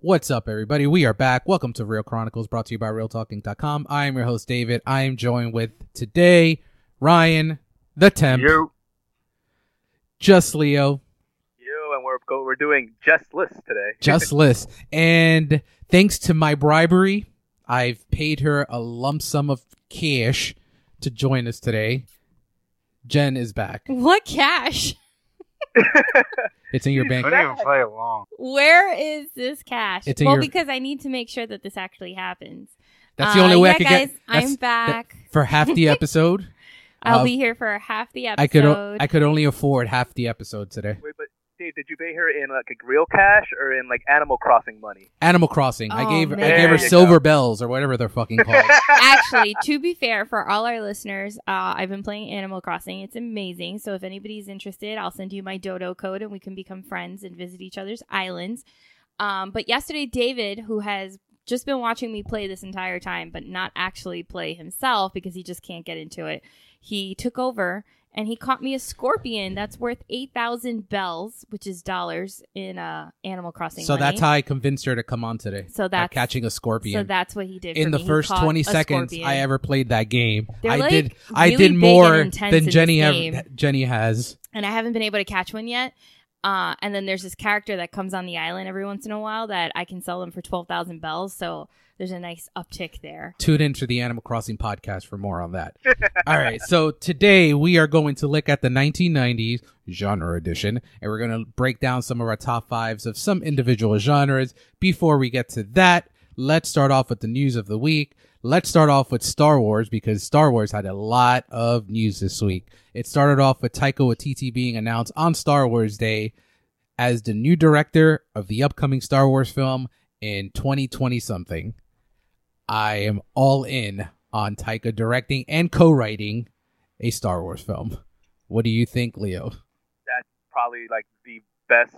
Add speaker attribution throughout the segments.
Speaker 1: What's up, everybody? We are back. Welcome to Real Chronicles, brought to you by RealTalking.com. I am your host, David. I am joined with today, Ryan, the temp,
Speaker 2: You,
Speaker 1: just Leo,
Speaker 2: you, and we're go, we're doing just list today.
Speaker 1: just Liz. And thanks to my bribery, I've paid her a lump sum of cash to join us today. Jen is back.
Speaker 3: What cash?
Speaker 1: It's in your bank.
Speaker 4: Uh,
Speaker 2: Couldn't even
Speaker 4: play along.
Speaker 3: Where is this cash?
Speaker 1: It's in
Speaker 3: well,
Speaker 1: your-
Speaker 3: because I need to make sure that this actually happens.
Speaker 1: That's the
Speaker 3: Uh,
Speaker 1: only way
Speaker 3: yeah,
Speaker 1: I could
Speaker 3: guys,
Speaker 1: get.
Speaker 3: I'm
Speaker 1: that's-
Speaker 3: back.
Speaker 1: for half the episode.
Speaker 3: I'll
Speaker 1: uh,
Speaker 3: be here for half the episode.
Speaker 1: I could o- I could only afford half the episode today.
Speaker 2: Wait, but Dave, did you pay her in like a real cash or in like Animal Crossing money?
Speaker 1: Animal Crossing. I
Speaker 3: Oh,
Speaker 1: gave her, I
Speaker 3: man.
Speaker 1: gave her
Speaker 2: There you
Speaker 1: silver
Speaker 2: go.
Speaker 1: bells or whatever they're fucking called.
Speaker 3: actually, to be fair, for all our listeners, uh, I've been playing Animal Crossing. It's amazing. So if anybody's interested, I'll send you my Dodo code, and we can become friends and visit each other's islands. Um, but yesterday, David, who has just been watching me play this entire time, but not actually play himself because he just can't get into it, he took over and he caught me a scorpion that's worth eight thousand bells, which is dollars in uh, Animal Crossing.
Speaker 1: so
Speaker 3: money.
Speaker 1: that's how I convinced her to come on today.
Speaker 3: So
Speaker 1: by
Speaker 3: that's
Speaker 1: catching a
Speaker 3: So
Speaker 1: scorpion.
Speaker 3: that's what he did for
Speaker 1: in the
Speaker 3: me. He
Speaker 1: first
Speaker 3: caught
Speaker 1: 20
Speaker 3: a
Speaker 1: seconds
Speaker 3: scorpion.
Speaker 1: I ever played that game.
Speaker 3: They're,
Speaker 1: I
Speaker 3: like,
Speaker 1: did I
Speaker 3: really
Speaker 1: did
Speaker 3: big
Speaker 1: more
Speaker 3: and intense in
Speaker 1: than
Speaker 3: this
Speaker 1: Jenny
Speaker 3: game.
Speaker 1: ever, Jenny has.
Speaker 3: and I haven't been able to catch one yet. Uh, and then there's this character that comes on the island every once in a while that I can sell them for twelve thousand bells. So there's a nice uptick there.
Speaker 1: Tune in to the Animal Crossing podcast for more on that. All right, so today we are going to look at the 1990s genre edition, and we're going to break down some of our top fives of some individual genres. Before we get to that, let's start off with the news of the week. Let's start off with Star Wars because Star Wars had a lot of news this week. It started off with Taika Waititi being announced on Star Wars Day as the new director of the upcoming Star Wars film in 2020 something. I am all in on Taika directing and co-writing a Star Wars film. What do you think, Leo?
Speaker 2: Probably like the best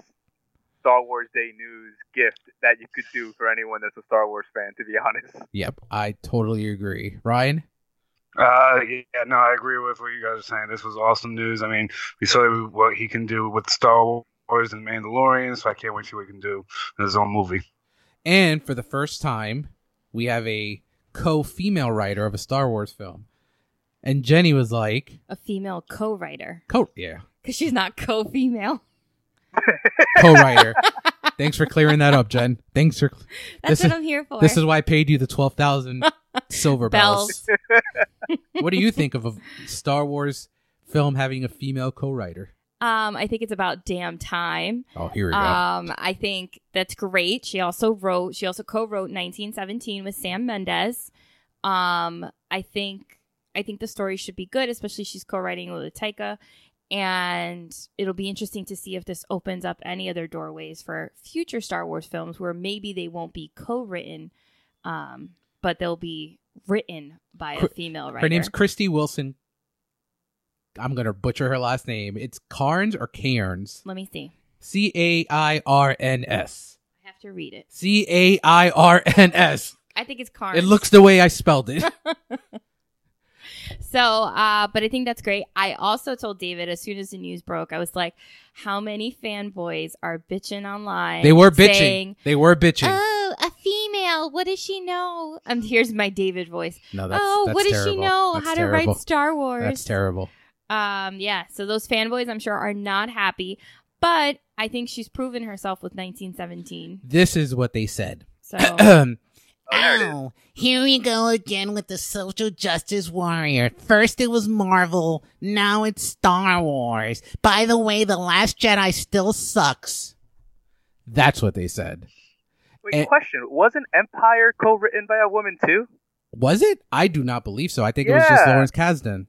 Speaker 2: Star Wars Day news gift that you could do for anyone that's a Star Wars fan. To be honest,
Speaker 1: Yep, I totally agree. Ryan?
Speaker 4: Uh, yeah, no, I agree with what you guys are saying. This was awesome news. I mean, we saw what he can do with Star Wars and Mandalorian, so I can't wait to see what he can do in his own movie.
Speaker 1: And for the first time, we have a co-female writer of a Star Wars film. And Jenny was like,
Speaker 3: A female co-writer
Speaker 1: "Co yeah,
Speaker 3: because she's not co-female.
Speaker 1: co-writer." Thanks for clearing that up, Jen. Thanks for
Speaker 3: That's
Speaker 1: This
Speaker 3: what
Speaker 1: is-
Speaker 3: I'm here for.
Speaker 1: This is why I paid you the 12,000 silver bells.
Speaker 3: bells.
Speaker 1: what do you think of a Star Wars film having a female co-writer?
Speaker 3: Um, I think it's about damn time.
Speaker 1: Oh, here we go.
Speaker 3: Um, I think that's great. She also wrote, she also co-wrote 1917 with Sam Mendes. Um, I think, I think the story should be good, especially she's co-writing with Taika, and it'll be interesting to see if this opens up any other doorways for future Star Wars films where maybe they won't be co-written, um, but they'll be written by a
Speaker 1: Cri-
Speaker 3: female writer.
Speaker 1: Her name's Christy Wilson. I'm gonna butcher her last name. It's Carnes or Cairns?
Speaker 3: Let me see.
Speaker 1: C A I R N S.
Speaker 3: I have to read it.
Speaker 1: C A I R N S.
Speaker 3: I think it's Karn.
Speaker 1: It looks the way I spelled it.
Speaker 3: So, uh, but I think that's great. I also told David as soon as the news broke, I was like, "How many fanboys are bitching online?"
Speaker 1: They were bitching.
Speaker 3: saying,
Speaker 1: they were bitching.
Speaker 3: oh, a female. What does she know? Um, here's my David voice.
Speaker 1: no, that's
Speaker 3: oh,
Speaker 1: that's
Speaker 3: what does
Speaker 1: terrible.
Speaker 3: she know?
Speaker 1: That's
Speaker 3: How
Speaker 1: terrible.
Speaker 3: to write Star Wars?
Speaker 1: That's terrible.
Speaker 3: Um, yeah. So those fanboys, I'm sure, are not happy. But I think she's proven herself with 1917.
Speaker 1: This is what they said.
Speaker 3: So
Speaker 2: oh, there it is.
Speaker 5: Oh, here we go again with the social justice warrior. First it was Marvel, now it's Star Wars. By the way, The Last Jedi still sucks.
Speaker 1: That's what they said.
Speaker 2: Wait,
Speaker 1: Eh.
Speaker 2: question: Wasn't Empire co-written by a woman too?
Speaker 1: Was it? I do not believe so. I think it was just
Speaker 2: Yeah.
Speaker 1: Lawrence Kasdan.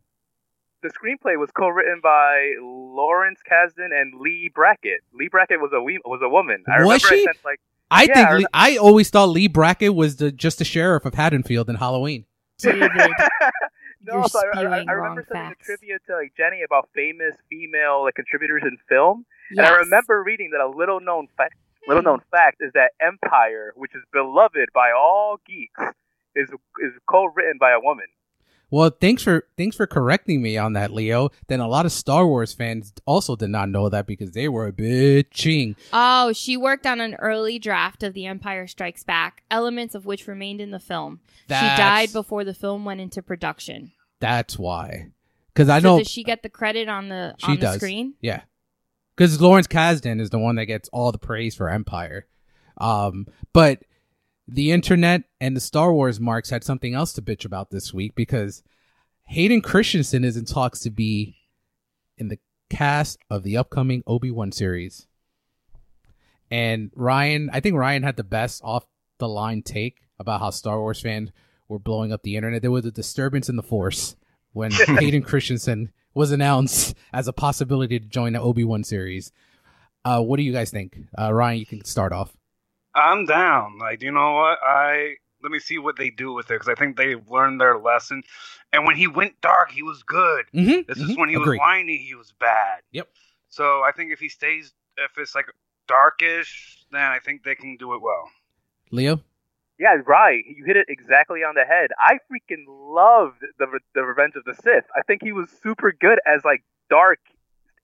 Speaker 2: The screenplay was co-written by Lawrence Kasdan and Lee Brackett. Lee Brackett was a we- was a woman.
Speaker 1: Was
Speaker 2: I remember
Speaker 1: she?
Speaker 2: I sent like
Speaker 1: I
Speaker 2: Yeah,
Speaker 1: think
Speaker 2: or-
Speaker 1: Lee, I always thought Lee Brackett was the, just the sheriff of Haddonfield in Halloween.
Speaker 3: David.
Speaker 2: no,
Speaker 3: You're
Speaker 2: so I, I,
Speaker 3: spewing
Speaker 2: I
Speaker 3: wrong
Speaker 2: remember sending
Speaker 3: facts.
Speaker 2: a trivia to like Jenny about famous female like contributors in film, and I
Speaker 3: Yes.
Speaker 2: remember reading that a little known fact, little known fact is that Empire, which is beloved by all geeks, is is co-written by a woman.
Speaker 1: Well, thanks for thanks for correcting me on that, Leo. Then a lot of Star Wars fans also did not know that because they were bitching.
Speaker 3: Oh, she worked on an early draft of The Empire Strikes Back, elements of which remained in the film.
Speaker 1: That's,
Speaker 3: She died before the film went into production.
Speaker 1: That's why. Because I
Speaker 3: so
Speaker 1: know
Speaker 3: does she get the credit on the
Speaker 1: She
Speaker 3: on the
Speaker 1: does.
Speaker 3: screen?
Speaker 1: Yeah. Because Lawrence Kasdan is the one that gets all the praise for Empire. Um, but the internet and the Star Wars marks had something else to bitch about this week because Hayden Christensen is in talks to be in the cast of the upcoming Obi Wan series. And Ryan, I think Ryan had the best off the line take about how Star Wars fans were blowing up the internet. There was a disturbance in the force when Hayden Christensen was announced as a possibility to join the Obi Wan series. Uh, what do you guys think, uh, Ryan? You can start off.
Speaker 4: I'm down. Like, you know what? I let me see what they do with it because I think they learned their lesson. And when he went dark, he was good.
Speaker 1: Mm-hmm.
Speaker 4: This is when he was whiny, he was bad.
Speaker 1: Yep.
Speaker 4: So I think if he stays, if it's like darkish, then I think they can do it well.
Speaker 1: Leo.
Speaker 2: Yeah, right. You hit it exactly on the head. I freaking loved the Re- the Revenge of the Sith. I think he was super good as like dark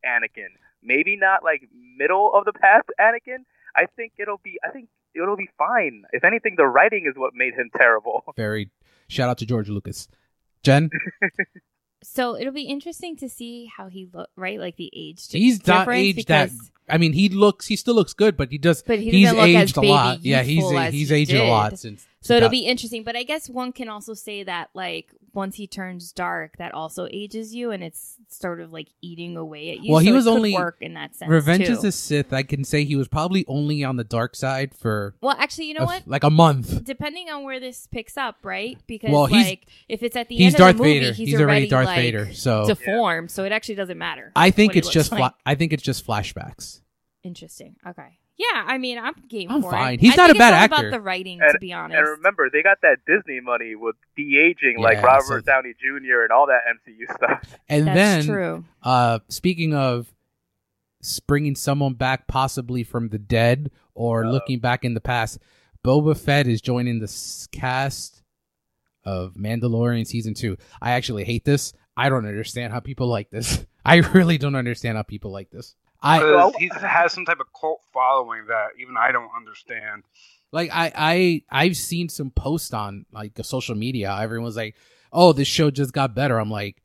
Speaker 2: Anakin. Maybe not like middle of the path Anakin. I think it'll be. I think it'll be fine. If anything, the writing is what made him terrible.
Speaker 1: Very shout out to George Lucas. Jen,
Speaker 3: So it'll be interesting to see how he look, right? Like the age. di-
Speaker 1: he's not
Speaker 3: difference,
Speaker 1: aged that.
Speaker 3: because-
Speaker 1: I mean, he looks. He still looks good, but he does.
Speaker 3: But he
Speaker 1: he's
Speaker 3: doesn't look as
Speaker 1: aged a
Speaker 3: baby
Speaker 1: lot. Yeah, he's
Speaker 3: youthful as
Speaker 1: he's
Speaker 3: he
Speaker 1: aged a
Speaker 3: did.
Speaker 1: lot since.
Speaker 3: So it'll be interesting, but I guess one can also say that like once he turns dark, that also ages you, and it's sort of like eating away at you.
Speaker 1: Well, he
Speaker 3: So it
Speaker 1: was
Speaker 3: could
Speaker 1: only-
Speaker 3: work in that sense.
Speaker 1: Revenge
Speaker 3: too.
Speaker 1: of the Sith. I can say he was probably only on the dark side for
Speaker 3: Well, actually, you know
Speaker 1: a-
Speaker 3: what?
Speaker 1: like a month.
Speaker 3: Depending on where this picks up, right? Because
Speaker 1: Well, he's-
Speaker 3: like if it's at the
Speaker 1: He's
Speaker 3: end
Speaker 1: Darth
Speaker 3: of the movie,
Speaker 1: Vader.
Speaker 3: he's,
Speaker 1: already Darth
Speaker 3: like,
Speaker 1: Vader. So
Speaker 3: deformed, so it actually doesn't matter.
Speaker 1: I think
Speaker 3: what he
Speaker 1: it's just.
Speaker 3: looks
Speaker 1: Fla-
Speaker 3: like.
Speaker 1: I think it's just flashbacks.
Speaker 3: Interesting. Okay. Yeah, I mean, I'm game
Speaker 1: I'm
Speaker 3: for
Speaker 1: fine.
Speaker 3: it.
Speaker 1: He's
Speaker 3: I
Speaker 1: not
Speaker 3: think
Speaker 1: a bad
Speaker 3: it's all
Speaker 1: actor.
Speaker 3: About the writing, to be honest.
Speaker 2: And remember, they got that Disney money with de aging,
Speaker 1: Yeah,
Speaker 2: like Robert
Speaker 1: so-
Speaker 2: Downey Jr. and all that MCU stuff.
Speaker 1: And then
Speaker 3: That's true.
Speaker 1: Uh, speaking of s- bringing someone back, possibly from the dead or
Speaker 2: Uh,
Speaker 1: looking back in the past, Boba Fett is joining the s- cast of Mandalorian season two. I actually hate this. I don't understand how people like this. I really don't understand how people like this. I
Speaker 4: Because he has some type of cult following that even I don't understand.
Speaker 1: like I I I've seen some posts on like social media. Everyone's like, "Oh, this show just got better." I'm like,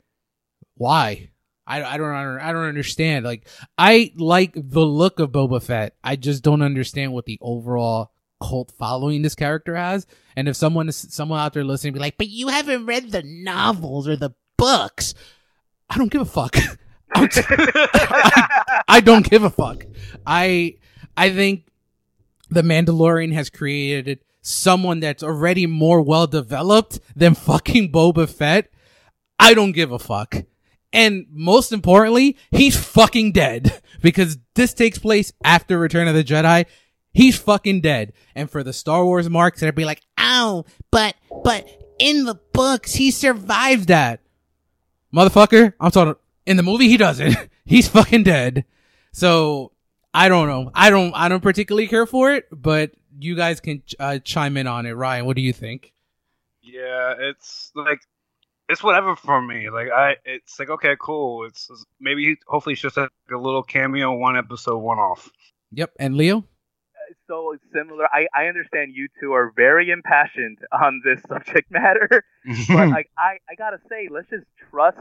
Speaker 1: why? I, I don't I don't understand. Like I like the look of Boba Fett. I just don't understand what the overall cult following this character has. And if someone is someone out there listening, be like,
Speaker 5: But you haven't read the novels or the books.
Speaker 1: I don't give a fuck. I'm t- I don't give a fuck. I I think the Mandalorian has created someone that's already more well developed than fucking Boba Fett. I don't give a fuck. And most importantly, he's fucking dead because this takes place after Return of the Jedi. He's fucking dead. And for the Star Wars marks, they'd be like,
Speaker 5: Oh, but but in the books,
Speaker 1: he survived that. Motherfucker, I'm talking in the movie he doesn't. He's fucking dead. So I don't know. I don't I don't particularly care for it, but you guys can uh, chime in on it. Ryan, what do you think?
Speaker 4: Yeah, it's like it's whatever for me. Like I, it's like okay, cool. It's it's- maybe hopefully it's just like a little cameo, one episode, one off.
Speaker 1: Yep, and Leo?
Speaker 2: so similar. I, I understand you two are very impassioned on this subject matter,
Speaker 4: Hmm.
Speaker 2: but like I, I gotta say, let's just trust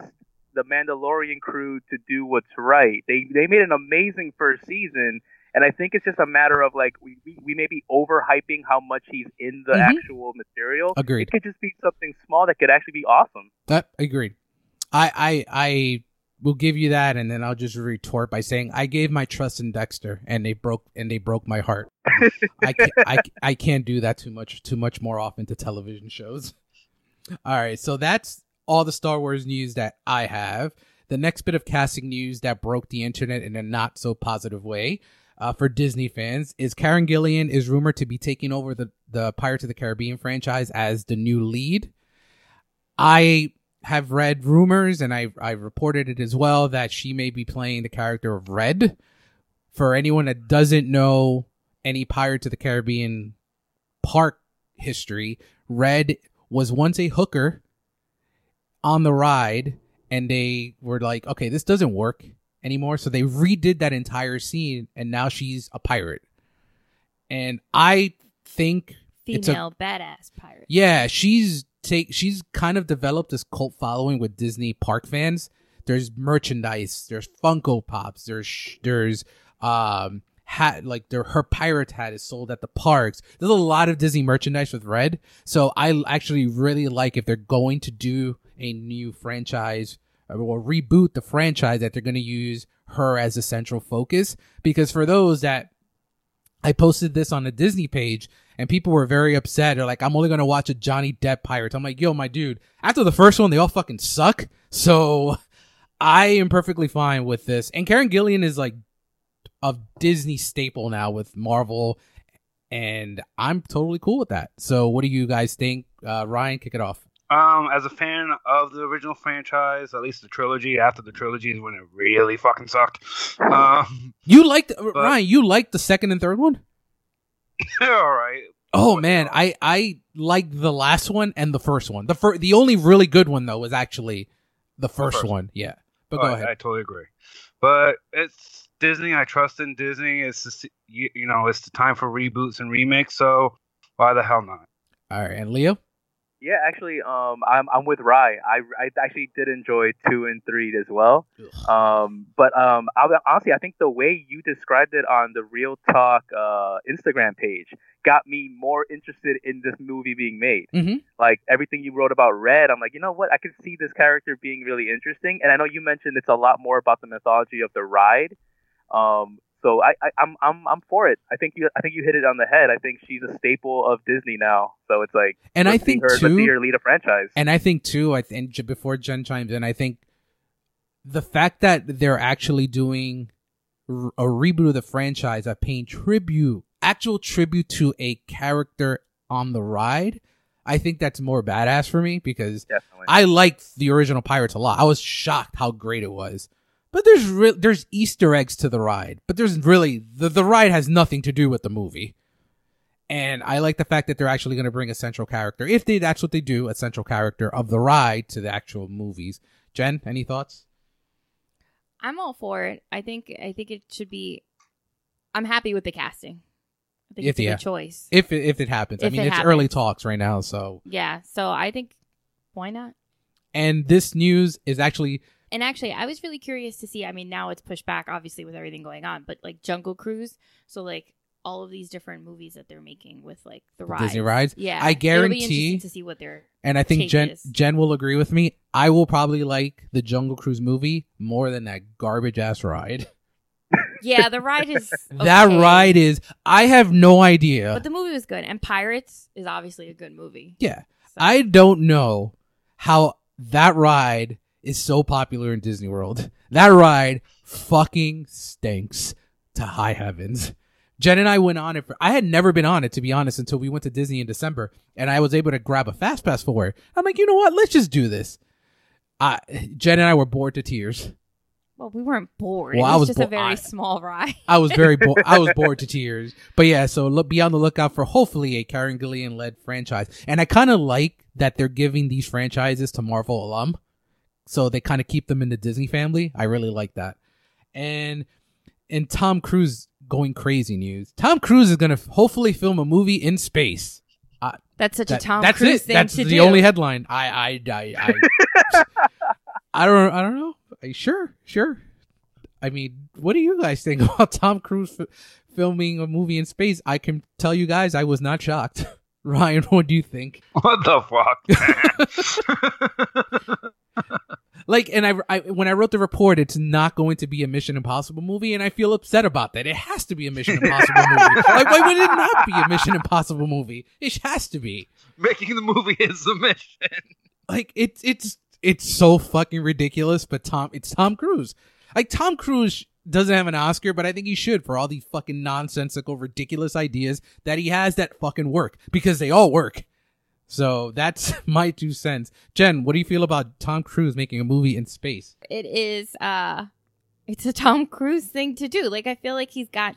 Speaker 2: the Mandalorian crew to do what's right. They they made an amazing first season, and I think it's just a matter of like we we, we may be overhyping how much he's in the
Speaker 1: Mhm.
Speaker 2: actual material.
Speaker 1: Agreed.
Speaker 2: It could just be something small that could actually be awesome.
Speaker 1: That agreed. I I I will give you that and then I'll just retort by saying I gave my trust in Dexter and they broke and they broke my heart. I can't, I I can't do that too much too much more often to television shows. All right, so that's all the Star Wars news that I have. The next bit of casting news that broke the internet in a not so positive way. uh, for Disney fans is Karen Gillian is rumored to be taking over the, the Pirates of the Caribbean franchise as the new lead. I have read rumors and I I reported it as well that she may be playing the character of Red. For anyone that doesn't know any Pirates of the Caribbean park history, Red was once a hooker on the ride and they were like, okay, this doesn't work anymore. So they redid that entire scene and now she's a pirate. And I think It's a-
Speaker 3: Female badass pirate.
Speaker 1: yeah, she's take she's kind of developed this cult following with Disney park fans. There's merchandise, there's Funko Pops, there's sh- there's um hat like their her pirate hat is sold at the parks. There's a lot of Disney merchandise with Red. So I actually really like if they're going to do a new franchise uh, or reboot the franchise that they're going to use her as a central focus because for those that I posted this on the Disney page and people were very upset. They're like, I'm only gonna watch a Johnny Depp Pirates. I'm like, yo, my dude, after the first one, they all fucking suck. So I am perfectly fine with this. And Karen Gillian is like a Disney staple now with Marvel, and I'm totally cool with that. So what do you guys think? Uh, Ryan, kick it off.
Speaker 4: Um, as a fan of the original franchise, at least the trilogy, after the trilogy is when it really fucking sucked. Um,
Speaker 1: You liked uh, Ryan, you liked the second and third one?
Speaker 4: all right.
Speaker 1: Oh
Speaker 4: But,
Speaker 1: man,
Speaker 4: uh,
Speaker 1: I I liked the last one and the first one. The fir- the only really good one though was actually the first,
Speaker 4: first.
Speaker 1: one. Yeah, but
Speaker 4: Oh,
Speaker 1: go
Speaker 4: I-
Speaker 1: ahead.
Speaker 4: I, totally agree. But it's Disney. I trust in Disney. It's the, you, you know it's the time for reboots and remakes. So why the hell not?
Speaker 1: All right, and Leo.
Speaker 2: Yeah, actually, um, I'm I'm with Rye. I, I actually did enjoy two and three as well. Um, but um, I, honestly, I think the way you described it on the Real Talk uh, Instagram page got me more interested in this movie being made.
Speaker 1: Mhm.
Speaker 2: Like everything you wrote about Red, I'm like, you know what? I could see this character being really interesting. And I know you mentioned it's a lot more about the mythology of the ride. Um, so I, I I'm I'm I'm for it. I think you I think you hit it on the head. I think she's a staple of Disney now. So it's like
Speaker 1: And I
Speaker 2: let's see
Speaker 1: think
Speaker 2: her, let's see
Speaker 1: too,
Speaker 2: her lead a franchise.
Speaker 1: and I think too, I think j- before Jen chimes in, I think the fact that they're actually doing r- a reboot of the franchise, of paying tribute, actual tribute to a character on the ride, I think that's more badass for me because
Speaker 2: Definitely.
Speaker 1: I liked the original Pirates a lot. I was shocked how great it was. But there's re- there's Easter eggs to the ride, but there's really the the ride has nothing to do with the movie. And I like the fact that they're actually going to bring a central character, if they that's what they do, a central character of the ride to the actual movies. Jen, any thoughts?
Speaker 3: I'm all for it. I think I think it should be. I'm happy with the casting. I think
Speaker 1: If-
Speaker 3: it's a
Speaker 1: yeah.
Speaker 3: good choice.
Speaker 1: If it, if it happens, I
Speaker 3: If
Speaker 1: mean
Speaker 3: it
Speaker 1: it's
Speaker 3: happens.
Speaker 1: early talks right now, so
Speaker 3: yeah. So I think why not?
Speaker 1: and this news is actually
Speaker 3: And actually, I was really curious to see. I mean, now it's pushed back, obviously, with everything going on. But like Jungle Cruise, so like all of these different movies that they're making with like the,
Speaker 1: the
Speaker 3: rides.
Speaker 1: Disney rides.
Speaker 3: Yeah,
Speaker 1: I
Speaker 3: it'll be interesting
Speaker 1: guarantee-
Speaker 3: to see what they're.
Speaker 1: And I think
Speaker 3: take
Speaker 1: Jen
Speaker 3: this.
Speaker 1: Jen will agree with me. I will probably like the Jungle Cruise movie more than that garbage ass ride.
Speaker 3: Yeah, the ride is
Speaker 1: That
Speaker 3: okay.
Speaker 1: ride is I have no idea.
Speaker 3: But the movie was good, and Pirates is obviously a good movie.
Speaker 1: yeah.
Speaker 3: So-
Speaker 1: I don't know how that ride is so popular in Disney World. That ride fucking stinks to high heavens. Jen and I went on it for I had never been on it to be honest until we went to Disney in December and I was able to grab a fast pass for it. I'm like, you know what? Let's just do this. I Jen and I were bored to tears.
Speaker 3: Well, we weren't bored.
Speaker 1: Well,
Speaker 3: it
Speaker 1: I was
Speaker 3: was, just
Speaker 1: bo-
Speaker 3: a very
Speaker 1: I-
Speaker 3: small ride.
Speaker 1: I was very bo- I was bored to tears. But yeah, so look, be on the lookout for hopefully a Karen Gillian led franchise. And I kind of like that they're giving these franchises to Marvel alum, so they kind of keep them in the Disney family. I really like that. And and Tom Cruise going crazy news. Tom Cruise is gonna f- hopefully film a movie in space.
Speaker 3: That's such
Speaker 1: That-
Speaker 3: a Tom
Speaker 1: that's
Speaker 3: Cruise
Speaker 1: it.
Speaker 3: thing
Speaker 1: that's
Speaker 3: to
Speaker 1: the
Speaker 3: do.
Speaker 1: only headline. I I I I, I don't I don't know. I- Sure, sure. I mean, what do you guys think about Tom Cruise f- filming a movie in space? I can tell you guys, I was not shocked. Ryan, what do you think?
Speaker 4: What the fuck?
Speaker 1: Like, and I, I when I wrote the report, it's not going to be a Mission Impossible movie, and I feel upset about that. It has to be a Mission Impossible movie. Like, why would it not be a Mission Impossible movie? It has to be.
Speaker 4: Making the movie is the mission.
Speaker 1: like it's it's it's so fucking ridiculous but tom it's tom cruise like tom cruise doesn't have an Oscar, but I think he should for all the fucking nonsensical, ridiculous ideas that he has that fucking work because they all work. So that's my two cents. Jen, what do you feel about Tom Cruise making a movie in space?
Speaker 3: it is uh it's a Tom Cruise thing to do. Like I feel like he's got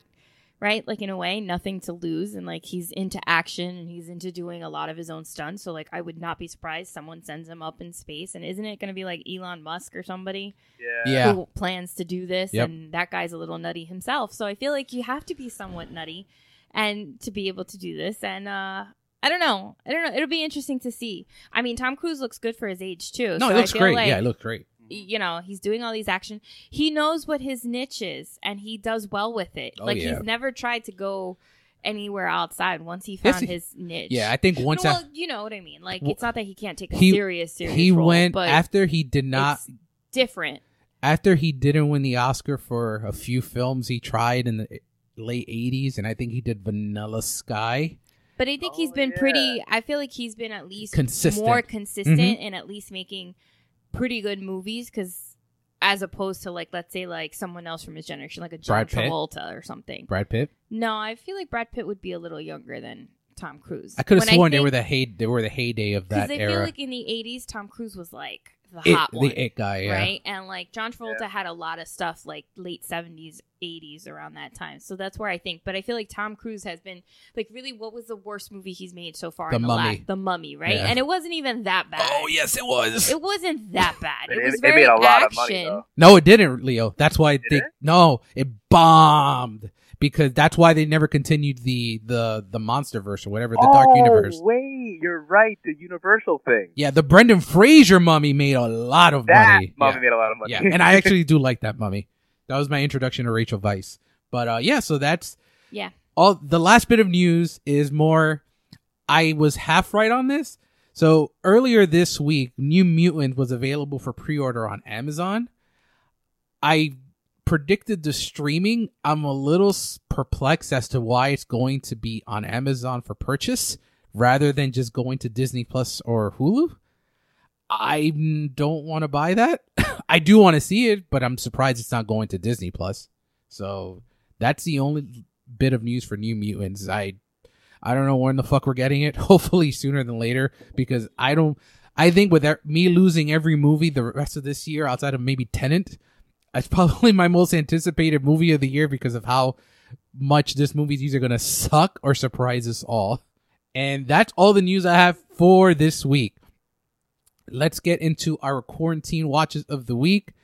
Speaker 3: right, like in a way, nothing to lose and like he's into action and he's into doing a lot of his own stunts. So like I would not be surprised someone sends him up in space and isn't it gonna be like Elon Musk or somebody
Speaker 2: Yeah.
Speaker 1: Yeah.
Speaker 3: who plans to do this
Speaker 1: Yep.
Speaker 3: and that guy's a little nutty himself. So I feel like you have to be somewhat nutty and to be able to do this and uh I don't know. I don't know. It'll be interesting to see. I mean, Tom Cruise looks good for his age too.
Speaker 1: No,
Speaker 3: so
Speaker 1: it looks
Speaker 3: I feel
Speaker 1: great.
Speaker 3: Like
Speaker 1: yeah, it looks great.
Speaker 3: you know he's doing all these action he knows what his niche is and he does well with it
Speaker 1: Oh,
Speaker 3: like
Speaker 1: yeah.
Speaker 3: he's never tried to go anywhere outside once he
Speaker 1: Yes,
Speaker 3: found
Speaker 1: he-
Speaker 3: his niche
Speaker 1: Yeah, I think once
Speaker 3: no,
Speaker 1: I-
Speaker 3: well, you know what i mean like
Speaker 1: Well,
Speaker 3: it's not that he can't take a
Speaker 1: he-
Speaker 3: serious serious
Speaker 1: he
Speaker 3: role,
Speaker 1: went
Speaker 3: but
Speaker 1: after he did not
Speaker 3: it's different
Speaker 1: after he didn't win the Oscar for a few films he tried in the late 80s and I think he did Vanilla Sky.
Speaker 3: but i think he's
Speaker 2: Oh,
Speaker 3: been
Speaker 2: yeah.
Speaker 3: pretty i feel like he's been at least
Speaker 1: Consistent. Mm-hmm.
Speaker 3: more consistent and at least making pretty good movies because as opposed to like let's say like someone else from his generation like a john
Speaker 1: Brad Pitt?
Speaker 3: travolta or something
Speaker 1: Brad Pitt.
Speaker 3: No, I feel like Brad Pitt would be a little younger than Tom Cruise.
Speaker 1: I could have
Speaker 3: When
Speaker 1: sworn they
Speaker 3: think-
Speaker 1: were the hey they were the heyday of
Speaker 3: Because
Speaker 1: that
Speaker 3: I feel
Speaker 1: era.
Speaker 3: like in the '80s, Tom Cruise was like the
Speaker 1: It-
Speaker 3: hot one,
Speaker 1: the it guy, yeah.
Speaker 3: right? And like John Travolta had a lot of stuff like late '70s, '80s around that time. So that's where I think. But I feel like Tom Cruise has been like really. What was the worst movie he's made so far?
Speaker 1: The
Speaker 3: in
Speaker 1: Mummy.
Speaker 3: The, la- the Mummy, right?
Speaker 1: Yeah.
Speaker 3: And it wasn't even that bad.
Speaker 1: Oh yes, it was.
Speaker 3: It wasn't that bad.
Speaker 2: It-
Speaker 3: It was
Speaker 2: it made
Speaker 3: very
Speaker 2: a lot of
Speaker 3: action.
Speaker 2: money, though.
Speaker 1: No, it didn't, Leo. That's why I think
Speaker 2: it?
Speaker 1: no, it bombed because that's why they never continued the the the MonsterVerse or whatever the Dark
Speaker 2: oh,
Speaker 1: Universe.
Speaker 2: wait, you're right. The Universal thing.
Speaker 1: Yeah, the Brendan Fraser mummy made a lot of
Speaker 2: That
Speaker 1: money.
Speaker 2: mummy
Speaker 1: Yeah.
Speaker 2: made a lot of money.
Speaker 1: yeah, and I actually do like that mummy. That was my introduction to Rachel Vice. But uh, yeah, so that's
Speaker 3: Yeah.
Speaker 1: All the last bit of news is more. I was half right on this. So earlier this week, New Mutant was available for pre-order on Amazon. I predicted the streaming. I'm a little s- perplexed as to why it's going to be on Amazon for purchase rather than just going to Disney Plus or Hulu. I mm, don't want to buy that. I do want to see it, but I'm surprised it's not going to Disney Plus. So that's the only bit of news for New Mutants. I I don't know when the fuck we're getting it. Hopefully sooner than later because I don't I think with that, me losing every movie the rest of this year outside of maybe Tenant, it's probably my most anticipated movie of the year because of how much this movie's either going to suck or surprise us all. And that's all the news I have for this week. Let's get into our quarantine watches of the week.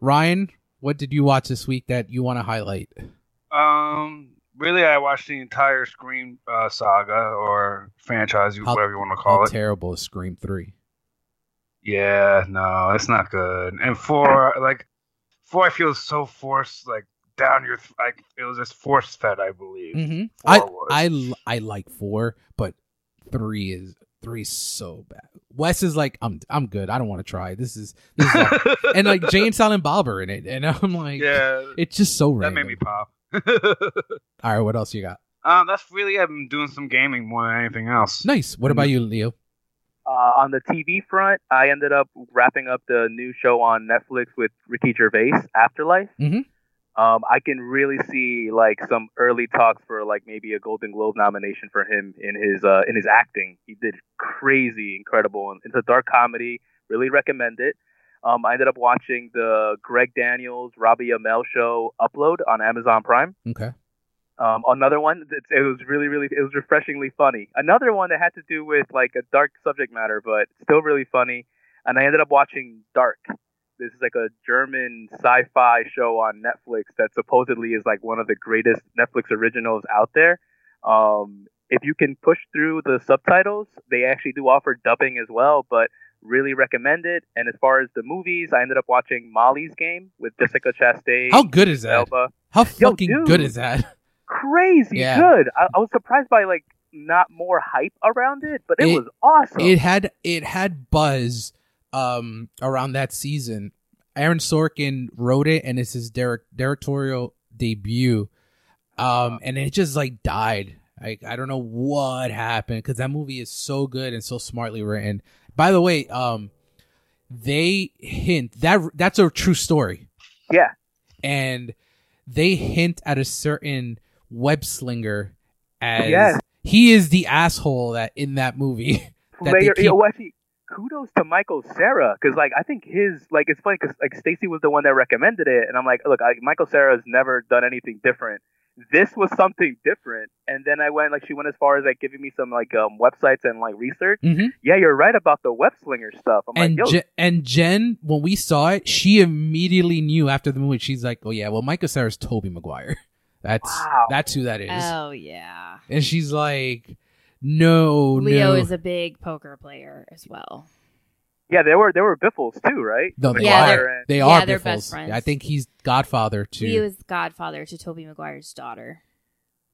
Speaker 1: Ryan, what did you watch this week that you want to highlight?
Speaker 4: Um, really, I watched the entire Scream uh, saga or franchise,
Speaker 1: How-
Speaker 4: whatever you want to
Speaker 1: How
Speaker 4: call it.
Speaker 1: terrible is Scream 3?
Speaker 4: Yeah, no, it's not good. And four, like four, I feel so forced, like down your, th- like it was just force fed, I believe.
Speaker 1: Mm-hmm.
Speaker 4: Four
Speaker 1: I,
Speaker 4: was.
Speaker 1: I, l- I like 4, but 3 is three is so bad. Wes is like, I'm I'm good. I don't want to try. This is this is all-" and like Jane Silent Bob are in it, and I'm like,
Speaker 4: yeah,
Speaker 1: it's just so
Speaker 4: that
Speaker 1: random.
Speaker 4: made me pop.
Speaker 1: All right, what else you got?
Speaker 4: um, that's really I've been doing some gaming more than anything else.
Speaker 1: Nice. What about you, Leo?
Speaker 2: Uh, on the TV front, I ended up wrapping up the new show on Netflix with Ricky Gervais, Afterlife.
Speaker 1: Mhm.
Speaker 2: Um, I can really see like some early talks for like maybe a Golden Globe nomination for him in his uh, in his acting. He did crazy, incredible. And It's a dark comedy. Really recommend it. Um, I ended up watching the Greg Daniels, Robbie Amell show Upload on Amazon Prime.
Speaker 1: Okay.
Speaker 2: Um, another one, that- it was really, really, it was refreshingly funny. Another one that had to do with like a dark subject matter, but still really funny. And I ended up watching Dark. This is like a German sci-fi show on Netflix that supposedly is like one of the greatest Netflix originals out there. Um, if you can push through the subtitles, they actually do offer dubbing as well, but really recommend it. And as far as the movies, I ended up watching Molly's Game with Jessica Chastain,
Speaker 1: How good is that?
Speaker 2: Elba
Speaker 1: How fucking
Speaker 2: dude.
Speaker 1: good is that?
Speaker 2: crazy
Speaker 1: Yeah.
Speaker 2: good. I, I was surprised by like not more hype around it, but it,
Speaker 1: It-
Speaker 2: was awesome.
Speaker 1: It had it had buzz um around that season. Aaron Sorkin wrote it and it's his direct directorial debut. Um and it just like died. Like I don't know what happened cuz that movie is so good and so smartly written. By the way, um they hint that that's a true story.
Speaker 2: Yeah.
Speaker 1: and they hint at a certain web slinger as
Speaker 2: Yes.
Speaker 1: he is the asshole that in that movie. That they
Speaker 2: Player,
Speaker 1: keep-
Speaker 2: yo, actually, kudos to Michael Sarah because like I think his like it's funny because like Stacy was the one that recommended it, and I'm like, look, I, Michael Sarah's never done anything different. This was something different, and then I went like she went as far as like giving me some like um, websites and like research.
Speaker 1: Mhm.
Speaker 2: Yeah, you're right about the web slinger stuff. I'm
Speaker 1: and
Speaker 2: like, yo,
Speaker 1: Je- and Jen, when we saw it, she immediately knew after the movie. She's like, "Oh yeah, well, Michael Sarah's Toby Maguire. That's
Speaker 2: Wow.
Speaker 1: that's who that is."
Speaker 3: Oh yeah.
Speaker 1: And she's like, "No,
Speaker 3: Leo
Speaker 1: no,
Speaker 3: is a big poker player as well.
Speaker 2: yeah, there were there were biffles too, right?
Speaker 1: no, they
Speaker 3: Yeah,
Speaker 1: are.
Speaker 3: they're-
Speaker 2: and-
Speaker 1: They
Speaker 3: yeah,
Speaker 1: are
Speaker 3: they're
Speaker 1: biffles.
Speaker 3: best friends.
Speaker 1: I think he's godfather to.
Speaker 3: Leo is godfather to Toby Maguire's daughter.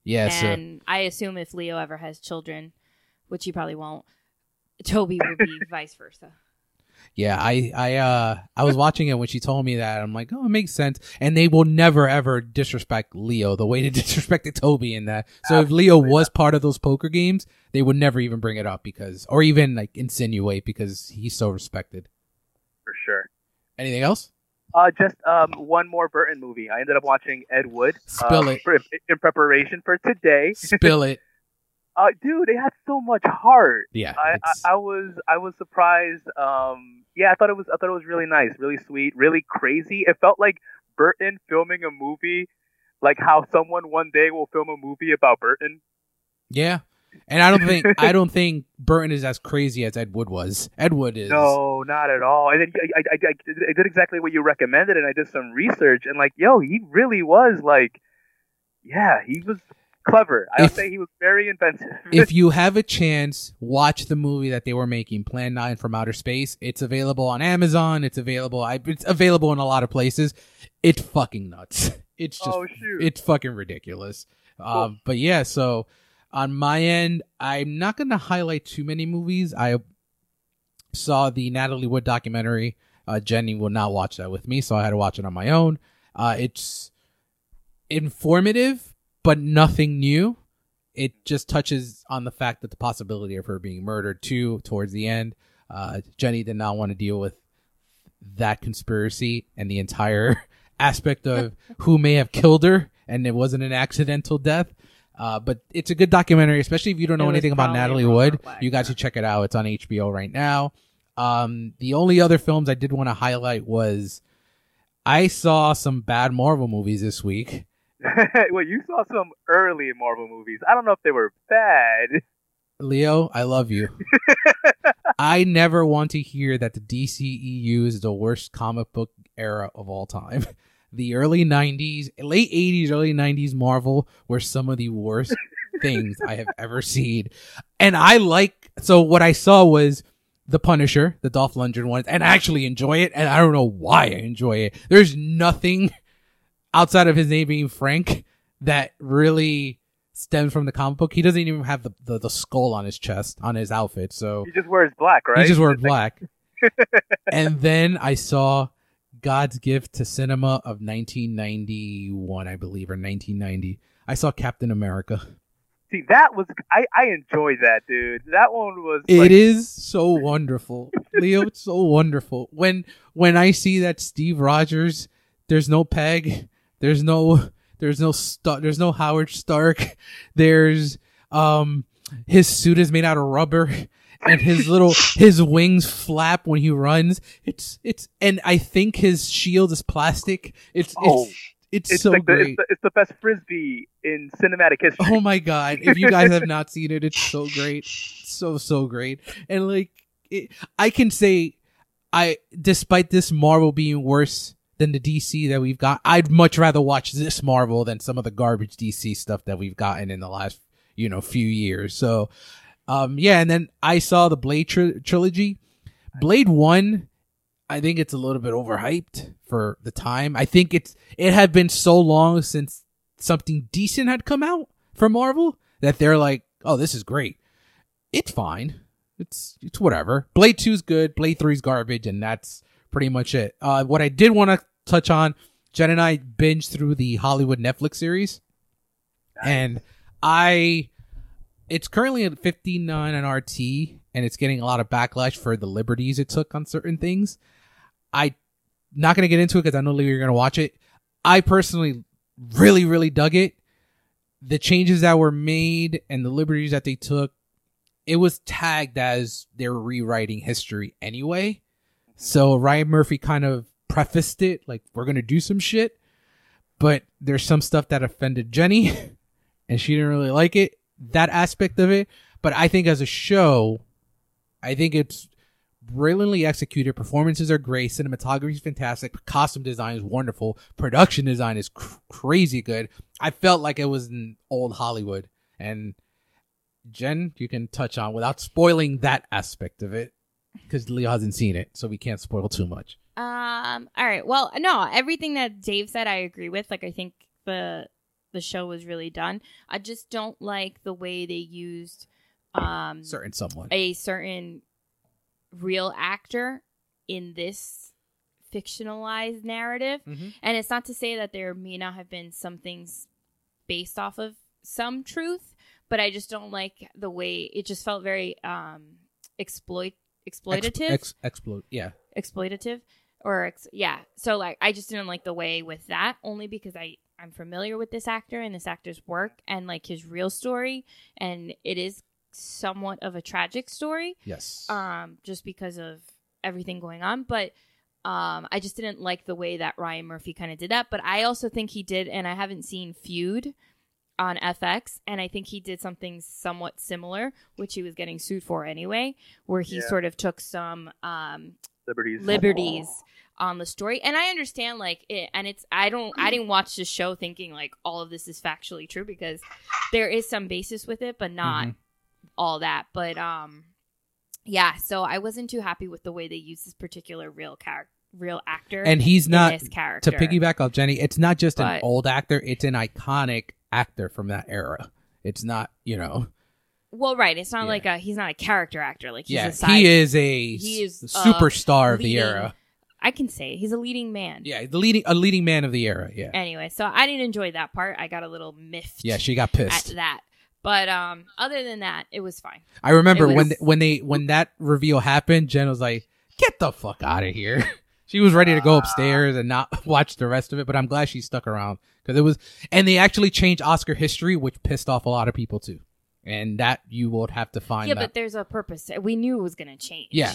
Speaker 1: yeah, so-
Speaker 3: and I assume if Leo ever has children, which he probably won't, Toby would be vice versa.
Speaker 1: Yeah, I I uh I was watching it when she told me that. I'm like, oh, it makes sense. And they will never ever disrespect Leo the way they disrespected Toby in that. So if Leo
Speaker 2: Absolutely
Speaker 1: was part of those poker games, they would never even bring it up because, or even like insinuate because he's so respected.
Speaker 2: for sure.
Speaker 1: Anything else?
Speaker 2: Uh, just um, one more Burton movie. I ended up watching Ed Wood.
Speaker 1: Spill
Speaker 2: uh,
Speaker 1: it.
Speaker 2: for- in preparation for today.
Speaker 1: Spill it.
Speaker 2: Uh, dude, it had so much heart.
Speaker 1: Yeah.
Speaker 2: I,
Speaker 1: it's-
Speaker 2: I, I was I was surprised. Um, yeah, I thought it was I thought it was really nice, really sweet, really crazy. It felt like Burton filming a movie, like how someone one day will film a movie about Burton.
Speaker 1: yeah. And I don't think I don't think Burton is as crazy as Ed Wood was. Ed Wood is.
Speaker 2: No, not at all. And then I, I, I, I did- I did exactly what you recommended, and I did some research, and like, yo, he really was like, yeah, he was clever. I would
Speaker 1: If-
Speaker 2: say he was very inventive.
Speaker 1: if you have a chance, watch the movie that they were making, Plan 9 from Outer Space. It's available on Amazon. It's available. I, it's available in a lot of places. It's fucking nuts. It's just,
Speaker 2: oh shoot!
Speaker 1: it's fucking ridiculous. Um, but yeah, so on my end, I'm not going to highlight too many movies. I saw the Natalie Wood documentary. Uh, Jenny will not watch that with me, so I had to watch it on my own. Uh, it's informative, but nothing new. It just touches on the fact that the possibility of her being murdered too towards the end. Uh, Jenny did not want to deal with that conspiracy and the entire aspect of who may have killed her, and it wasn't an accidental death. Uh, but it's a good documentary, especially if you don't know
Speaker 3: It was
Speaker 1: anything about
Speaker 3: probably
Speaker 1: Natalie
Speaker 3: Robert
Speaker 1: Wood. You guys
Speaker 3: Wagner.
Speaker 1: should check it out. It's on HBO right now. Um, the only other films I did want to highlight was I saw some bad Marvel movies this week.
Speaker 2: well, you saw some early Marvel movies. I don't know if they were bad.
Speaker 1: Leo, I love you. I never want to hear that the DCEU is the worst comic book era of all time. The early 90s, late 80s, early 90s Marvel were some of the worst things I have ever seen. And I like, so what I saw was The Punisher, the Dolph Lundgren one, and I actually enjoy it. And I don't know why I enjoy it. There's nothing outside of his name being Frank that really stems from the comic book. He doesn't even have the, the, the skull on his chest, on his outfit. So
Speaker 2: He just wears black, right?
Speaker 1: he just wore black. and then I saw God's Gift to Cinema of 1991, I believe, or 1990. I saw Captain America.
Speaker 2: See, that was I. I enjoyed that, dude. That one was.
Speaker 1: It is
Speaker 2: like,
Speaker 1: so wonderful, Leo. It's so wonderful. When when I see that Steve Rogers, there's no Peg, there's no there's no stu- there's no Howard Stark, there's um his suit is made out of rubber and his little his wings flap when he runs. It's it's and I think his shield is plastic. It's
Speaker 2: Oh,
Speaker 1: it's it's,
Speaker 2: It's
Speaker 1: so
Speaker 2: like the,
Speaker 1: great.
Speaker 2: it's, the, it's the best frisbee in cinematic history.
Speaker 1: Oh my god! If you guys have not seen it, it's so great, so so great. And like, it, I can say, I despite this Marvel being worse than the DC that we've got, I'd much rather watch this Marvel than some of the garbage DC stuff that we've gotten in the last you know few years. So, um, yeah. And then I saw the Blade tri- trilogy. Blade One, I think it's a little bit overhyped for the time. I think it's it had been so long since something decent had come out from Marvel that they're like, oh, this is great. It's fine. It's it's whatever. Blade Two's good. Blade Three's garbage, and that's pretty much it. Uh, what I did want to touch on, Jen and I binged through the Hollywood Netflix series, and I, it's currently at fifty nine on RT, and it's getting a lot of backlash for the liberties it took on certain things. I, not gonna get into it because I know Leo, you're gonna watch it. I personally really, really dug it. The changes that were made and the liberties that they took, it was tagged as they're rewriting history anyway. So Ryan Murphy kind of prefaced it like, we're going to do some shit. But there's some stuff that offended Jenny and she didn't really like it, that aspect of it. But I think as a show, I think it's brilliantly executed. Performances are great. Cinematography is fantastic. Costume design is wonderful. Production design is cr- crazy good. I felt like it was in old Hollywood. And Jen, you can touch on without spoiling that aspect of it because Leo hasn't seen it, so we can't spoil too much.
Speaker 3: Um. All right. Well, no. Everything that Dave said, I agree with. Like, I think the the show was really done. I just don't like the way they used um
Speaker 1: Certain someone.
Speaker 3: a certain real actor in this fictionalized narrative.
Speaker 1: Mhm.
Speaker 3: And it's not to say that there may not have been some things based off of some truth, but I just don't like the way it just felt very um exploit exploitative
Speaker 1: Ex- ex- explo- Yeah.
Speaker 3: exploitative or ex- yeah so like i just didn't like the way with that only because i i'm familiar with this actor and this actor's work and like his real story and it is somewhat of a tragic story
Speaker 1: Yes.
Speaker 3: um just because of everything going on but um i just didn't like the way that ryan murphy kind of did that but i also think he did and i haven't seen feud on fx and i think he did something somewhat similar which he was getting sued for anyway where he
Speaker 2: Yeah.
Speaker 3: sort of took some um
Speaker 2: Liberties.
Speaker 3: liberties on the story and i understand like it and it's i don't i didn't watch the show thinking like all of this is factually true because there is some basis with it but not
Speaker 1: Mhm.
Speaker 3: all that but um yeah so i wasn't too happy with the way they used this particular real character real actor
Speaker 1: and he's
Speaker 3: in
Speaker 1: not
Speaker 3: this character
Speaker 1: to piggyback off Jenny, it's not just an
Speaker 3: But-
Speaker 1: old actor; it's an iconic actor from that era. It's not, you know,
Speaker 3: well right it's not
Speaker 1: Yeah.
Speaker 3: like a he's not a character accer like he's
Speaker 1: yeah,
Speaker 3: a side
Speaker 1: he is a
Speaker 3: he is,
Speaker 1: s-
Speaker 3: uh,
Speaker 1: superstar of the
Speaker 3: leading-
Speaker 1: era.
Speaker 3: i can say it. he's a leading man
Speaker 1: Yeah, the leading a leading man of the era. Yeah,
Speaker 3: anyway so i didn't enjoy that part i got a little miffed
Speaker 1: yeah, she got
Speaker 3: at
Speaker 1: pissed.
Speaker 3: that but um other than that it was fine
Speaker 1: I remember
Speaker 3: it
Speaker 1: when
Speaker 3: was-
Speaker 1: when they when that reveal happened, Jen was like, "Get the fuck out of here." She was ready to go upstairs and not watch the rest of it, but I'm glad she stuck around because it was, and they actually changed Oscar history, which pissed off a lot of people too. And that you will have to find.
Speaker 3: yeah,
Speaker 1: that.
Speaker 3: but there's a purpose. We knew it was going to change.
Speaker 1: Yeah.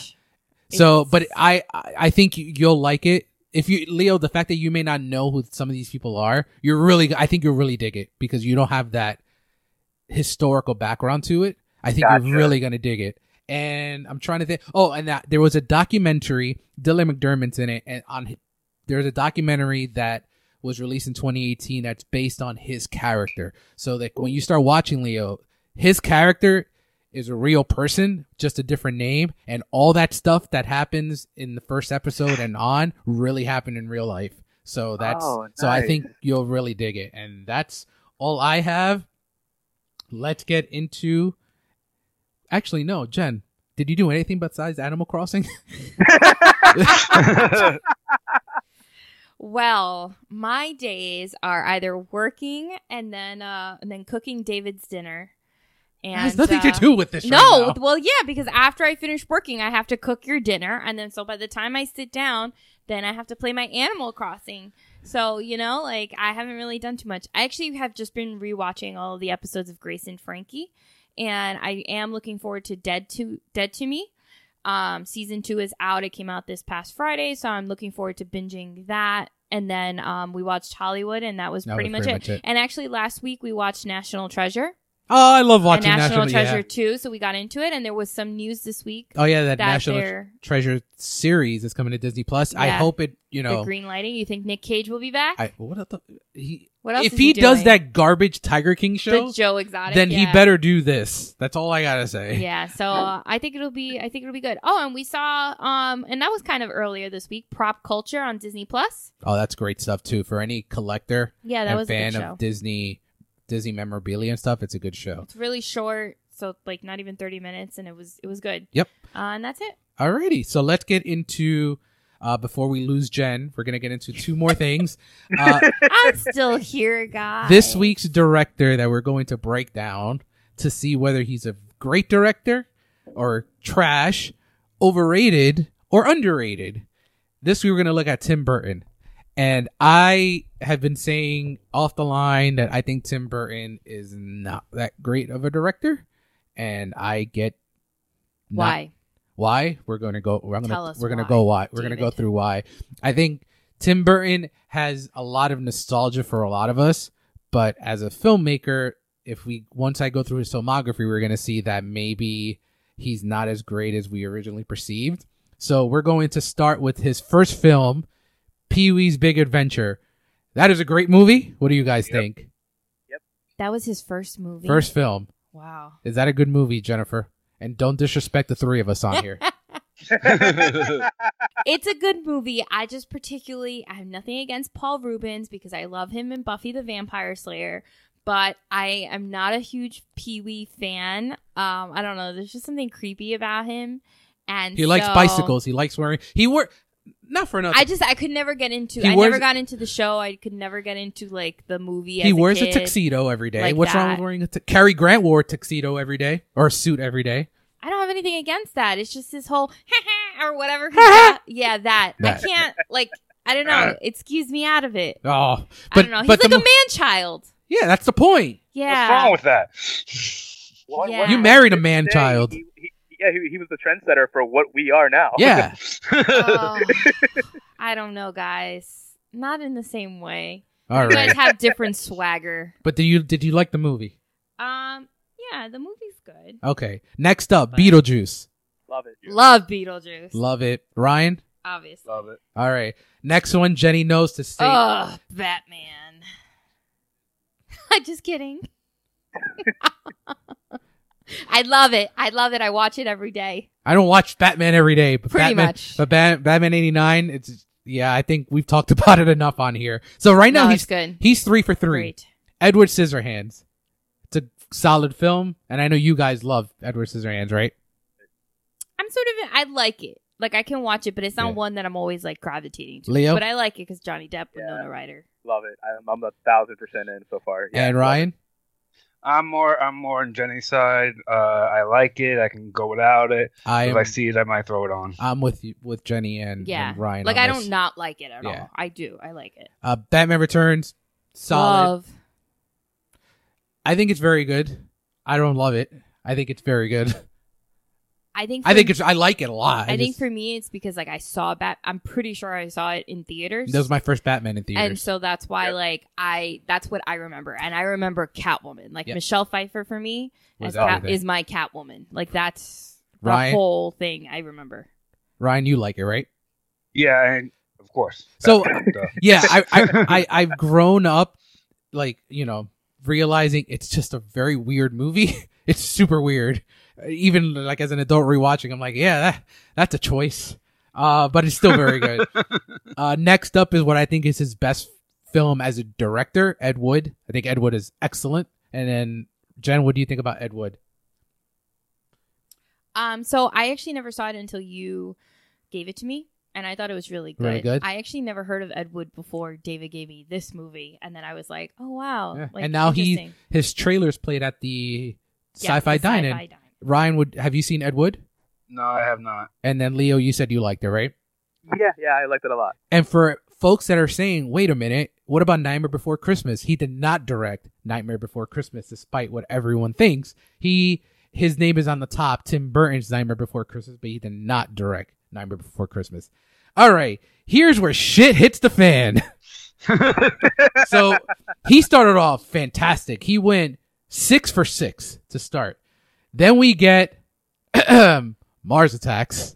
Speaker 1: So,
Speaker 3: It's-
Speaker 1: but I I I think you- you'll like it. If you Leo, the fact that you may not know who some of these people are, you're really I think you'll really dig it because you don't have that historical background to it. I think
Speaker 2: Gotcha.
Speaker 1: you're really gonna dig it. And I'm trying to think. Oh, and that, there was a documentary. Dylan McDermott's in it, and on there's a documentary that was released in 2018 that's based on his character. So that when you start watching Leo, his character is a real person, just a different name, and all that stuff that happens in the first episode and on really happened in real life. So that's
Speaker 2: Oh,
Speaker 1: so I
Speaker 2: nice.
Speaker 1: think you'll really dig it, and that's all I have. Let's get into. Actually, no, Jen, did you do anything besides Animal Crossing?
Speaker 3: well, my days are either working and then uh and then cooking David's dinner.
Speaker 1: It
Speaker 3: And
Speaker 1: has nothing
Speaker 3: uh,
Speaker 1: to do with this. right
Speaker 3: No,
Speaker 1: now.
Speaker 3: well, yeah, because after I finish working, I have to cook your dinner, and then so by the time I sit down, then I have to play my Animal Crossing. So you know, like I haven't really done too much. I actually have just been rewatching all of the episodes of Grace and Frankie, and I am looking forward to Dead to Dead to Me. Um, season two is out. It came out this past Friday, so I'm looking forward to binging that. And then um, we watched Hollywood, and that was
Speaker 1: That
Speaker 3: pretty,
Speaker 1: was
Speaker 3: much,
Speaker 1: pretty
Speaker 3: it.
Speaker 1: much it.
Speaker 3: And actually, last week we watched National Treasure
Speaker 1: Oh, I love watching
Speaker 3: and National,
Speaker 1: yeah.
Speaker 3: Treasure too. So we got into it, and there was some news this week
Speaker 1: Oh yeah, that,
Speaker 3: that
Speaker 1: National
Speaker 3: they're
Speaker 1: Treasure series is coming to Disney Plus. I
Speaker 3: Yeah.
Speaker 1: hope it. You know,
Speaker 3: the green lighting. You think Nick Cage will be back?
Speaker 1: I what the he
Speaker 3: what else?
Speaker 1: if
Speaker 3: is
Speaker 1: he, does
Speaker 3: doing?
Speaker 1: that garbage Tiger King show,
Speaker 3: the Joe Exotic,
Speaker 1: then
Speaker 3: yeah.
Speaker 1: he better do this. That's all I gotta say.
Speaker 3: Yeah, so uh, I think it'll be. I think it'll be good. Oh, and we saw, um, and that was kind of earlier this week. Prop culture on Disney Plus.
Speaker 1: Oh, that's great stuff too for any collector
Speaker 3: Yeah, that
Speaker 1: and
Speaker 3: was a
Speaker 1: fan
Speaker 3: good show.
Speaker 1: of Disney Disney memorabilia and stuff. It's a good show.
Speaker 3: it's really short, so like not even thirty minutes, and it was it was good.
Speaker 1: Yep.
Speaker 3: Uh, and that's it.
Speaker 1: Alrighty, so let's get into. Uh, before we lose Jen, we're gonna get into two more things. Uh,
Speaker 3: I'm still here, guys.
Speaker 1: this week's director that we're going to break down to see whether he's a great director or trash, overrated or underrated. This week we're going to look at Tim Burton. And I have been saying off the line that I think Tim Burton is not that great of a director, and I get not-
Speaker 3: Why?
Speaker 1: why we're going to go. I'm
Speaker 3: Tell
Speaker 1: going
Speaker 3: us
Speaker 1: to we're going
Speaker 3: why,
Speaker 1: to go why we're going to go
Speaker 3: David.
Speaker 1: through why. I think Tim Burton has a lot of nostalgia for a lot of us, but as a filmmaker, if we once I go through his filmography, we're going to see that maybe he's not as great as we originally perceived. So we're going to start with his first film, Pee Wee's Big Adventure. That is a great movie. What do you guys
Speaker 4: Yep.
Speaker 1: think?
Speaker 3: That was his first movie.
Speaker 1: First film.
Speaker 3: Wow.
Speaker 1: Is that a good movie, Jennifer? And don't disrespect the three of us on here.
Speaker 3: It's a good movie. I just particularly I have nothing against Paul Rubens because I love him in Buffy the Vampire Slayer, but I am not a huge Pee Wee fan. Um, I don't know. There's just something creepy about him, and
Speaker 1: He likes
Speaker 3: so-
Speaker 1: bicycles. He likes wearing. He wore not for nothing.
Speaker 3: I just I could never get into.
Speaker 1: He
Speaker 3: I
Speaker 1: wears-
Speaker 3: never got into the show. I could never get into like the movie.
Speaker 1: he
Speaker 3: as
Speaker 1: wears a,
Speaker 3: kid.
Speaker 1: tuxedo every day.
Speaker 3: like
Speaker 1: What's wrong
Speaker 3: that.
Speaker 1: with wearing a tu- Cary Grant wore a tuxedo every day or a suit every day.
Speaker 3: I don't have anything against that. It's just his whole or whatever. yeah, yeah, that.
Speaker 1: That.
Speaker 3: I can't like. I don't know. It skews me out of it.
Speaker 1: Oh,
Speaker 3: I
Speaker 1: but
Speaker 3: don't know. He's
Speaker 1: but
Speaker 3: like
Speaker 1: the
Speaker 3: a
Speaker 1: mo-
Speaker 3: man child.
Speaker 1: yeah, that's the point.
Speaker 3: Yeah.
Speaker 4: What's wrong with that?
Speaker 2: What-
Speaker 3: Yeah.
Speaker 2: what-
Speaker 1: You
Speaker 2: what
Speaker 1: married a
Speaker 2: did
Speaker 1: man
Speaker 2: they-
Speaker 1: child.
Speaker 2: he- he- yeah, he, he was the trendsetter for what we are now.
Speaker 1: Yeah,
Speaker 3: Oh, I don't know, guys. Not in the same way.
Speaker 1: all
Speaker 3: You guys
Speaker 1: right.
Speaker 3: have different swagger.
Speaker 1: But did you did you like the movie?
Speaker 3: Um, yeah, the movie's good.
Speaker 1: Okay. Next up, Beetlejuice.
Speaker 2: Love it.
Speaker 3: Love Beetlejuice.
Speaker 1: Love it, Ryan.
Speaker 3: obviously.
Speaker 4: Love it.
Speaker 1: All right. Next one, Jenny knows to say.
Speaker 3: Ugh, Batman. I'm just kidding. I love it. I love it. I watch it every day.
Speaker 1: I don't watch Batman every day, but
Speaker 3: Pretty
Speaker 1: Batman,
Speaker 3: much.
Speaker 1: but Bat- Batman eighty nine. It's yeah. I think we've talked about it enough on here. So right now
Speaker 3: No,
Speaker 1: he's
Speaker 3: it's good.
Speaker 1: he's three for three.
Speaker 3: Great.
Speaker 1: Edward Scissorhands. It's a solid film, and I know you guys love Edward Scissorhands, right?
Speaker 3: I'm sort of. I like it. Like I can watch it, but it's not
Speaker 1: Yeah.
Speaker 3: one that I'm always like gravitating to.
Speaker 1: Leo?
Speaker 3: but I like it because Johnny Depp,
Speaker 2: Yeah.
Speaker 3: Winona Ryder.
Speaker 2: Love it. I'm, I'm a thousand percent in so far. Yeah,
Speaker 1: and
Speaker 2: love
Speaker 1: Ryan,
Speaker 4: I'm more. I'm more on Jenny's side. Uh, I like it. I can go without it.
Speaker 1: I
Speaker 4: If
Speaker 1: am,
Speaker 4: I see it, I might throw it on.
Speaker 1: I'm with you, with Jenny and,
Speaker 3: Yeah.
Speaker 1: and Ryan.
Speaker 3: like
Speaker 1: on
Speaker 3: I
Speaker 1: this.
Speaker 3: don't not like it at
Speaker 1: Yeah.
Speaker 3: all. I do. I like it.
Speaker 1: Uh, Batman Returns, solid.
Speaker 3: Love.
Speaker 1: I think it's very good. I don't love it. I think it's very good.
Speaker 3: I think.
Speaker 1: I
Speaker 3: for
Speaker 1: think
Speaker 3: me-
Speaker 1: it's. I like it a lot.
Speaker 3: I, think
Speaker 1: just-
Speaker 3: for me, it's because like I saw Bat. I'm pretty sure I saw it in theaters.
Speaker 1: that was my first Batman in
Speaker 3: and
Speaker 1: theaters.
Speaker 3: so that's why,
Speaker 2: Yep.
Speaker 3: like, I that's what I remember, and I remember Catwoman, like
Speaker 1: Yep.
Speaker 3: Michelle Pfeiffer for me
Speaker 1: Was
Speaker 3: as Cat,
Speaker 1: everything.
Speaker 3: is my Catwoman. Like that's
Speaker 1: Ryan?
Speaker 3: the whole thing I remember.
Speaker 1: Ryan, you like it, right?
Speaker 4: Yeah, and of course. uh,
Speaker 1: So-
Speaker 4: Duh.
Speaker 1: Yeah, I, I, I I've grown up, like you know, realizing it's just a very weird movie. it's super weird. Even like as an adult rewatching, I'm like, yeah, that, that's a choice. Uh, but it's still very good. uh, next up is what I think is his best film as a director, Ed Wood. I think Ed Wood is excellent. And then Jen, what do you think about Ed Wood?
Speaker 3: Um, so I actually never saw it until you gave it to me, and I thought it was really good.
Speaker 1: Really good?
Speaker 3: I actually never heard of Ed Wood before David gave me this movie, and then I was like, oh wow,
Speaker 1: Yeah.
Speaker 3: like,
Speaker 1: And now he-
Speaker 3: interesting.
Speaker 1: His trailers played at the
Speaker 3: Yeah,
Speaker 1: Sci-Fi
Speaker 3: the
Speaker 1: Dining.
Speaker 3: Sci-Fi Dine.
Speaker 1: Ryan, would have you seen Ed Wood?
Speaker 4: no, I have not.
Speaker 1: And then Leo, you said you liked it, right?
Speaker 2: it. Yeah, yeah, I liked it a lot.
Speaker 1: And for folks that are saying, wait a minute, what about Nightmare Before Christmas? He did not direct Nightmare Before Christmas, despite what everyone thinks. He his name is on the top, Tim Burton's Nightmare Before Christmas, but he did not direct Nightmare Before Christmas. All right, here's where shit hits the fan. so he started off fantastic. He went six for six to start. Then we get Mars Attacks.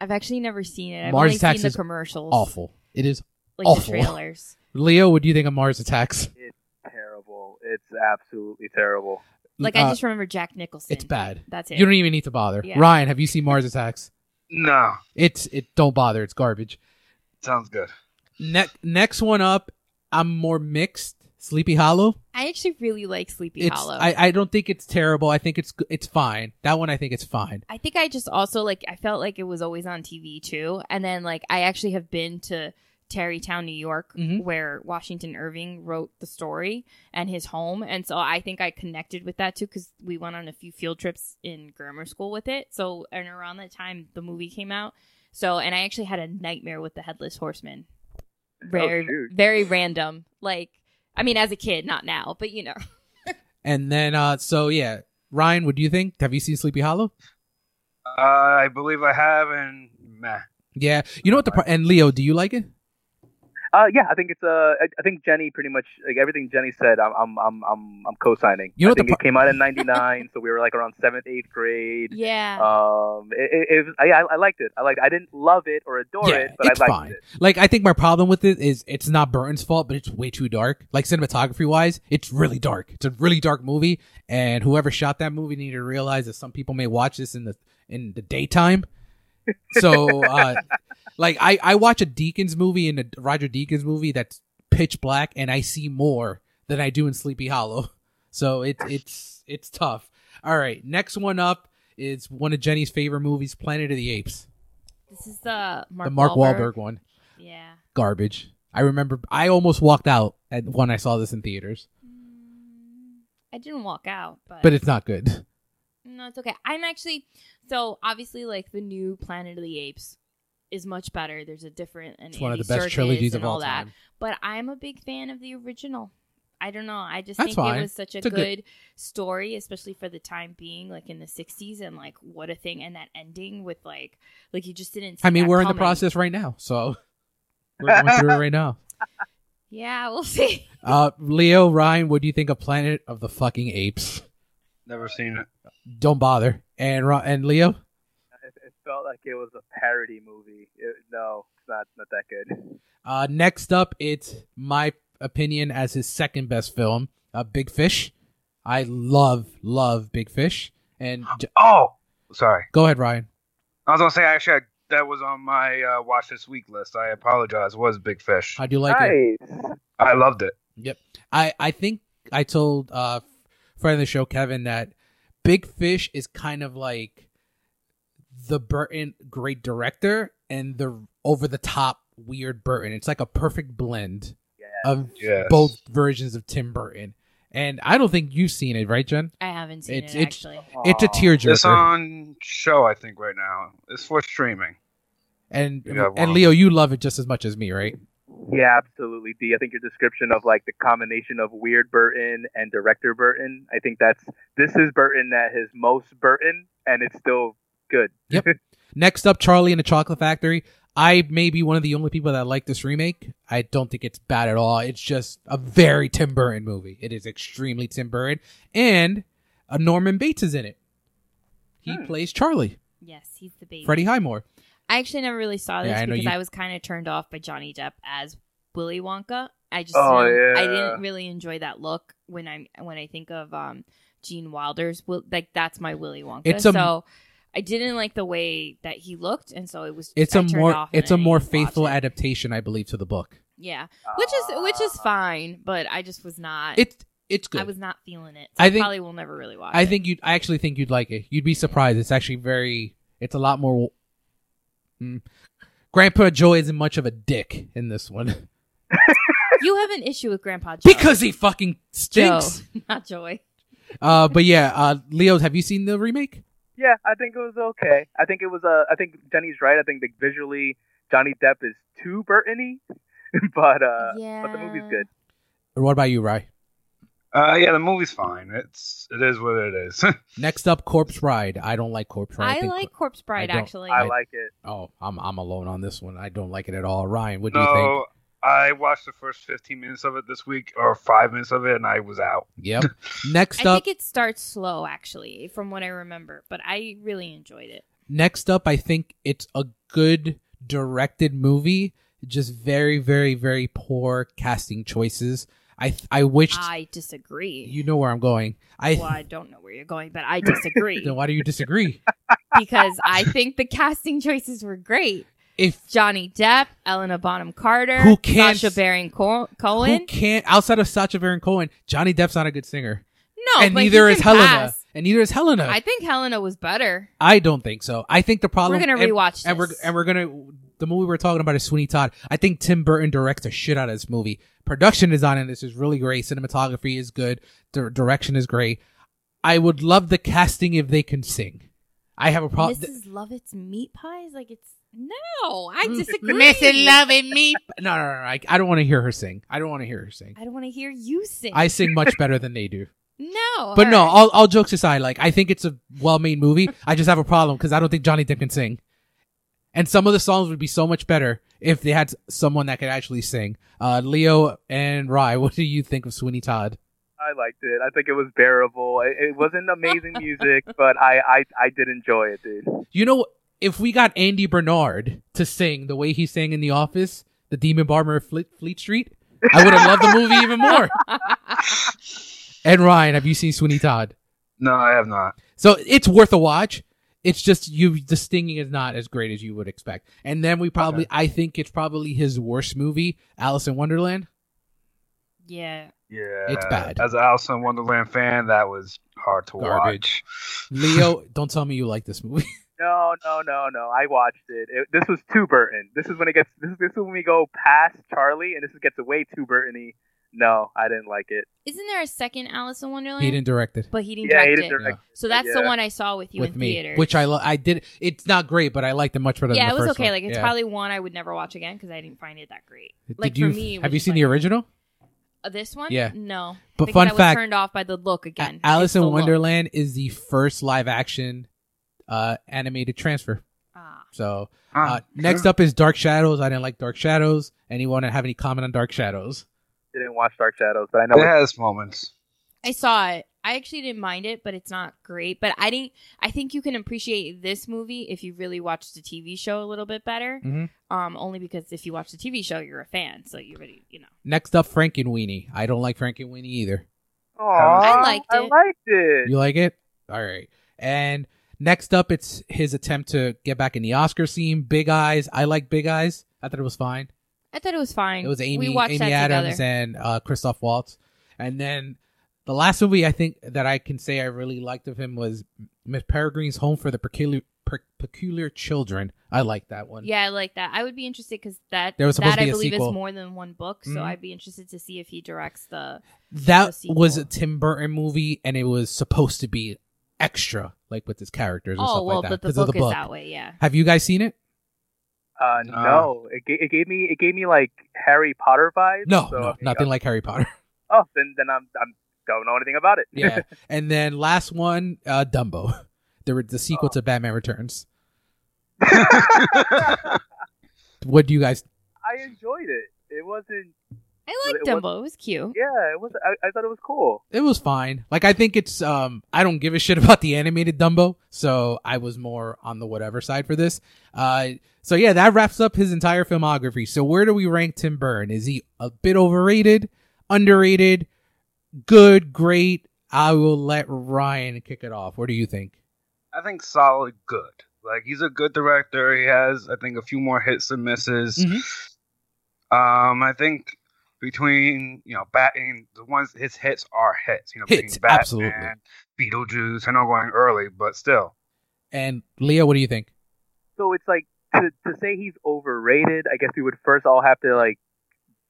Speaker 3: I've actually never seen it. I've
Speaker 1: Mars
Speaker 3: only seen
Speaker 1: Attacks
Speaker 3: the
Speaker 1: is
Speaker 3: commercials,
Speaker 1: Awful. It is
Speaker 3: like
Speaker 1: awful.
Speaker 3: the trailers.
Speaker 1: Leo. What do you think of Mars Attacks?
Speaker 2: Terrible. It's absolutely terrible.
Speaker 3: Like
Speaker 1: Uh,
Speaker 3: I just remember Jack Nicholson.
Speaker 1: it's bad.
Speaker 3: That's it.
Speaker 1: You don't e even need to bother.
Speaker 3: Yeah.
Speaker 1: Ryan, have you seen Mars Attacks?
Speaker 4: No,
Speaker 1: It's it. Don't bother. It's garbage.
Speaker 4: sounds good.
Speaker 1: Ne- next one up, I'm more mixed. Sleepy Hollow.
Speaker 3: I actually really like Sleepy
Speaker 1: It's
Speaker 3: Hollow.
Speaker 1: I, I don't think it's terrible. I think it's g- it's fine. That one I think it's fine.
Speaker 3: I think I just also like I felt like it was always on TV too, and then like I actually have been to Tarrytown, New York,
Speaker 1: Mhm.
Speaker 3: where Washington Irving wrote the story and his home, and so I think I connected with that too because we went on a few field trips in grammar school with it. So and around that time the movie came out, so and I actually had a nightmare with the headless horseman. very
Speaker 2: shoot.
Speaker 3: very random. Like I mean, as a kid, not now, but you know.
Speaker 1: And then, uh, so yeah, Ryan, what do you think? Have you seen Sleepy Hollow?
Speaker 4: Uh, I believe I have, and meh.
Speaker 1: Yeah, you know what the pro- and Leo, do you like it?
Speaker 2: Uh, yeah, I think it's uh, I, I think Jenny pretty much like everything Jenny said. I'm, I'm, I'm, I'm, I'm co-signing.
Speaker 1: You know
Speaker 2: I
Speaker 1: what the
Speaker 2: think it came out in '99, so we were like around seventh, eighth grade.
Speaker 3: Yeah.
Speaker 2: Um, it, it, it was, I, I I liked it. I liked. I didn't love it or adore
Speaker 1: Yeah,
Speaker 2: it, but I
Speaker 1: it's
Speaker 2: liked
Speaker 1: fine.
Speaker 2: it.
Speaker 1: Like, I think my problem with it is it's not Burton's fault, but it's way too dark. Like cinematography wise, it's really dark. It's a really dark movie, and whoever shot that movie needed to realize that some people may watch this in the in the daytime. So, uh, like, I I watch a Deacons movie and a Roger Deakins movie that's pitch black, and I see more than I do in Sleepy Hollow. So it's it's it's tough. All right, next one up is one of Jenny's favorite movies, Planet of the Apes,
Speaker 3: This is the Mark
Speaker 1: the Mark
Speaker 3: Wahlberg.
Speaker 1: Wahlberg one
Speaker 3: Yeah.
Speaker 1: garbage. I remember I almost walked out at when I saw this in theaters,
Speaker 3: Mm, I didn't walk out, but
Speaker 1: but it's not good.
Speaker 3: no, it's okay. I'm actually so obviously like the new Planet of the Apes is much better. There's a different and
Speaker 1: It's one of the
Speaker 3: Andy
Speaker 1: best
Speaker 3: Serkis
Speaker 1: trilogies
Speaker 3: and
Speaker 1: of all,
Speaker 3: that.
Speaker 1: time.
Speaker 3: but I'm a big fan of the original. I don't know. I just
Speaker 1: That's
Speaker 3: think
Speaker 1: fine.
Speaker 3: it was such a
Speaker 1: It's a
Speaker 3: good,
Speaker 1: good-
Speaker 3: story, especially for the time being, like in the '60s, and like what a thing, and that ending with like, like you just didn't. See
Speaker 1: I mean,
Speaker 3: that
Speaker 1: we're in
Speaker 3: coming.
Speaker 1: the process right now, so we're going through it right now.
Speaker 3: Yeah, we'll see.
Speaker 1: Uh, Leo, Ryan, what do you think of Planet of the Fucking Apes?
Speaker 4: Never seen it.
Speaker 1: Don't bother. And Ro- and Leo,
Speaker 2: it. It felt like it was a parody movie. It, no, it's not not that good.
Speaker 1: uh, next up, it's my opinion as his second best film, uh, Big Fish. I love love Big Fish. And j-
Speaker 4: Oh, sorry.
Speaker 1: go ahead, Ryan.
Speaker 4: I was gonna say actually I, that was on my uh, watch this week list. I apologize. Was Big Fish?
Speaker 1: How do you like it?
Speaker 2: nice.
Speaker 4: I loved it.
Speaker 1: I I think I told uh friend of the show Kevin that Big Fish is kind of like the Burton great director and the over the top weird Burton. It's like a perfect blend
Speaker 2: Yeah.
Speaker 1: of
Speaker 4: Yes.
Speaker 1: both versions of Tim Burton. And I don't think you've seen it, right, Jen?
Speaker 3: I haven't seen
Speaker 1: It's-
Speaker 3: it
Speaker 1: it's-
Speaker 3: actually.
Speaker 1: It's a
Speaker 2: Aw.
Speaker 1: tearjerker.
Speaker 4: It's on show I think right now. It's for streaming.
Speaker 1: and
Speaker 4: You got
Speaker 1: and
Speaker 4: one.
Speaker 1: Leo, you love it just as much as me, right?
Speaker 2: Yeah, absolutely, D. I think your description of like the combination of weird Burton and director Burton. I think that's this is Burton at his most Burton, and it's still good.
Speaker 1: Next up, Charlie and the Chocolate Factory. I may be one of the only people that like this remake. I don't think it's bad at all. It's just a very Tim Burton movie. It is extremely Tim Burton, and uh, Norman Bates is in it. He
Speaker 2: Hmm.
Speaker 1: plays Charlie,
Speaker 3: Yes, he's the baby.
Speaker 1: Freddie Highmore.
Speaker 3: I actually never really saw this
Speaker 1: Yeah, I know
Speaker 3: because
Speaker 1: you-
Speaker 3: I was kind of turned off by Johnny Depp as Willy Wonka. I just
Speaker 2: Oh,
Speaker 3: um, I
Speaker 2: yeah.
Speaker 3: didn't really enjoy that look when I'm when I think of um Gene Wilder's Wil- like that's my Willy Wonka.
Speaker 1: It's a-
Speaker 3: so I didn't like the way that he looked, and so it was
Speaker 1: It's
Speaker 3: a
Speaker 1: a more it's
Speaker 3: a
Speaker 1: a more faithful adaptation, I believe, to the book.
Speaker 3: yeah, which is which is fine, but I just was not.
Speaker 1: It's it's good.
Speaker 3: I was not feeling it. So
Speaker 1: I
Speaker 3: I
Speaker 1: think-
Speaker 3: probably will never really watch.
Speaker 1: I
Speaker 3: it.
Speaker 1: think you. I actually think you'd like it. You'd be surprised. It's actually very. It's a lot more. Mm. Grandpa Joy isn't much of a dick in this one
Speaker 3: you have an issue with Grandpa Joe.
Speaker 1: because he fucking
Speaker 3: Joe,
Speaker 1: stinks.
Speaker 3: not Joy.
Speaker 1: Uh, but yeah, uh, Leo, have you seen the remake?
Speaker 2: Yeah, I think it was okay. I think it was. Uh, I think Jenny's right. I think that visually Johnny Depp is too Burtony, but uh,
Speaker 3: yeah,
Speaker 2: but the movie's good.
Speaker 1: Or what about you, Rye?
Speaker 4: Uh, yeah, the movie's fine. It's it is what it is.
Speaker 1: Next up, Corpse Bride. I don't like Corpse Bride.
Speaker 3: I
Speaker 1: think-
Speaker 3: like Corpse Bride
Speaker 1: I don't-
Speaker 3: actually.
Speaker 2: I like it.
Speaker 1: Oh, I'm I'm alone on this one. I don't like it at all. Ryan, what do you think?
Speaker 4: no, I watched the first 15 minutes of it this week, or five minutes of it, and I was out.
Speaker 1: Yep. Next
Speaker 3: I
Speaker 1: up,
Speaker 3: think it starts slow, actually, from what I remember, but I really enjoyed it.
Speaker 1: next up, I think it's a good directed movie. Just very, very, very poor casting choices. I I wished
Speaker 3: I disagree.
Speaker 1: you know where I'm going. I
Speaker 3: well, I don't know where you're going, but I disagree
Speaker 1: then why do you disagree?
Speaker 3: because I think the casting choices were great.
Speaker 1: if
Speaker 3: Johnny Depp, Elena Bonham Carter,
Speaker 1: Who can't-
Speaker 3: Sasha Baron Co-
Speaker 1: who
Speaker 3: Cohen.
Speaker 1: can't outside of Sacha Baron Cohen, Johnny Depp's not a good singer,
Speaker 3: no,
Speaker 1: and
Speaker 3: but
Speaker 1: neither
Speaker 3: he
Speaker 1: is
Speaker 3: can
Speaker 1: Helena,
Speaker 3: pass.
Speaker 1: and neither is Helena.
Speaker 3: I think Helena was better.
Speaker 1: I don't think so. I think the problem
Speaker 3: we're gonna
Speaker 1: and,
Speaker 3: rewatch
Speaker 1: and we're
Speaker 3: this.
Speaker 1: and we're gonna the movie we're talking about is Sweeney Todd. I think Tim Burton directs the shit out of this movie. Production design in this is really great. Cinematography is good. The direction is great. I would love the Mm. casting if they can sing. I have a problem.
Speaker 3: Mrs. Lovett's meat pies, like it's No, I disagree.
Speaker 5: Missing love and me.
Speaker 1: No, no, no. no, I, I don't want to hear her sing. I don't want to hear her sing.
Speaker 3: I don't want to hear you sing.
Speaker 1: I sing much better than they do.
Speaker 3: no,
Speaker 1: But no,
Speaker 3: all right.
Speaker 1: all, all jokes aside, like I think it's a well-made movie. I just have a problem because I don't think Johnny Depp can sing, and some of the songs would be so much better if they had someone that could actually sing. Uh, Leo and Rye, what do you think of Sweeney Todd?
Speaker 2: I liked it. I think it was bearable. It, it wasn't amazing music, but I, I I did enjoy it, dude.
Speaker 1: You know, if we got Andy Bernard to sing the way he sang in The Office, The Demon Barber of Fleet, Fleet Street, I would have loved the movie even more. And Ryan, have you seen Sweeney Todd?
Speaker 4: No, I have not.
Speaker 1: So it's worth a watch. It's just you the stinging is not as great as you would expect. And then we probably I think it's probably his worst movie, Alice in Wonderland.
Speaker 3: yeah,
Speaker 4: Yeah,
Speaker 1: It's bad.
Speaker 4: As an Alice in Wonderland fan, that was hard to
Speaker 1: Garbage.
Speaker 4: watch.
Speaker 1: Leo, don't tell me you like this movie.
Speaker 2: No, no, no, no. I watched it. it this was too Burton. This is when it gets. This, this is when we go past Charlie, and this gets away too Burtony. No, I didn't like it.
Speaker 3: isn't there a second Alice in Wonderland?
Speaker 1: he didn't direct it
Speaker 3: but he didn't
Speaker 2: yeah,
Speaker 3: direct
Speaker 2: he didn't
Speaker 3: it.
Speaker 2: direct.
Speaker 3: So that's the
Speaker 2: Yeah.
Speaker 3: one I saw with you
Speaker 1: with
Speaker 3: in
Speaker 1: me,
Speaker 3: theater.
Speaker 1: which I lo- I did. It's not great, but I liked it much better.
Speaker 3: yeah,
Speaker 1: than
Speaker 3: it
Speaker 1: the
Speaker 3: was
Speaker 1: first
Speaker 3: okay.
Speaker 1: one.
Speaker 3: Like it's
Speaker 1: Yeah.
Speaker 3: probably one I would never watch again because I didn't find it that great.
Speaker 1: Did
Speaker 3: like
Speaker 1: you-
Speaker 3: for me, it
Speaker 1: have
Speaker 3: was
Speaker 1: you
Speaker 3: just
Speaker 1: seen
Speaker 3: like-
Speaker 1: the original?
Speaker 3: Uh, This one?
Speaker 1: Yeah.
Speaker 3: No.
Speaker 1: But
Speaker 3: because
Speaker 1: fun
Speaker 3: I was
Speaker 1: fact,
Speaker 3: turned off by the look again.
Speaker 1: A- Alice
Speaker 3: It's the
Speaker 1: in
Speaker 3: look.
Speaker 1: Wonderland is the first live action uh, animated transfer.
Speaker 3: Ah.
Speaker 1: So
Speaker 4: Ah,
Speaker 1: uh, next up is Dark Shadows. I didn't like Dark Shadows. Anyone have any comment on Dark Shadows?
Speaker 2: Didn't watch Dark Shadows, but I know.
Speaker 4: it has moments.
Speaker 3: I saw it. I actually didn't mind it, but it's not great. But I didn't. I think you can appreciate this movie if you really watched the TV show a little bit better.
Speaker 1: Mhm.
Speaker 3: Um, only because if you watch the TV show, you're a fan, so you already, you know.
Speaker 1: Next up, Frankenweenie. I don't like Frankenweenie either.
Speaker 2: Aw,
Speaker 4: I
Speaker 3: liked
Speaker 2: I
Speaker 3: it.
Speaker 2: liked it.
Speaker 1: You like it? All right. And next up, it's his attempt to get back in the Oscar scene. Big Eyes. I like Big Eyes. I thought it was fine.
Speaker 3: I thought it was fine.
Speaker 1: It was Amy,
Speaker 3: We watched
Speaker 1: Amy
Speaker 3: that
Speaker 1: Adams
Speaker 3: together.
Speaker 1: and uh, Christoph Waltz. And then the last movie I think that I can say I really liked of him was Miss Peregrine's Home for the Peculiar, per- Peculiar Children. I like that one.
Speaker 3: yeah, I like that. I would be interested because that
Speaker 1: There was supposed
Speaker 3: that
Speaker 1: to be
Speaker 3: I
Speaker 1: a
Speaker 3: believe
Speaker 1: sequel.
Speaker 3: is more than one book, so
Speaker 1: Mhm.
Speaker 3: I'd be interested to see if he directs the.
Speaker 1: That
Speaker 3: The
Speaker 1: was a
Speaker 3: sequel.
Speaker 1: Tim Burton movie, and it was supposed to be extra, like with his characters or
Speaker 3: Oh
Speaker 1: stuff
Speaker 3: well,
Speaker 1: like that,
Speaker 3: but the
Speaker 1: 'cause
Speaker 3: book,
Speaker 1: of the book.
Speaker 3: is that way. Yeah.
Speaker 1: Have you guys seen it?
Speaker 2: Uh,
Speaker 4: No.
Speaker 2: no, it, ga- it gave me it gave me like Harry Potter vibes.
Speaker 1: No,
Speaker 2: so,
Speaker 1: no,
Speaker 2: okay,
Speaker 1: nothing like Harry Potter.
Speaker 2: Oh, then then I'm I'm don't know anything about it.
Speaker 1: yeah, and then last one, uh, Dumbo. There were the sequel
Speaker 2: Oh.
Speaker 1: to Batman Returns. What do you guys?
Speaker 2: I enjoyed it. It wasn't.
Speaker 3: I liked
Speaker 2: It was-
Speaker 3: Dumbo. It was cute.
Speaker 2: Yeah, it was. I, I thought it was cool.
Speaker 1: It was fine. Like I think it's um I don't give a shit about the animated Dumbo, so I was more on the whatever side for this. Uh so yeah, that wraps up his entire filmography. So where do we rank Tim Burton? Is he a bit overrated, underrated, good, great? I will let Ryan kick it off. What do you think?
Speaker 4: I think solid good. Like he's a good director. He has, I think, a few more hits and misses.
Speaker 1: Mhm. Mm-hmm.
Speaker 4: Um, I think between you know batting the ones his hits are hits. You know,
Speaker 1: Hits,
Speaker 4: between Batman,
Speaker 1: absolutely.
Speaker 4: Beetlejuice. I know I'm going early, but still,
Speaker 1: And Leo, what do you think?
Speaker 2: So it's like to to say he's overrated. I guess we would first all have to like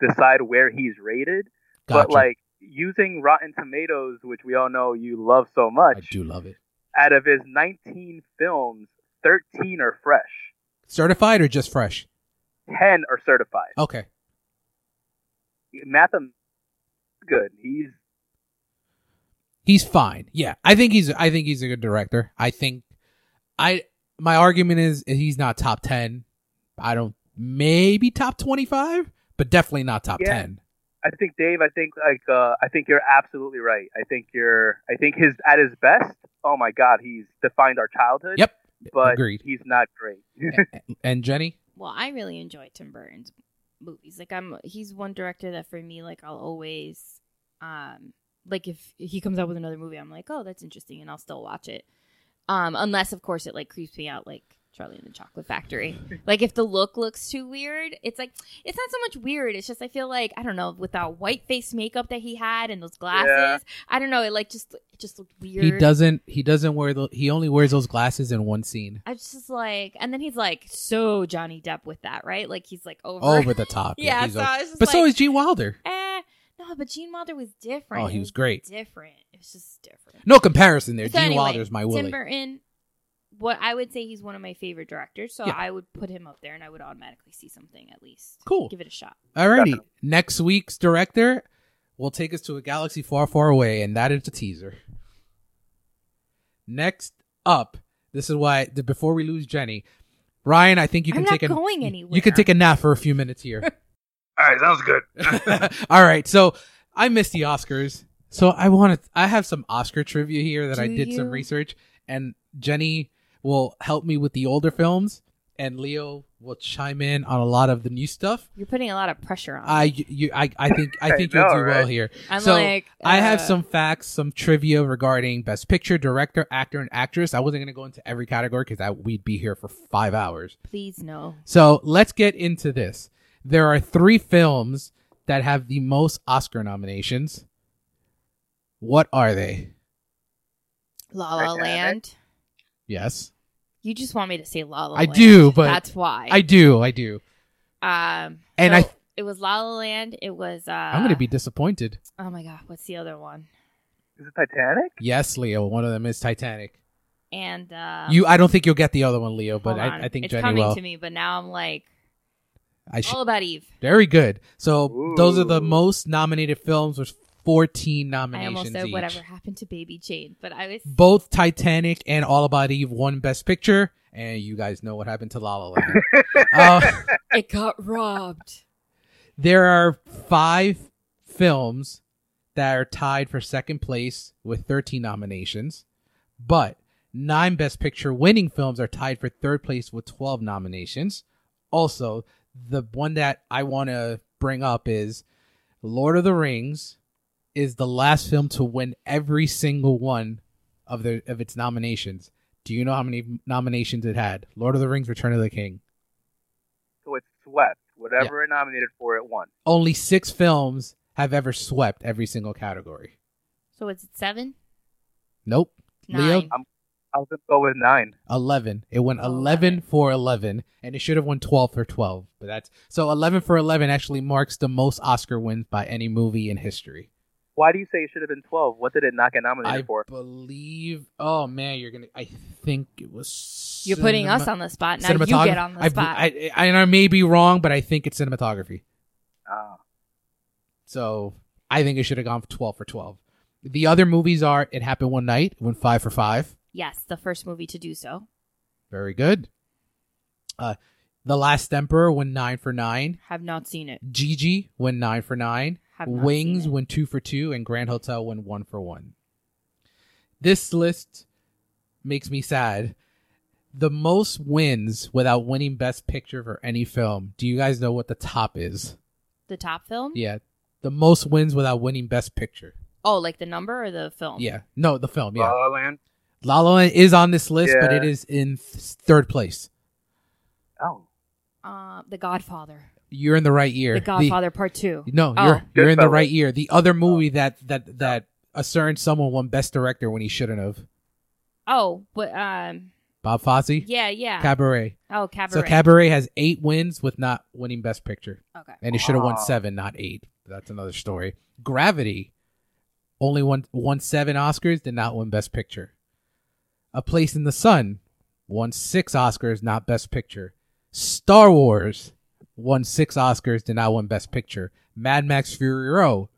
Speaker 2: decide where he's rated. But like using Rotten Tomatoes, which we all know you love so much,
Speaker 1: I do love it.
Speaker 2: out of his 19 films, 13 are fresh,
Speaker 1: Certified or just fresh?
Speaker 2: 10 are certified.
Speaker 1: Okay.
Speaker 2: Mathem, good. He's
Speaker 1: he's fine. Yeah, I think he's I think he's a good director. I think I my argument is he's not top ten. I don't maybe top twenty five, but definitely not top
Speaker 2: Yeah.
Speaker 1: ten.
Speaker 2: I think Dave. I think like uh, I think you're absolutely right. I think you're. I think his at his best. Oh my God, he's defined our childhood.
Speaker 1: Yep,
Speaker 2: but
Speaker 1: agreed.
Speaker 2: he's not great.
Speaker 1: And Jenny,
Speaker 3: well i really enjoy tim burton's movies like i'm he's one director that for me like i'll always um like if he comes out with another movie i'm like oh that's interesting and i'll still watch it um unless of course it like creeps me out like charlie and the chocolate factory like if the look looks too weird it's like it's not so much weird it's just i feel like i don't know with that white face makeup that he had and those glasses i don't know it like just it just looked weird
Speaker 1: he doesn't he doesn't wear the he only wears those glasses in one scene
Speaker 3: i was just like and then he's like so johnny depp with that right like he's like over
Speaker 1: over the top.
Speaker 3: yeah,
Speaker 1: he's
Speaker 3: so
Speaker 1: over-
Speaker 3: I was just
Speaker 1: but
Speaker 3: like,
Speaker 1: so is Gene Wilder.
Speaker 3: eh. No, but Gene Wilder was different.
Speaker 1: Oh, he
Speaker 3: It
Speaker 1: was great.
Speaker 3: Different. It was just different.
Speaker 1: No comparison there.
Speaker 3: So
Speaker 1: Gene
Speaker 3: anyway,
Speaker 1: Wilder's my
Speaker 3: Tim
Speaker 1: Willie.
Speaker 3: Burton what I would say he's one of my favorite directors, so
Speaker 1: Yeah.
Speaker 3: I would put him up there, and I would automatically see something at least.
Speaker 1: Cool.
Speaker 3: Give it a shot.
Speaker 1: Alrighty. Next week's director will take us to a galaxy far, far away, and that is the teaser. Next up, this is why th- before we lose Jenny, Ryan, I think you
Speaker 3: I'm
Speaker 1: can
Speaker 3: not
Speaker 1: take a you-
Speaker 3: going
Speaker 1: You
Speaker 3: anywhere.
Speaker 1: can take a nap for a few minutes here.
Speaker 4: All right, sounds good.
Speaker 1: All right, so I missed the Oscars, so I want to. I have some Oscar trivia here that I
Speaker 3: Do
Speaker 1: did some
Speaker 3: you?
Speaker 1: research, and Jenny will help me with the older films, and Leo will chime in on a lot of the new stuff.
Speaker 3: You're putting a lot of pressure on.
Speaker 1: I you I I think I
Speaker 2: I
Speaker 1: think you'll
Speaker 2: know,
Speaker 1: do well
Speaker 2: right?
Speaker 1: here.
Speaker 3: I'm
Speaker 1: so,
Speaker 3: like,
Speaker 1: I have
Speaker 3: uh,
Speaker 1: some facts, some trivia regarding Best Picture, Director, Actor, and Actress. I wasn't going to go into every category because we'd be here for five hours.
Speaker 3: Please no.
Speaker 1: So let's get into this. There are three films that have the most Oscar nominations. What are they?
Speaker 3: La La
Speaker 2: Titanic?
Speaker 3: Land.
Speaker 1: Yes,
Speaker 3: You just want me to say La La.
Speaker 1: I
Speaker 3: Land.
Speaker 1: do, but
Speaker 3: that's why.
Speaker 1: I do, I do.
Speaker 3: Um,
Speaker 1: And
Speaker 3: so
Speaker 1: I-
Speaker 3: it was La La Land. It was. Uh,
Speaker 1: I'm going to be disappointed.
Speaker 3: Oh my god, what's the other one?
Speaker 2: Is it Titanic?
Speaker 1: Yes, Leo. One of them is Titanic.
Speaker 3: And uh,
Speaker 1: you, I don't think you'll get the other one, Leo, but
Speaker 3: hold
Speaker 1: I,
Speaker 3: on.
Speaker 1: I think
Speaker 3: it's
Speaker 1: Jenny
Speaker 3: coming
Speaker 1: will.
Speaker 3: to me. But now I'm like
Speaker 1: I should.
Speaker 3: all about Eve.
Speaker 1: Very good. So those are the
Speaker 2: Ooh.
Speaker 1: most nominated films with 14
Speaker 3: I
Speaker 1: nominations
Speaker 3: almost said
Speaker 1: each.
Speaker 3: whatever happened to Baby Jane, but I was
Speaker 1: Both Titanic and All About Eve won Best Picture, and you guys know what happened to La La Land. uh,
Speaker 3: it got robbed.
Speaker 1: there are five films that are tied for second place with 13 nominations, but nine Best Picture winning films are tied for third place with 12 nominations. Also, the one that I want to bring up is Lord of the Rings is the last film to win every single one of the of its nominations. Do you know how many nominations it had? Lord of the Rings: Return of the King.
Speaker 2: So it swept. Whatever it nominated for, it won.
Speaker 1: only six films have ever swept every single category.
Speaker 3: So is it seven?
Speaker 1: Nope. Leo?
Speaker 3: Nine.
Speaker 2: I was gonna go with nine.
Speaker 1: 11. It went
Speaker 3: Oh,
Speaker 1: 11,
Speaker 3: 11.
Speaker 1: for 11, and it should have won 12 for 12. But that's so 11 for 11 actually marks the most Oscar wins by any movie in history.
Speaker 2: Why do you say it should have been twelve? What did it not get nominated
Speaker 1: I
Speaker 2: for?
Speaker 1: believe. Oh man, you're gonna. I think it was.
Speaker 3: You're putting us
Speaker 1: cinema-
Speaker 3: on the spot. Now you get on the
Speaker 1: I,
Speaker 3: spot.
Speaker 1: I, I, and I may be wrong, but I think it's cinematography.
Speaker 2: Ah.
Speaker 1: So I think it should have gone for 12 for 12. The other movies are It Happened One Night, it went five for five.
Speaker 3: yes, the first movie to do so.
Speaker 1: Very good. Uh, the Last Emperor went nine for nine.
Speaker 3: Have not seen it.
Speaker 1: Gigi went nine for nine.
Speaker 3: Have not
Speaker 1: Wings
Speaker 3: Seen it.
Speaker 1: went two for two, and Grand Hotel went one for one. This list makes me sad. The most wins without winning Best Picture for any film. Do you guys know what the top is?
Speaker 3: The top film?
Speaker 1: Yeah, the most wins without winning Best Picture.
Speaker 3: Oh, like the number or the film?
Speaker 1: Yeah, no, the film.
Speaker 4: La
Speaker 1: Yeah,
Speaker 4: La Land.
Speaker 1: La La Land is on this list, but
Speaker 2: Yeah.
Speaker 1: it is in th- third place.
Speaker 2: Oh.
Speaker 3: Uh, the Godfather.
Speaker 1: You're in the right year.
Speaker 3: The Godfather Part Two.
Speaker 1: No,
Speaker 3: Oh.
Speaker 1: you're you're in the
Speaker 2: Goodfellas.
Speaker 1: right year. The other movie that that that a certain someone won Best Director when he shouldn't have.
Speaker 3: Oh, but um,
Speaker 1: Bob Fosse,
Speaker 3: yeah, yeah.
Speaker 1: Cabaret.
Speaker 3: oh, Cabaret.
Speaker 1: So Cabaret has eight wins with not winning Best Picture,
Speaker 3: okay.
Speaker 1: and it should have won
Speaker 2: Wow.
Speaker 1: seven, not eight. That's another story. Gravity only won won seven Oscars, did not win Best Picture. A Place in the Sun won six Oscars, not Best Picture. Star Wars won six Oscars, did not win Best Picture. Mad Max Fury Road,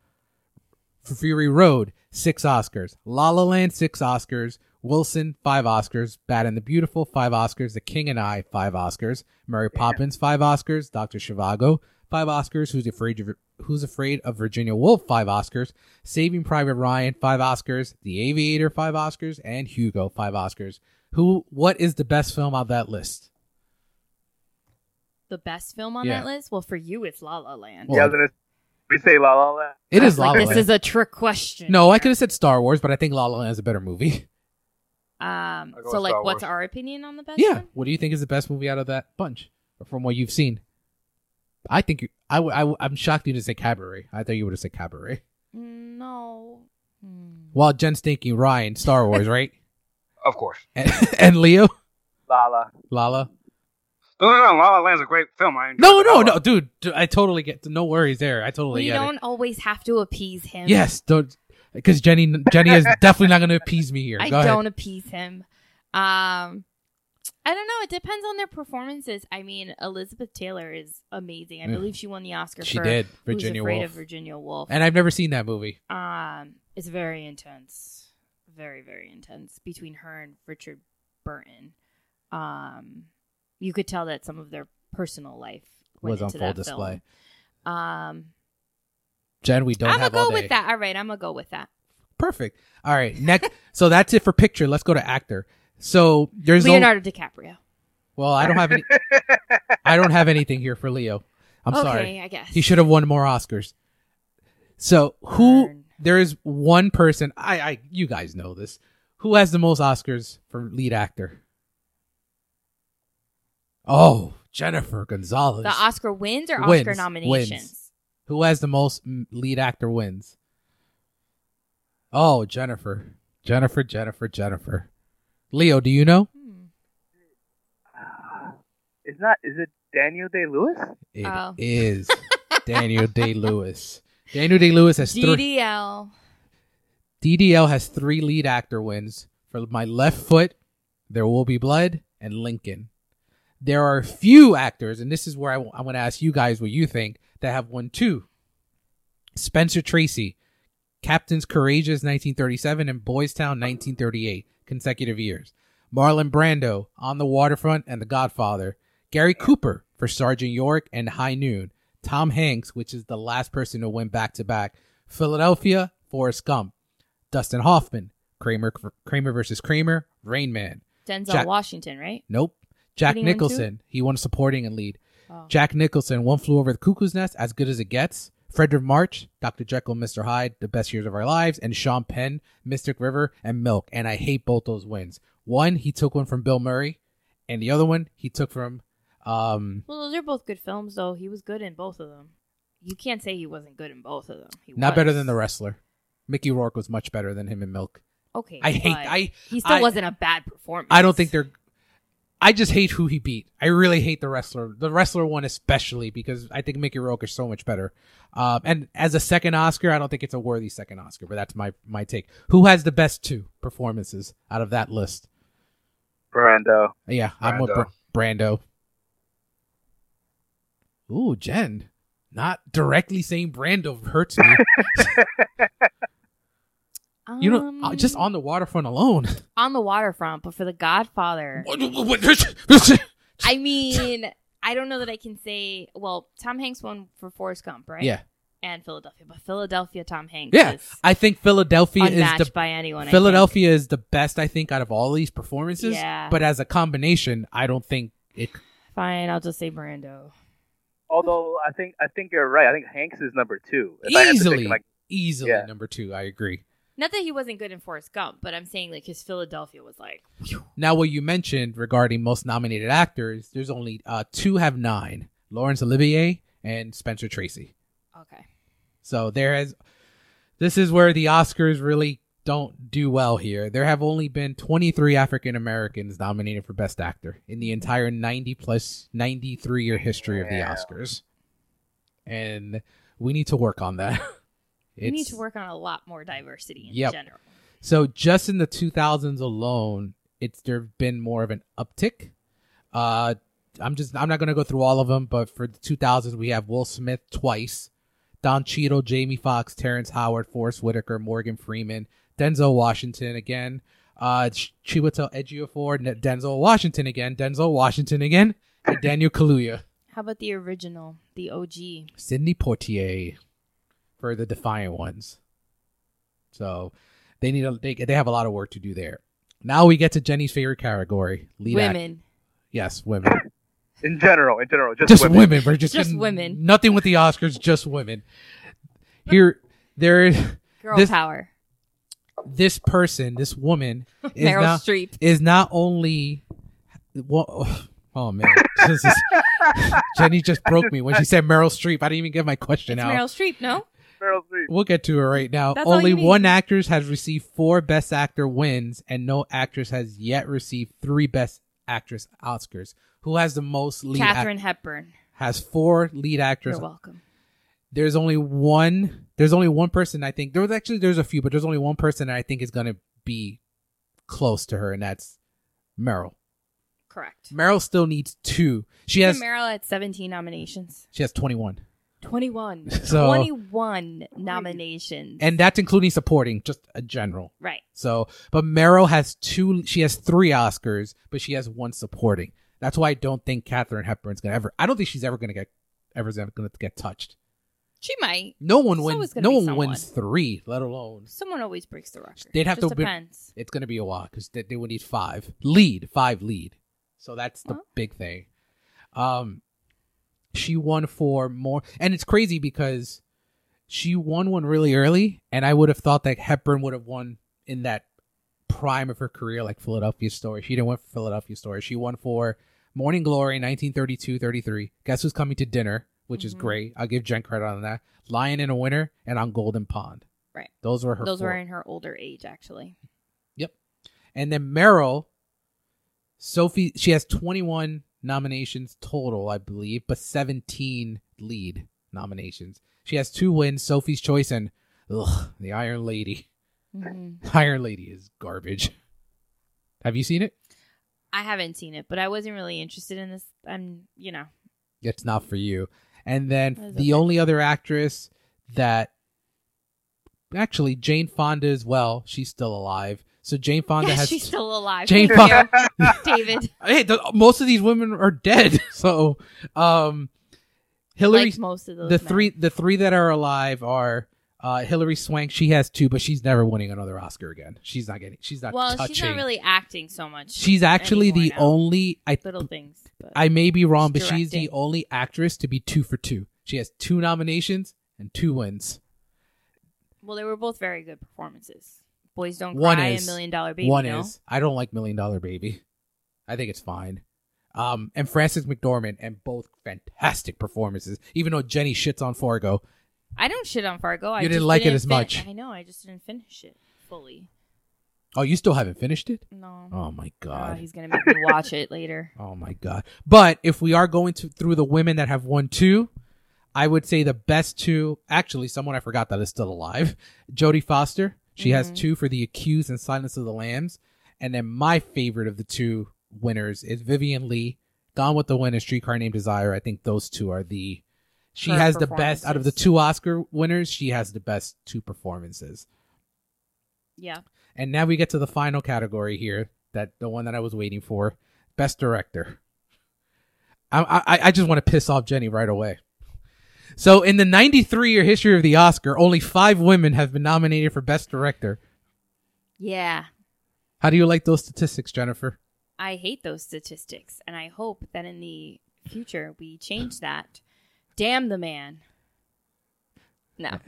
Speaker 1: Fury Road, six Oscars. La La Land, six Oscars. Wilson, five Oscars. Bad and the Beautiful, five Oscars. The King and I, five Oscars. Mary Poppins, five Oscars. Doctor Shivago, five Oscars. Who's afraid of Who's afraid of Virginia Woolf? Five Oscars. Saving Private Ryan, five Oscars. The Aviator, five Oscars, and Hugo, five Oscars. Who? What is the best film on that list?
Speaker 3: The best film on
Speaker 1: Yeah.
Speaker 3: that list? Well, for you, it's La La Land.
Speaker 1: Well,
Speaker 2: yeah, I was gonna we say La La Land.
Speaker 1: It
Speaker 3: I
Speaker 1: is
Speaker 3: was like,
Speaker 1: La La
Speaker 3: this
Speaker 1: Land.
Speaker 3: is a trick question.
Speaker 1: no, I could have said Star Wars, but I think La La Land is a better movie.
Speaker 3: Um,
Speaker 4: I'll
Speaker 3: so
Speaker 4: go with
Speaker 3: like,
Speaker 4: Star
Speaker 3: what's
Speaker 4: Wars.
Speaker 3: our opinion on the best?
Speaker 1: yeah.
Speaker 3: One?
Speaker 1: What do you think is the best movie out of that bunch from what you've seen? I think you. I, w- I w- I'm shocked you didn't say Cabaret. I thought you would have said Cabaret.
Speaker 3: Mm, No. Hmm.
Speaker 1: While Jen's thinking Ryan, Star Wars, right?
Speaker 4: Of course.
Speaker 1: And, and Leo,
Speaker 2: La La.
Speaker 1: Lala.
Speaker 4: No, no, no. La La Land's a great film. I enjoyed
Speaker 1: No,
Speaker 4: it a
Speaker 1: no,
Speaker 4: lot.
Speaker 1: no, dude. d- I totally get. No worries there. I totally
Speaker 3: We
Speaker 1: get
Speaker 3: don't always have to appease him.
Speaker 1: it. Yes, don't. Because Jenny, Jenny is definitely not going to appease me here.
Speaker 3: I
Speaker 1: Go ahead.
Speaker 3: don't appease him. Um, I don't know. It depends on their performances. I mean, Elizabeth Taylor is amazing. I
Speaker 1: Mm.
Speaker 3: believe she won the Oscar
Speaker 1: She
Speaker 3: for
Speaker 1: did.
Speaker 3: Who's
Speaker 1: Virginia
Speaker 3: Afraid
Speaker 1: Woolf.
Speaker 3: of Virginia Woolf.
Speaker 1: And I've never seen that movie.
Speaker 3: Um, it's very intense, very very intense between her and Richard Burton. Um, you could tell that some of their personal life went
Speaker 1: Was on
Speaker 3: into
Speaker 1: full
Speaker 3: that
Speaker 1: display.
Speaker 3: Film. Um,
Speaker 1: Jen, we don't
Speaker 3: I'm gonna
Speaker 1: have
Speaker 3: go
Speaker 1: all day.
Speaker 3: with that. All right, I'm gonna go with that.
Speaker 1: Perfect. All right. Next. so that's it for picture. Let's go to actor. So there's no.
Speaker 3: Leonardo DiCaprio.
Speaker 1: Well, I don't have any. I don't have anything here for Leo. I'm
Speaker 3: okay,
Speaker 1: sorry.
Speaker 3: I guess
Speaker 1: He should have won more Oscars. So who?
Speaker 3: Burn.
Speaker 1: There is one person. I. I. You guys know this. Who has the most Oscars for lead actor? Oh, Jennifer Gonzalez.
Speaker 3: The Oscar wins or
Speaker 1: Wins,
Speaker 3: Oscar
Speaker 1: wins.
Speaker 3: nominations?
Speaker 1: who has the most mm, lead actor wins? Oh, Jennifer. Jennifer. Jennifer. Jennifer. Leo, do you know?
Speaker 3: Hmm.
Speaker 2: Is not is it Daniel Day Lewis?
Speaker 1: It is
Speaker 3: Oh.
Speaker 1: Daniel Day Lewis. Daniel Day Lewis has three.
Speaker 3: DDL.
Speaker 1: DDL has three lead actor wins for My Left Foot, There Will Be Blood, and Lincoln. There are a few actors, and this is where I want to ask you guys what you think, that have won two. Spencer Tracy, Captain's Courageous 1937 and Boys Town 1938, consecutive years. Marlon Brando, On the Waterfront and The Godfather. Gary Cooper for Sergeant York and High Noon. Tom Hanks, which is the last person to win back to back. Philadelphia, Forrest Gump. Dustin Hoffman, Kramer, Kramer versus Kramer, Rain Man.
Speaker 3: Denzel
Speaker 1: Jack-
Speaker 3: Washington, right?
Speaker 1: Nope. Jack
Speaker 3: Did he win two?
Speaker 1: Nicholson, he won supporting and lead.
Speaker 3: Oh.
Speaker 1: Jack Nicholson, One Flew Over the Cuckoo's Nest, As Good as It Gets, Frederick March, Dr. Jekyll and Mr. Hyde, The Best Years of Our Lives, and Sean Penn, Mystic River, and Milk. And I hate both those wins. One, he took one from Bill Murray, and the other one he took from um
Speaker 3: Well, those are both good films, though. He was good in both of them. You can't say he wasn't good in both of them. He
Speaker 1: not
Speaker 3: was.
Speaker 1: better than the wrestler. Mickey Rourke was much better than him in Milk.
Speaker 3: Okay,
Speaker 1: I hate
Speaker 3: but
Speaker 1: I
Speaker 3: He still
Speaker 1: I-
Speaker 3: wasn't a bad performance.
Speaker 1: I don't think they're I just hate who he beat. I really hate the wrestler, the wrestler one especially because I think Mickey Rourke is so much better. Um, and as a second Oscar, I don't think it's a worthy second Oscar, but that's my my take. Who has the best two performances out of that list?
Speaker 2: Brando.
Speaker 1: Yeah, I'm with
Speaker 4: Brando.
Speaker 1: Br- Brando. Ooh, Jen, not directly saying Brando hurts me. you know, uh, just
Speaker 3: Um,
Speaker 1: on the waterfront alone.
Speaker 3: on the waterfront, but for The Godfather, I mean, I don't know that I can say. Well, Tom Hanks won for Forrest Gump, right?
Speaker 1: yeah,
Speaker 3: and Philadelphia, but Philadelphia, Tom Hanks,
Speaker 1: Yeah.
Speaker 3: is
Speaker 1: I think Philadelphia is
Speaker 3: unmatched
Speaker 1: the
Speaker 3: by anyone. I think.
Speaker 1: Philadelphia is the best I think out of all these performances.
Speaker 3: Yeah.
Speaker 1: But as a combination, I don't think it.
Speaker 3: Fine, I'll just say Brando.
Speaker 2: Although I think I think you're right. I think Hanks is number two. If I had to pick,
Speaker 1: Easily.
Speaker 2: like,
Speaker 1: Easily
Speaker 2: Yeah.
Speaker 1: number two. I agree.
Speaker 3: Not that he wasn't good in Forrest Gump, but I'm saying like his Philadelphia was like
Speaker 1: Now, what you mentioned regarding most nominated actors, there's only uh, two have nine: Laurence Olivier and Spencer Tracy.
Speaker 3: okay.
Speaker 1: So there has. This is where the Oscars really don't do well here. There have only been 23 African Americans nominated for Best Actor in the entire 90 plus 93 year history of the
Speaker 2: Wow.
Speaker 1: Oscars, and we need to work on that.
Speaker 3: We need
Speaker 1: It's-
Speaker 3: to work on a lot more diversity in
Speaker 1: Yep.
Speaker 3: general.
Speaker 1: so just in the 2000s alone, it's there's been more of an uptick. Uh, I'm just I'm not gonna go through all of them, but for the 2000s we have Will Smith twice, Don Cheadle, Jamie Foxx, Terrence Howard, Forrest Whitaker, Morgan Freeman, Denzel Washington again, uh, Ch- Chiwetel Ejiofor, N- Denzel Washington again, Denzel Washington again, and Daniel Kaluuya,
Speaker 3: How about the original, the OG?
Speaker 1: Sidney Poitier for the Defiant Ones. So they need a they, they have a lot of work to do there. Now we get to Jenny's favorite category, lead act-
Speaker 3: Women.
Speaker 1: yes, women.
Speaker 2: in general, in general, just,
Speaker 1: just
Speaker 2: women.
Speaker 1: women. We're just,
Speaker 3: Just
Speaker 1: getting
Speaker 3: women.
Speaker 1: Nothing with the Oscars, just women. Here, there is
Speaker 3: Girl
Speaker 1: This-
Speaker 3: power.
Speaker 1: this person, this woman is
Speaker 3: Meryl
Speaker 1: not
Speaker 3: Streep.
Speaker 1: is not only. Well, oh man, this is, Jenny just broke me when she said Meryl Streep. I didn't even get my question
Speaker 3: It's
Speaker 1: out.
Speaker 3: Meryl Streep, no?
Speaker 2: Meryl Streep.
Speaker 1: We'll get to it right now.
Speaker 3: That's all
Speaker 1: Only
Speaker 3: you need.
Speaker 1: one actress has received four Best Actor wins, and no actress has yet received three Best Actress Oscars. Who has the most lead? act-
Speaker 3: Catherine Hepburn.
Speaker 1: has four lead actress.
Speaker 3: You're welcome.
Speaker 1: There's only one. There's only one person I think. There was actually there's a few, but there's only one person that I think is gonna be close to her, and that's Meryl.
Speaker 3: Correct.
Speaker 1: Meryl still needs two. She
Speaker 3: Yes.
Speaker 1: has
Speaker 3: Meryl had 17 nominations.
Speaker 1: she has twenty one,
Speaker 3: 21.
Speaker 1: So-
Speaker 3: 21 nominations.
Speaker 1: and that's including supporting, just a general.
Speaker 3: right.
Speaker 1: So, but Meryl has two. She has three Oscars, but she has one supporting. That's why I don't think Katherine Hepburn's gonna ever. I don't think she's ever gonna get ever's ever gonna get touched.
Speaker 3: She might.
Speaker 1: No one
Speaker 3: It's always
Speaker 1: wins.
Speaker 3: gonna
Speaker 1: No
Speaker 3: be
Speaker 1: one
Speaker 3: someone.
Speaker 1: wins three, let alone.
Speaker 3: Someone always breaks the record.
Speaker 1: They'd have
Speaker 3: Just
Speaker 1: to be-
Speaker 3: depends.
Speaker 1: It's gonna be a while because they, they would need five lead, five lead. So that's the
Speaker 3: Huh?
Speaker 1: big thing. Um, she won for more, and it's crazy because she won one really early, and I would have thought that Hepburn would have won in that prime of her career, like Philadelphia Story. She didn't win for Philadelphia Story. She won for Morning Glory, 1932, 33. Guess who's coming to dinner, which is
Speaker 3: Mhm.
Speaker 1: great. I'll give Jen credit on that. Lion in a Winter, and on Golden Pond.
Speaker 3: Right.
Speaker 1: Those were her.
Speaker 3: Those were
Speaker 1: four.
Speaker 3: in her older age, actually.
Speaker 1: And then Meryl, Sophie, she has 21 nominations total, I believe, but 17 lead nominations. She has two wins Sophie's Choice and ugh, The Iron Lady.
Speaker 3: Mhm.
Speaker 1: Iron Lady is garbage. Have you seen it?
Speaker 3: I haven't seen it, but I wasn't really interested in this. I'm, you know,
Speaker 1: It's not for you. And
Speaker 3: That
Speaker 1: then
Speaker 3: is
Speaker 1: the
Speaker 3: okay.
Speaker 1: only other actress that actually Jane Fonda as well, she's still alive. So Jane Fonda
Speaker 3: yeah,
Speaker 1: has
Speaker 3: she's still alive.
Speaker 1: Jane
Speaker 3: Thank
Speaker 1: Fonda-
Speaker 3: you, David,
Speaker 1: hey, the, most of these women are dead. So, um, Hillary,
Speaker 3: like most of those
Speaker 1: the
Speaker 3: men.
Speaker 1: three, the three that are alive are uh, Hillary Swank. She has two, but she's never winning another Oscar again. She's not getting. She's not.
Speaker 3: Well,
Speaker 1: touching.
Speaker 3: she's not really acting so much.
Speaker 1: She's actually
Speaker 3: anymore
Speaker 1: the
Speaker 3: now.
Speaker 1: only. I
Speaker 3: little things. But
Speaker 1: I may be wrong, but
Speaker 3: She's
Speaker 1: she's the
Speaker 3: directing.
Speaker 1: only actress to be two for two. She has two nominations and two wins.
Speaker 3: well, they were both very good performances. Boys don't
Speaker 1: One
Speaker 3: cry
Speaker 1: is-
Speaker 3: and Million Dollar Baby.
Speaker 1: One
Speaker 3: no?
Speaker 1: is I don't like Million Dollar Baby. I think it's fine. Um, and Frances McDormand and both fantastic performances. Even though Jenny shits on Fargo,
Speaker 3: I don't shit on Fargo. I
Speaker 1: You didn't
Speaker 3: just
Speaker 1: like it as
Speaker 3: fin-
Speaker 1: much.
Speaker 3: I know. I just didn't finish it fully.
Speaker 1: Oh, you still haven't finished it?
Speaker 3: No.
Speaker 1: Oh my
Speaker 3: Oh,
Speaker 1: god.
Speaker 3: he's gonna make me watch it later.
Speaker 1: Oh my god. But if we are going to through the women that have won two, I would say the best two actually someone I forgot that is still alive. Jodie Foster. She has
Speaker 3: Mhm.
Speaker 1: two for The Accused and Silence of the Lambs. And then my favorite of the two winners is Vivian Lee. Gone with the Wind and Streetcar Named Desire. I think those two are the she
Speaker 3: Her
Speaker 1: has the best out of the
Speaker 3: performances.
Speaker 1: two Oscar winners, she has the best two performances.
Speaker 3: Yeah.
Speaker 1: And now we get to the final category here, that the one that I was waiting for, best director. I I, I just want to piss off Jenny right away. So in the 93 year history of the Oscar, only five women have been nominated for best director.
Speaker 3: Yeah.
Speaker 1: How do you like those statistics, Jennifer?
Speaker 3: I hate those statistics, and I hope that in the future we change that. Damn the man. No.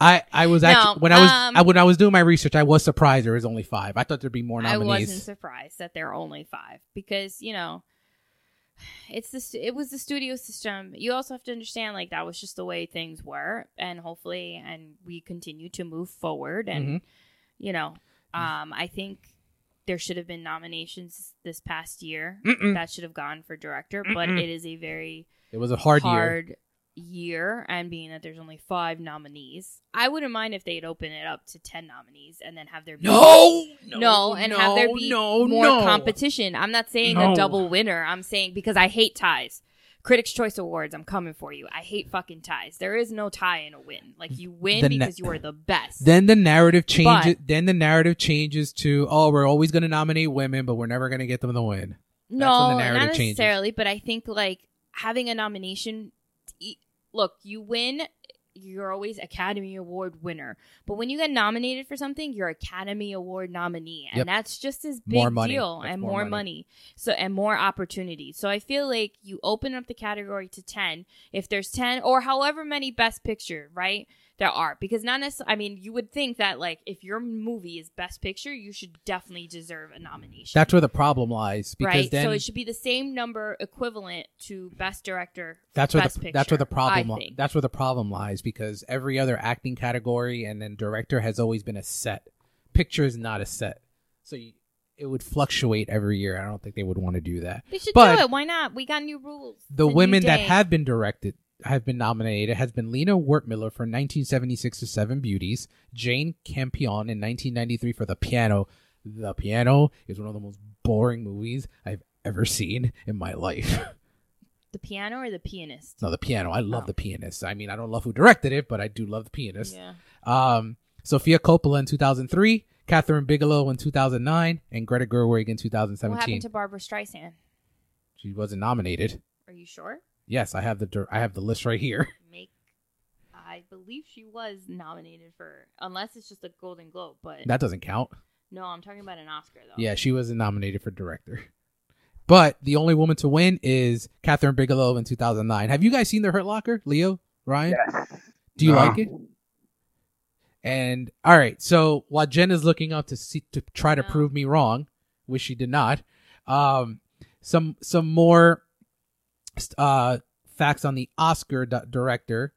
Speaker 1: I, I was
Speaker 3: No,
Speaker 1: actually when I was
Speaker 3: um,
Speaker 1: I, when I was doing my research, I was surprised there was only five. I thought there'd be more
Speaker 3: I wasn't
Speaker 1: nominees.
Speaker 3: surprised that there are only five because you know, it's the stu- it was the studio system. You also have to understand like that was just the way things were, and hopefully, and we continue to move forward. And
Speaker 1: Mm-hmm.
Speaker 3: you know, um, I think there should have been nominations this past year
Speaker 1: Mm-mm.
Speaker 3: that should have gone for director, but
Speaker 1: Mm-hmm. Mm-mm.
Speaker 3: it is a very
Speaker 1: It was a hard, year.
Speaker 3: year, and being that there's only five nominees, I wouldn't mind if they'd open it up to ten nominees and then have there be no, and have there be more competition. I'm not saying
Speaker 1: No.
Speaker 3: a double winner. I'm saying because I hate ties. Critics' Choice Awards, I'm coming for you. I hate fucking ties. There is no tie in a win. Like you win
Speaker 1: The ne-
Speaker 3: because you are the best.
Speaker 1: then the narrative changes
Speaker 3: But-
Speaker 1: then the narrative changes to oh we're always going to nominate women but we're never going to get them the win
Speaker 3: no,
Speaker 1: when the narrative
Speaker 3: not
Speaker 1: changes.
Speaker 3: necessarily. But I think like having a nomination. e- Look, you win. You're always Academy Award winner, but when you get nominated for something, you're Academy Award nominee, and
Speaker 1: Yep.
Speaker 3: that's just as big
Speaker 1: More money.
Speaker 3: deal
Speaker 1: That's
Speaker 3: and
Speaker 1: more
Speaker 3: more,
Speaker 1: money.
Speaker 3: money. So and more opportunity. So I feel like you open up the category to ten. If there's ten or however many Best Picture, right? There are because not necessarily. I mean, you would think that like if your movie is Best Picture, you should definitely deserve a nomination
Speaker 1: that's where the problem lies because
Speaker 3: right?
Speaker 1: then
Speaker 3: so it should be the same number equivalent to best director.
Speaker 1: that's where
Speaker 3: best
Speaker 1: the that's where the
Speaker 3: picture,
Speaker 1: problem
Speaker 3: I
Speaker 1: li-
Speaker 3: think.
Speaker 1: that's where the problem lies because every other acting category and then director has always been a set picture is not a set so you, it would fluctuate every year i don't think they would want to do that
Speaker 3: They should
Speaker 1: But-
Speaker 3: do it. Why not? We got new rules. It's
Speaker 1: the
Speaker 3: a new
Speaker 1: women that
Speaker 3: day.
Speaker 1: have been directed have been nominated has been Lena Wertmüller for 1976 to Seven Beauties, Jane Campion in 1993 for The Piano. The Piano is one of the most boring movies I've ever seen in my life.
Speaker 3: The piano or the pianist?
Speaker 1: no, The Piano. I love
Speaker 3: Oh.
Speaker 1: The Pianist. I mean, I don't love who directed it, but I do love The Pianist.
Speaker 3: Yeah.
Speaker 1: Um, Sophia Coppola in 2003, Catherine Bigelow in 2009, and Greta Gerwig in
Speaker 3: What
Speaker 1: 2017.
Speaker 3: happened to Barbara Streisand?
Speaker 1: she wasn't nominated.
Speaker 3: Are you sure?
Speaker 1: Yes, I have the dir- I have the list right here.
Speaker 3: Make. I believe she was nominated for, unless it's just a Golden Globe, but
Speaker 1: That doesn't count.
Speaker 3: no, I'm talking about an Oscar though.
Speaker 1: Yeah, she wasn't nominated for director. But the only woman to win is Catherine Bigelow in 2009. Have you guys seen The Hurt Locker, Leo, Ryan?
Speaker 2: Yes.
Speaker 1: Do you
Speaker 4: No.
Speaker 1: like it? And all right, so while Jen is looking up to see to try to
Speaker 3: No.
Speaker 1: prove me wrong, which she did not, um, some some more uh, facts on the Oscar di- director,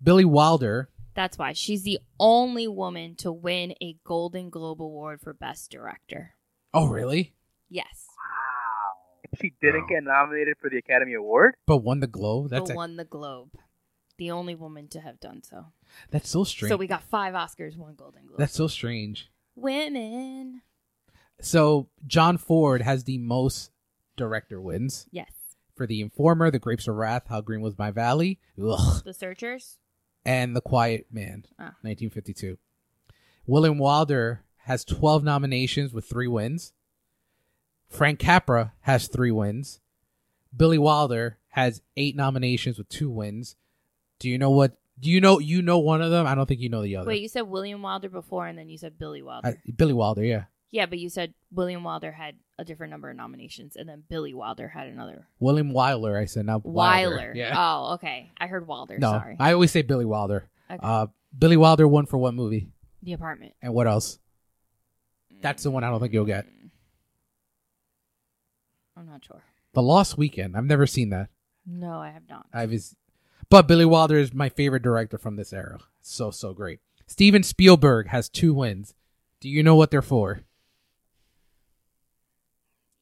Speaker 1: Billy Wilder.
Speaker 3: That's why she's the only woman to win a Golden Globe Award for Best Director.
Speaker 1: Oh, really?
Speaker 3: Yes,
Speaker 2: Wow. She didn't
Speaker 4: Wow.
Speaker 2: get nominated for the Academy Award.
Speaker 1: But won the Globe. That's
Speaker 3: but
Speaker 1: a,
Speaker 3: won the Globe. The only woman to have done so.
Speaker 1: that's so strange.
Speaker 3: So we got five Oscars, one Golden Globe.
Speaker 1: that's so strange.
Speaker 3: Women.
Speaker 1: So John Ford has the most director wins
Speaker 3: Yes.
Speaker 1: for The Informer, The Grapes of Wrath, How Green Was My Valley, ugh,
Speaker 3: The Searchers.
Speaker 1: and The Quiet Man.
Speaker 3: Ah.
Speaker 1: 1952. William Wilder has 12 nominations with three wins. Frank Capra has three wins. Billy Wilder has eight nominations with two wins. Do you know what? Do you know you know one of them? I don't think you know the other.
Speaker 3: Wait, you said William Wilder before, and then you said Billy Wilder.
Speaker 1: I- Billy Wilder, yeah.
Speaker 3: yeah, but you said William Wilder had a different number of nominations, and then Billy Wilder had another.
Speaker 1: William Wilder, I said, not Wilder.
Speaker 3: Wilder.
Speaker 1: Yeah.
Speaker 3: Oh, okay. I heard Wilder.
Speaker 1: no,
Speaker 3: Sorry.
Speaker 1: I always say Billy Wilder.
Speaker 3: Okay.
Speaker 1: Uh, Billy Wilder won for what movie?
Speaker 3: the apartment.
Speaker 1: And what else? That's the one I don't think you'll get.
Speaker 3: Mm. I'm not sure.
Speaker 1: The Lost Weekend. I've never seen that.
Speaker 3: No, I have not.
Speaker 1: I've is, but Billy Wilder is my favorite director from this era. So so great. Steven Spielberg has two wins. Do you know what they're for?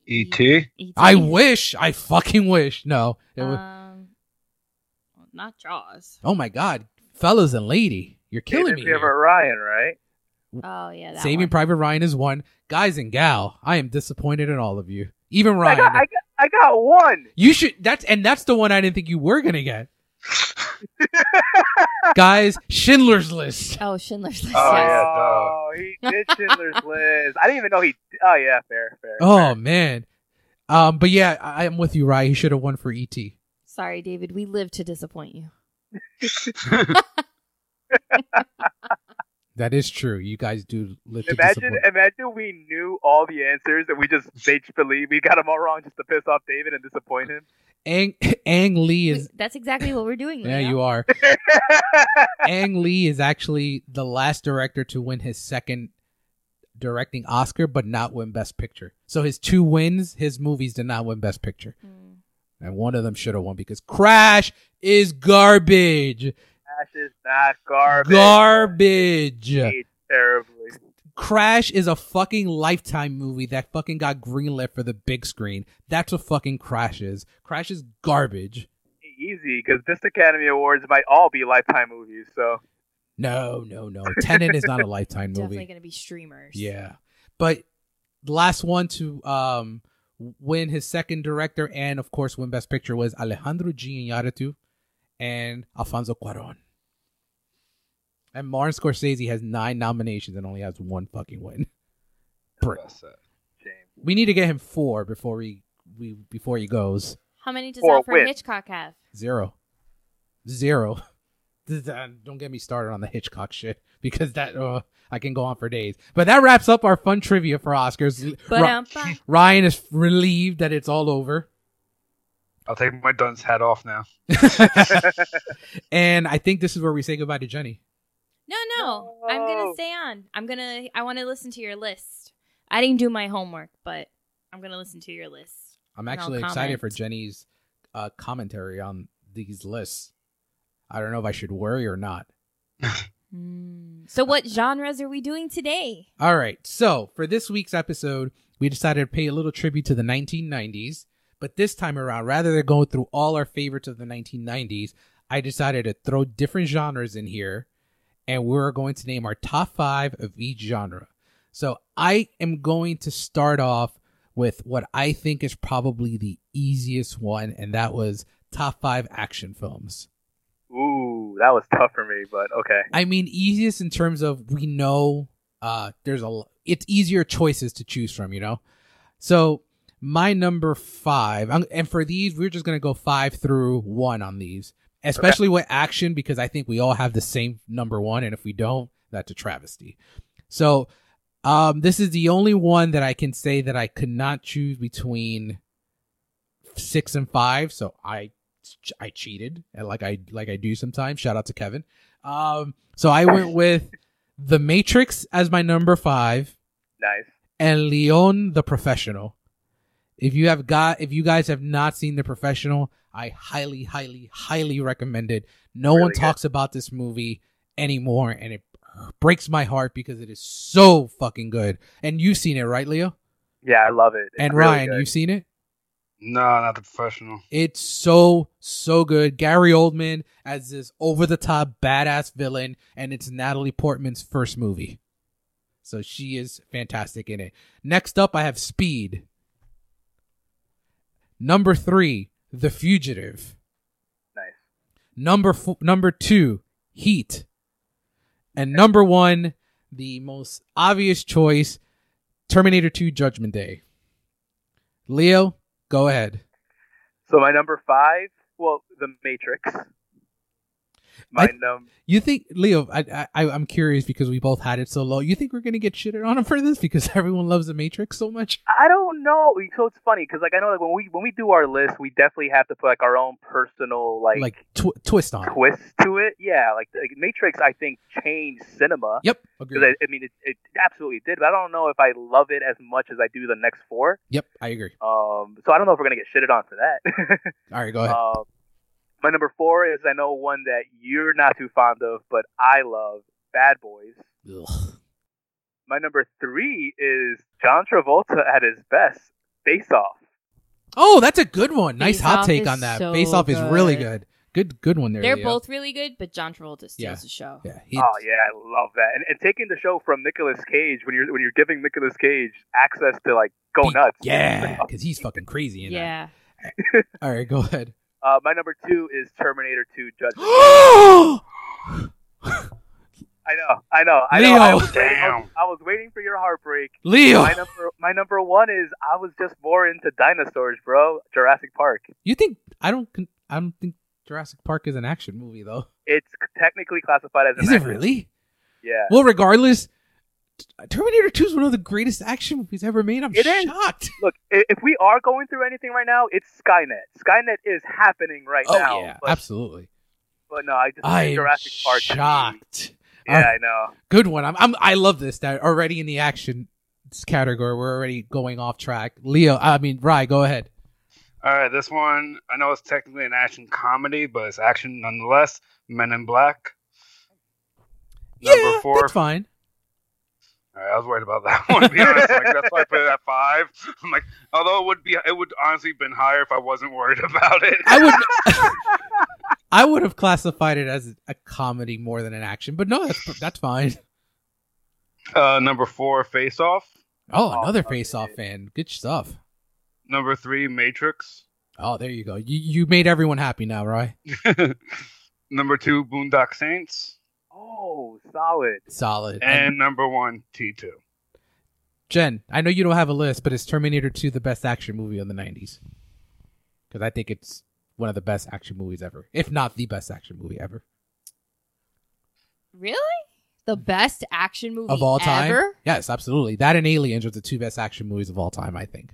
Speaker 4: E
Speaker 3: E
Speaker 4: E.T.
Speaker 3: E.T.
Speaker 1: I wish. I fucking wish. No. It was,
Speaker 3: Um, well, not Jaws.
Speaker 1: oh my god, fellas and lady, you're killing
Speaker 2: Saving
Speaker 1: me.
Speaker 2: Private
Speaker 1: here.
Speaker 2: Ryan, right?
Speaker 3: Oh yeah, that
Speaker 1: Saving
Speaker 3: one.
Speaker 1: Private Ryan is one. Guys and gal, I am disappointed in all of you. Even
Speaker 2: I
Speaker 1: Ryan.
Speaker 2: got, I got, I got one.
Speaker 1: you should that's and that's the one I didn't think you were gonna get. Guys, Schindler's List.
Speaker 3: oh Schindler's List.
Speaker 4: Oh,
Speaker 3: yes.
Speaker 4: yeah.
Speaker 2: Oh, he did Schindler's List. I didn't even know he. Oh yeah, fair, fair.
Speaker 1: Oh man. Um, but yeah, I am with you, Ryan. He should have won for E ET.
Speaker 3: Sorry, David. We live to disappoint you.
Speaker 1: That is true. You guys do live to
Speaker 2: Imagine,
Speaker 1: disappoint.
Speaker 2: imagine we knew all the answers and we just bitch believe we got them all wrong just to piss off David and disappoint him.
Speaker 1: Ang, Ang Lee
Speaker 3: We-
Speaker 1: is.
Speaker 3: That's exactly what we're doing.
Speaker 1: Yeah,
Speaker 3: Leo.
Speaker 1: you are. Ang Lee is actually the last director to win his second directing Oscar, but not win Best Picture. So his two wins, his movies did not win Best Picture,
Speaker 3: Mm.
Speaker 1: and one of them should have won because Crash is garbage.
Speaker 2: Ash is not garbage.
Speaker 1: Garbage.
Speaker 2: Hate terribly.
Speaker 1: Crash is a fucking lifetime movie that fucking got greenlit for the big screen. That's what fucking Crash is. Crash is garbage.
Speaker 2: Easy, because this Academy Awards might all be lifetime movies. So
Speaker 1: No, no, no. Tenet is not a lifetime
Speaker 3: Definitely
Speaker 1: movie.
Speaker 3: going to be streamers.
Speaker 1: Yeah. But the last one to um win his second director and of course win best picture was Alejandro Gianarritu and Alfonso Cuarón. And Martin Scorsese has 9 nominations and only has one fucking win. Prick.
Speaker 4: That's it.
Speaker 2: shame.
Speaker 1: We need to get him 4 before we we before he goes.
Speaker 3: How many does
Speaker 2: Or
Speaker 3: Alfred
Speaker 2: win.
Speaker 3: Hitchcock have?
Speaker 1: Zero. Zero. This- uh, Don't get me started on the Hitchcock shit because that uh, I can go on for days. But that wraps up our fun trivia for Oscars.
Speaker 3: But
Speaker 1: Ri-
Speaker 3: um, fuck.
Speaker 1: Ryan is relieved that it's all over,
Speaker 4: I'll take my dunce hat off now.
Speaker 1: and I think this is where we say goodbye to Jenny.
Speaker 3: no, no, I'm going
Speaker 2: No.
Speaker 3: to stay on. I'm going to. I want to listen to your list. I didn't do my homework, but I'm going to listen to your list.
Speaker 1: I'm
Speaker 3: No
Speaker 1: actually excited for
Speaker 3: comment.
Speaker 1: Jenny's uh, commentary on these lists. I don't know if I should worry or not.
Speaker 3: So, what genres are we doing today?
Speaker 1: All right. So for this week's episode, we decided to pay a little tribute to the 1990s. But this time around, rather than going through all our favorites of the 1990s, I decided to throw different genres in here. And we're going to name our top five of each genre. So I am going to start off with what I think is probably the easiest one, and that was top five action films.
Speaker 2: Ooh, that was tough for me, but okay.
Speaker 1: I mean, easiest in terms of we know uh, there's a l- it's easier choices to choose from, you know. So my number five, I'm, and for these, we're just gonna go five through one on these, especially with action because I think we all have the same number one, and if we don't, that's a travesty. So um, this is the only one that I can say that I could not choose between six and five. So I I cheated, and like I like I do sometimes. Shout out to Kevin. Um, so I went with The Matrix as my number five,
Speaker 2: Nice.
Speaker 1: and Leon the Professional. If you have got, if you guys have not seen The Professional, I highly, highly, highly recommend it. No one
Speaker 2: Really good.
Speaker 1: talks about this movie anymore, and it breaks my heart because it is so fucking good. And you've seen it, right, Leo?
Speaker 2: Yeah, I love it. It's
Speaker 1: And
Speaker 2: really
Speaker 1: Ryan,
Speaker 2: good.
Speaker 1: you've seen it.
Speaker 4: No, not the professional.
Speaker 1: It's so so good. Gary Oldman as this over the top badass villain, and it's Natalie Portman's first movie, so she is fantastic in it. Next up, I have Speed. Number three, The Fugitive.
Speaker 2: nice.
Speaker 1: Number f- number two, Heat. And number one, the most obvious choice, Terminator Two: Judgment Day. Leo, go ahead.
Speaker 2: So my number five, well, The Matrix. My
Speaker 1: I-
Speaker 2: num.
Speaker 1: You think Leo? I, I I'm curious because we both had it so low. You think we're gonna get shitted on for this because everyone loves the Matrix so much?
Speaker 2: I don't know. So it's funny because like I know like when we when we do our list, we definitely have to put like our own personal like,
Speaker 1: Like, uh. tw- twist on. it.
Speaker 2: twist to it. Yeah, like, like Matrix, I think changed cinema.
Speaker 1: Yep,
Speaker 2: 'Cause
Speaker 1: agree.
Speaker 2: I, I mean, it, it absolutely did, but I don't know if I love it as much as I do the next four.
Speaker 1: Yep, I agree.
Speaker 2: Um, so I don't know if we're gonna get shitted on for that.
Speaker 1: All right, go ahead.
Speaker 2: Um, my number four is I know one that you're not too fond of, but I love Bad Boys.
Speaker 1: Ugh.
Speaker 2: My number three is John Travolta at his best, Face Off.
Speaker 1: Oh, that's a good one. Nice
Speaker 3: Face
Speaker 1: hot
Speaker 3: Off
Speaker 1: take
Speaker 3: is
Speaker 1: on that.
Speaker 3: so
Speaker 1: Face off is really
Speaker 3: good.
Speaker 1: good. Good, good one there.
Speaker 3: They're
Speaker 1: Leo.
Speaker 3: both really good, but John Travolta steals
Speaker 1: Yeah.
Speaker 3: the show.
Speaker 1: Yeah. he-
Speaker 2: Oh yeah, I love that. And, and taking the show from Nicolas Cage when you're when you're giving Nicolas Cage access to like go
Speaker 1: he-
Speaker 2: nuts.
Speaker 1: Yeah, because he's fucking crazy. In that.
Speaker 3: Yeah.
Speaker 1: All right, go ahead.
Speaker 2: Uh, my number two is Terminator Two Judgment. I know, I know, I know. I
Speaker 1: Leo.
Speaker 2: was, waiting, I, was,
Speaker 4: Damn.
Speaker 2: I was waiting for your heartbreak.
Speaker 1: Leo,
Speaker 2: My number my number one is I was just more into dinosaurs, bro. Jurassic Park.
Speaker 1: you think I don't? con- I don't think Jurassic Park is an action movie though.
Speaker 2: It's technically classified as. an
Speaker 1: Is it
Speaker 2: action.
Speaker 1: really?
Speaker 2: Yeah.
Speaker 1: Well, regardless, Terminator 2 is one of the greatest action movies ever made. I'm
Speaker 2: It is.
Speaker 1: shocked.
Speaker 2: Look, i- if we are going through anything right now, it's Skynet. Skynet is happening right
Speaker 1: Oh,
Speaker 2: now.
Speaker 1: yeah,
Speaker 2: but,
Speaker 1: absolutely.
Speaker 2: but no, I just
Speaker 1: I'm
Speaker 2: Jurassic Park. to me-
Speaker 1: shocked.
Speaker 2: Yeah,
Speaker 1: Uh,
Speaker 2: I know.
Speaker 1: Good one. I'm, I'm, I love this. That already in the action category, we're already going off track. Leo, I mean, Rye, go ahead.
Speaker 4: All right, this one I know it's technically an action comedy, but it's action nonetheless. Men in Black.
Speaker 1: yeah, that's fine.
Speaker 4: All right, I was worried about that one. To be honest, like that's why I put it at five. I'm like, although it would be, it would honestly been higher if I wasn't worried about it.
Speaker 1: I would. I would have classified it as a comedy more than an action, but no, that's that's fine.
Speaker 4: Uh, number four, Face Off.
Speaker 1: Oh,
Speaker 2: Oh,
Speaker 1: another
Speaker 2: okay.
Speaker 1: Face Off fan. Good stuff.
Speaker 4: Number three, Matrix.
Speaker 1: Oh, there you go. You you made everyone happy now, Rye.
Speaker 4: number two, Boondock Saints,
Speaker 2: Oh, solid.
Speaker 1: Solid.
Speaker 4: and number one, T two.
Speaker 1: Jen, I know you don't have a list, but is Terminator 2 the best action movie of the 90s? Because I think it's one of the best action movies ever, if not the best action movie ever.
Speaker 3: Really? The best action movie
Speaker 1: Of all time?
Speaker 3: ever?
Speaker 1: Yes, absolutely. That and Aliens are the two best action movies of all time, I think.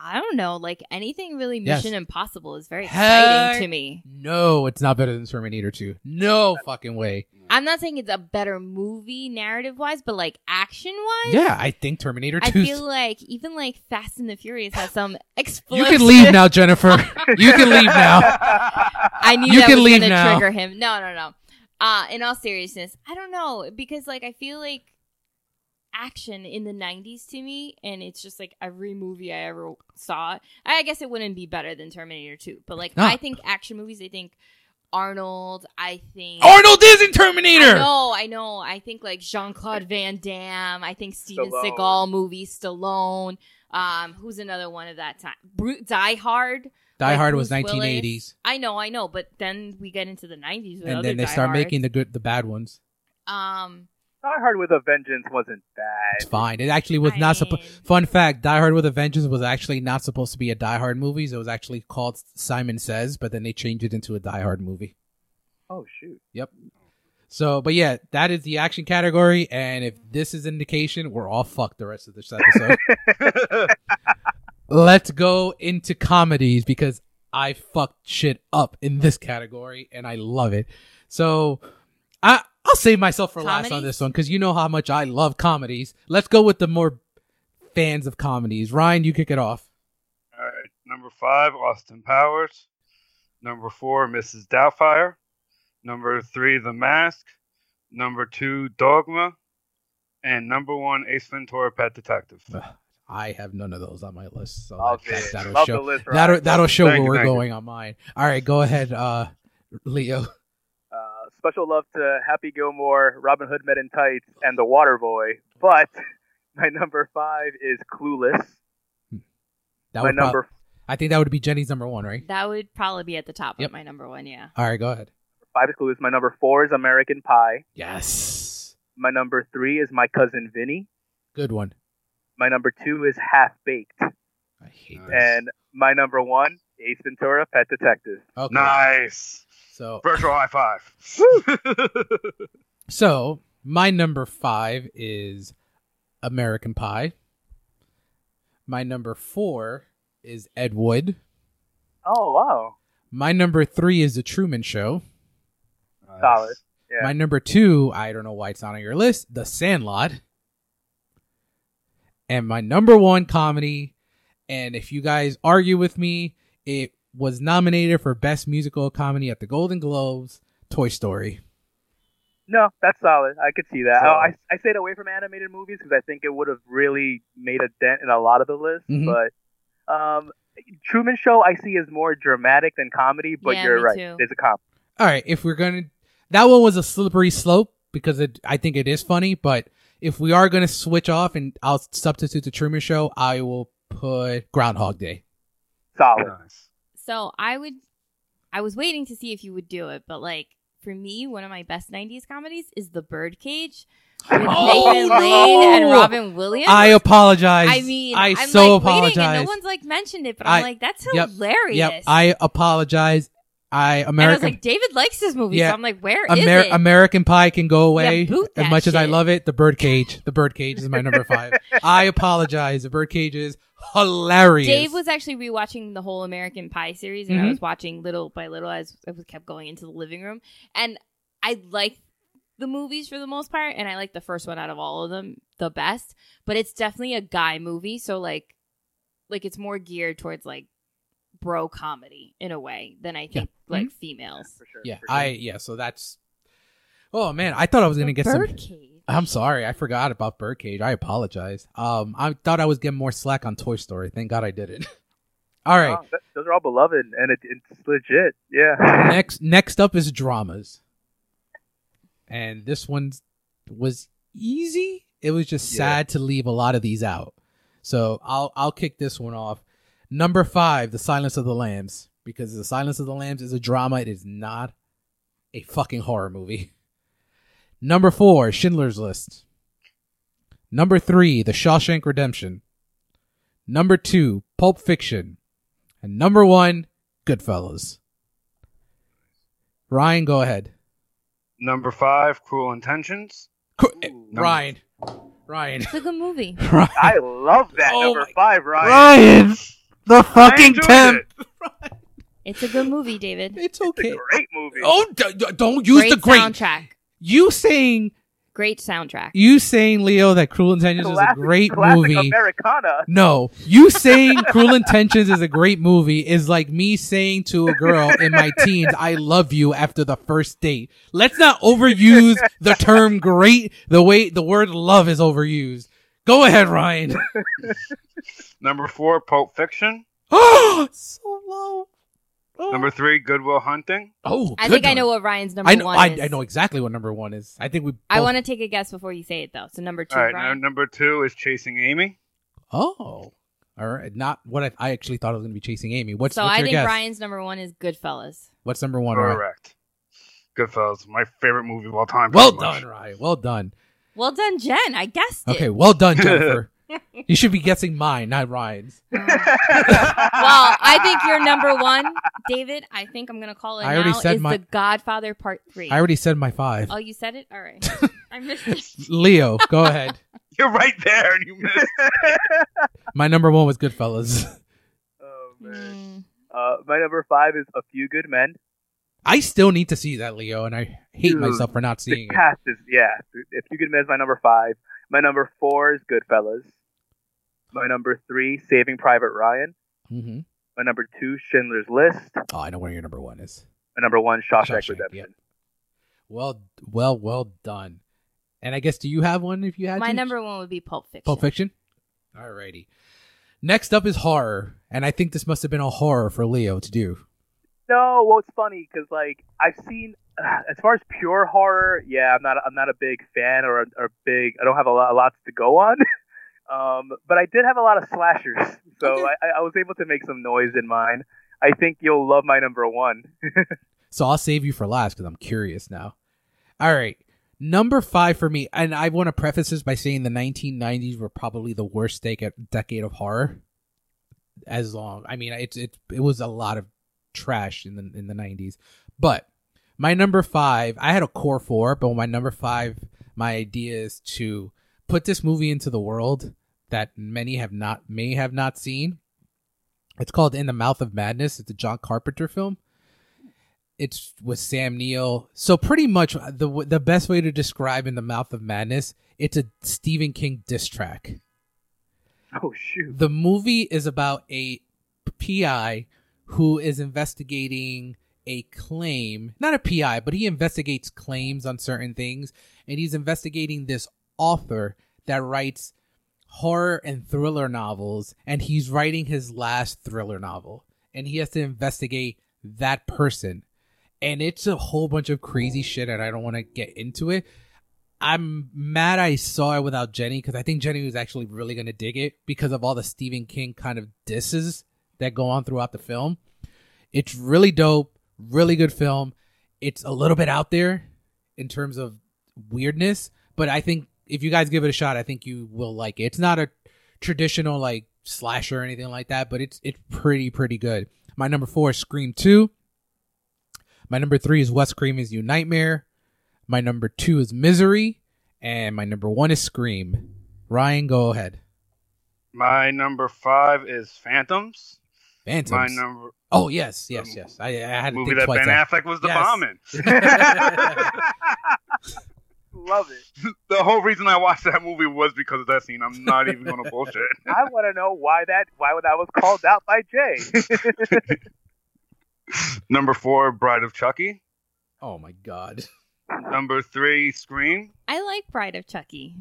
Speaker 3: I don't know. Like anything really
Speaker 1: Yes.
Speaker 3: Mission Impossible is very
Speaker 1: Heck
Speaker 3: exciting to me.
Speaker 1: No, it's not better than Terminator 2. No fucking way.
Speaker 3: I'm not saying it's a better movie narrative wise, but like action wise,
Speaker 1: Yeah, I think Terminator
Speaker 3: I
Speaker 1: 2.
Speaker 3: feel like even like Fast and the Furious has some
Speaker 1: You
Speaker 3: explosive.
Speaker 1: can leave now, Jennifer. you can leave now.
Speaker 3: I knew
Speaker 1: You
Speaker 3: that
Speaker 1: can
Speaker 3: was
Speaker 1: leave
Speaker 3: gonna
Speaker 1: now.
Speaker 3: trigger him. No, no, no. Uh, in all seriousness, I don't know because like I feel like action in the 90s to me and it's just like every movie I ever saw. I guess it wouldn't be better than Terminator 2, but like
Speaker 1: No.
Speaker 3: I think action movies I think Arnold. I think
Speaker 1: Arnold is in Terminator.
Speaker 3: No, I know. I think like Jean Claude Van Damme. I think Steven
Speaker 2: Stallone.
Speaker 3: Seagal movies. Stallone. Um, who's another one of that time? Bru- Die Hard.
Speaker 1: Die
Speaker 3: Like
Speaker 1: Hard was
Speaker 3: Bruce Willis.
Speaker 1: 1980s,
Speaker 3: I know, I know, but then we get into the nineties with
Speaker 1: and
Speaker 3: other
Speaker 1: then they
Speaker 3: Die
Speaker 1: start
Speaker 3: Hards.
Speaker 1: making the good, the bad ones.
Speaker 3: um.
Speaker 2: Die Hard with a Vengeance wasn't
Speaker 1: It's
Speaker 2: bad.
Speaker 1: fine. It actually was not supposed.
Speaker 3: Fine.
Speaker 1: Fun fact: Die Hard with a Vengeance was actually not supposed to be a Die Hard movie. It was actually called Simon Says, but then they changed it into a Die Hard movie.
Speaker 2: Oh shoot.
Speaker 1: So, but yeah, that is the action category, and if this is indication, we're all fucked the rest of this episode. Let's go into comedies because I fucked shit up in this category, and I love it. So, I I'll save myself for last on
Speaker 3: Comedies?
Speaker 1: this one because you know how much I love comedies. Let's go with the more fans of comedies. Ryan, you kick it off.
Speaker 4: All right. Number five, Austin Powers. Number four, Mrs. Doubtfire. Number three, The Mask. Number two, Dogma. And number one, Ace Ventura: Pet Detective.
Speaker 1: Ugh, I have none of those on my list, so
Speaker 2: Love
Speaker 1: that,
Speaker 2: it.
Speaker 1: that'll
Speaker 2: Love
Speaker 1: show.
Speaker 2: the list. Rob.
Speaker 1: That'll, that'll show where
Speaker 4: Thank you,
Speaker 1: we're
Speaker 4: thank you.
Speaker 1: going on mine. All right, go ahead, uh, Leo.
Speaker 2: Uh, special love to Happy Gilmore, Robin Hood Men in Tights, and The Waterboy. But my number five is Clueless.
Speaker 1: That
Speaker 2: my
Speaker 1: would prob-
Speaker 2: number
Speaker 1: I think that would be Jenny's number one, right?
Speaker 3: That would probably be at the top
Speaker 1: Yep.
Speaker 3: of my number one. Yeah.
Speaker 1: All right, go ahead.
Speaker 2: five is Clueless. My number four is American Pie.
Speaker 1: Yes,
Speaker 2: My number three is My Cousin Vinny.
Speaker 1: good one.
Speaker 2: My number two is Half Baked,
Speaker 1: I hate
Speaker 4: Nice.
Speaker 1: that.
Speaker 2: and my number one, Ace Ventura: Pet Detective.
Speaker 1: Okay.
Speaker 4: Nice.
Speaker 1: So,
Speaker 4: Virtual high five.
Speaker 1: so my number five is American Pie. My number four is Ed Wood.
Speaker 2: Oh wow!
Speaker 1: My number three is The Truman Show.
Speaker 2: Solid. Yeah.
Speaker 1: My number two, I don't know why it's not on your list, The Sandlot. And my number one comedy, and if you guys argue with me, it was nominated for Best Musical Comedy at the Golden Globes, Toy Story.
Speaker 2: No, that's solid. I could see that.
Speaker 4: So-
Speaker 2: Oh, I, I stayed away from animated movies because I think it would have really made a dent in a lot of the list.
Speaker 1: Mhm.
Speaker 2: But um, Truman Show I see is more dramatic than comedy. But
Speaker 3: Yeah,
Speaker 2: you're
Speaker 3: me
Speaker 2: right,
Speaker 3: too.
Speaker 2: there's a comp.
Speaker 1: All right, if we're gonna, that one was a slippery slope because it, I think it is funny, but if we are gonna switch off and I'll substitute the Truman Show, I will put Groundhog Day.
Speaker 2: Solid.
Speaker 4: nice.
Speaker 3: So I would. I was waiting to see if you would do it, but like for me, one of my best '90s comedies is The Birdcage with Nathan Lane and Robin Williams.
Speaker 1: I apologize.
Speaker 3: I mean,
Speaker 1: I
Speaker 3: am
Speaker 1: so
Speaker 3: like waiting,
Speaker 1: apologize.
Speaker 3: and no one's like mentioned it, but
Speaker 1: I-
Speaker 3: I'm like, that's
Speaker 1: yep,
Speaker 3: hilarious.
Speaker 1: Yep, I apologize. I
Speaker 3: and I was
Speaker 1: American
Speaker 3: like, David likes this movie,
Speaker 1: Yeah.
Speaker 3: so I'm like, where is
Speaker 1: Amer-
Speaker 3: it?
Speaker 1: American Pie can go away.
Speaker 3: Yeah, boot
Speaker 1: as
Speaker 3: that
Speaker 1: much as I
Speaker 3: shit.
Speaker 1: love it, the Birdcage, the Birdcage is my number five. I apologize. The Birdcage is hilarious.
Speaker 3: Dave was actually rewatching the whole American Pie series, and
Speaker 1: Mhm.
Speaker 3: I was watching little by little as I was kept going into the living room, and I liked the movies for the most part, and I like the first one out of all of them the best. But it's definitely a guy movie, so like, like it's more geared towards like bro comedy in a way than I think like
Speaker 1: Mm-hmm.
Speaker 3: females.
Speaker 2: For sure.
Speaker 1: yeah.
Speaker 2: for sure.
Speaker 1: I yeah. So that's. Oh man, I thought I was gonna get some.
Speaker 3: Birdcage.
Speaker 1: I'm sorry, I forgot about Birdcage. I apologize. Um, I thought I was getting more slack on Toy Story. Thank God I didn't. All right,
Speaker 2: Wow, Oh, th- those are all beloved, and it, it's legit.
Speaker 3: Oh.
Speaker 2: Yeah.
Speaker 1: next next up is dramas and this one was easy it was just
Speaker 4: Yeah.
Speaker 1: sad to leave a lot of these out so i'll i'll kick this one off number five the silence of the lambs because the silence of the lambs is a drama it is not a fucking horror movie number four schindler's list number three the shawshank redemption number two pulp fiction and number one goodfellas Ryan, go ahead.
Speaker 4: Number five, Cruel Intentions.
Speaker 1: Co-
Speaker 2: Ooh.
Speaker 1: Ryan. Ryan.
Speaker 3: It's a good movie.
Speaker 1: Ryan.
Speaker 2: I love that
Speaker 1: Oh
Speaker 2: number
Speaker 1: my-
Speaker 2: five, Ryan.
Speaker 1: Ryan. The
Speaker 4: I
Speaker 1: fucking
Speaker 4: enjoyed
Speaker 1: temp.
Speaker 4: it.
Speaker 3: It's a good movie, David.
Speaker 1: It's
Speaker 2: It's
Speaker 1: okay.
Speaker 2: a great movie.
Speaker 1: Oh, d- d- don't use
Speaker 3: great
Speaker 1: the great.
Speaker 3: soundtrack.
Speaker 1: You saying
Speaker 3: Great soundtrack.
Speaker 1: you saying Leo that Cruel Intentions
Speaker 2: classic,
Speaker 1: is a great
Speaker 2: classic
Speaker 1: movie.
Speaker 2: Americana.
Speaker 1: No, you saying Cruel Intentions is a great movie is like me saying to a girl in my teens, I love you after the first date. Let's not overuse the term great the way the word love is overused. Go ahead, Ryan.
Speaker 4: Number four, Pulp Fiction.
Speaker 1: Oh, so low.
Speaker 4: Number three, Goodwill Hunting.
Speaker 1: Oh,
Speaker 3: I
Speaker 1: good
Speaker 3: think I
Speaker 1: one.
Speaker 3: know what Ryan's number
Speaker 1: I know.
Speaker 3: one
Speaker 1: I,
Speaker 3: is.
Speaker 1: I know exactly what number one is. I think we. Both,
Speaker 3: I want to take a guess before you say it, though. So number two,
Speaker 4: All right, now
Speaker 3: Ryan.
Speaker 4: number two is Chasing Amy.
Speaker 1: Oh, all right. Not what I, I actually thought I was going to be chasing Amy. What's,
Speaker 3: so
Speaker 1: what's
Speaker 3: I
Speaker 1: your
Speaker 3: think
Speaker 1: guess?
Speaker 3: Ryan's number one is Goodfellas.
Speaker 1: What's number one? Ryan?
Speaker 4: Correct. Goodfellas, my favorite movie of all time.
Speaker 1: Well
Speaker 4: pretty much.
Speaker 1: done, Ryan. Well done.
Speaker 3: Well done, Jen. I guessed it.
Speaker 1: Okay, well done, Jennifer. you should be guessing mine, not Ryan's.
Speaker 3: Well, I think you're number one, David. I think I'm gonna call it
Speaker 1: I already
Speaker 3: now.
Speaker 1: said
Speaker 3: is
Speaker 1: my-
Speaker 3: The Godfather Part Three?
Speaker 1: I already said my five.
Speaker 3: Oh, you said it. All right. I missed it.
Speaker 1: Leo, go ahead.
Speaker 4: You're right there, and you missed.
Speaker 1: My number one was Goodfellas.
Speaker 2: oh man.
Speaker 3: Mm.
Speaker 2: Uh, my number five is A Few Good Men.
Speaker 1: I still need to see that, Leo, and I hate
Speaker 2: Dude,
Speaker 1: myself for not seeing
Speaker 2: the
Speaker 1: it.
Speaker 2: cast is yeah. If you could miss my number five, my number four is Goodfellas. My number three, Saving Private Ryan.
Speaker 1: hmm
Speaker 2: My number two, Schindler's List. My
Speaker 1: Oh, I know where your number one is.
Speaker 2: number one, Shawshank,
Speaker 1: Shawshank,
Speaker 2: Redemption.
Speaker 1: yep. Well, well, well done. And I guess, do you have one? If you had
Speaker 3: My
Speaker 1: to?
Speaker 3: number one would be Pulp Fiction.
Speaker 1: Pulp Fiction. Alrighty. Next up is horror, and I think this must have been a horror for Leo to do.
Speaker 2: No, well, it's funny because like I've seen as far as pure horror, yeah, I'm not I'm not a big fan or a, or big. I don't have a lot, a lot to go on. Um, but I did have a lot of slashers, so
Speaker 3: Okay.
Speaker 2: I, I was able to make some noise in mine. I think you'll love my number one.
Speaker 1: So I'll save you for last because I'm curious now. All right. Number five for me, and I want to preface this by saying the 1990s were probably the worst dec- decade of horror. As long, I mean, it's it it was a lot of trash in the in the 90s. But my number five, I had a core four, but my number five, my idea is to put this movie into the world that many have not may have not seen. It's called In the Mouth of Madness. It's a John Carpenter film it's with Sam Neill. So pretty much the the best way to describe in the mouth of madness, it's a Stephen King diss track.
Speaker 2: Oh shoot!
Speaker 1: The movie is about a PI who is investigating a claim, not a PI, but he investigates claims on certain things, and he's investigating this author that writes horror and thriller novels, and he's writing his last thriller novel, and he has to investigate that person. And it's a whole bunch of crazy shit, and I don't want to get into it. I'm mad I saw it without Jenny because I think Jenny was actually really going to dig it because of all the Stephen King kind of disses that go on throughout the film. It's really dope, really good film. It's a little bit out there in terms of weirdness, but I think if you guys give it a shot, I think you will like it. It's not a traditional like slasher or anything like that, but it's it's pretty pretty good. My number 4 is Scream 2. My number 3 is What Scream is You Nightmare. My number two is Misery, and my number one is Scream. Ryan, go ahead.
Speaker 4: My number five is Phantoms.
Speaker 1: Phantoms.
Speaker 4: My number Um,
Speaker 1: oh yes, yes, yes. I, I had to
Speaker 4: movie
Speaker 1: think
Speaker 4: that
Speaker 1: twice.
Speaker 4: Ben
Speaker 1: after.
Speaker 4: Affleck was the
Speaker 1: Yes.
Speaker 4: bomb in.
Speaker 2: Love it.
Speaker 4: the whole reason I watched that movie was because of that scene. I'm not even gonna bullshit.
Speaker 2: I want to know why that why that was called out by Jay.
Speaker 4: Number four, Bride of Chucky.
Speaker 1: oh my god,
Speaker 4: Number three, Scream.
Speaker 3: I like Bride of Chucky.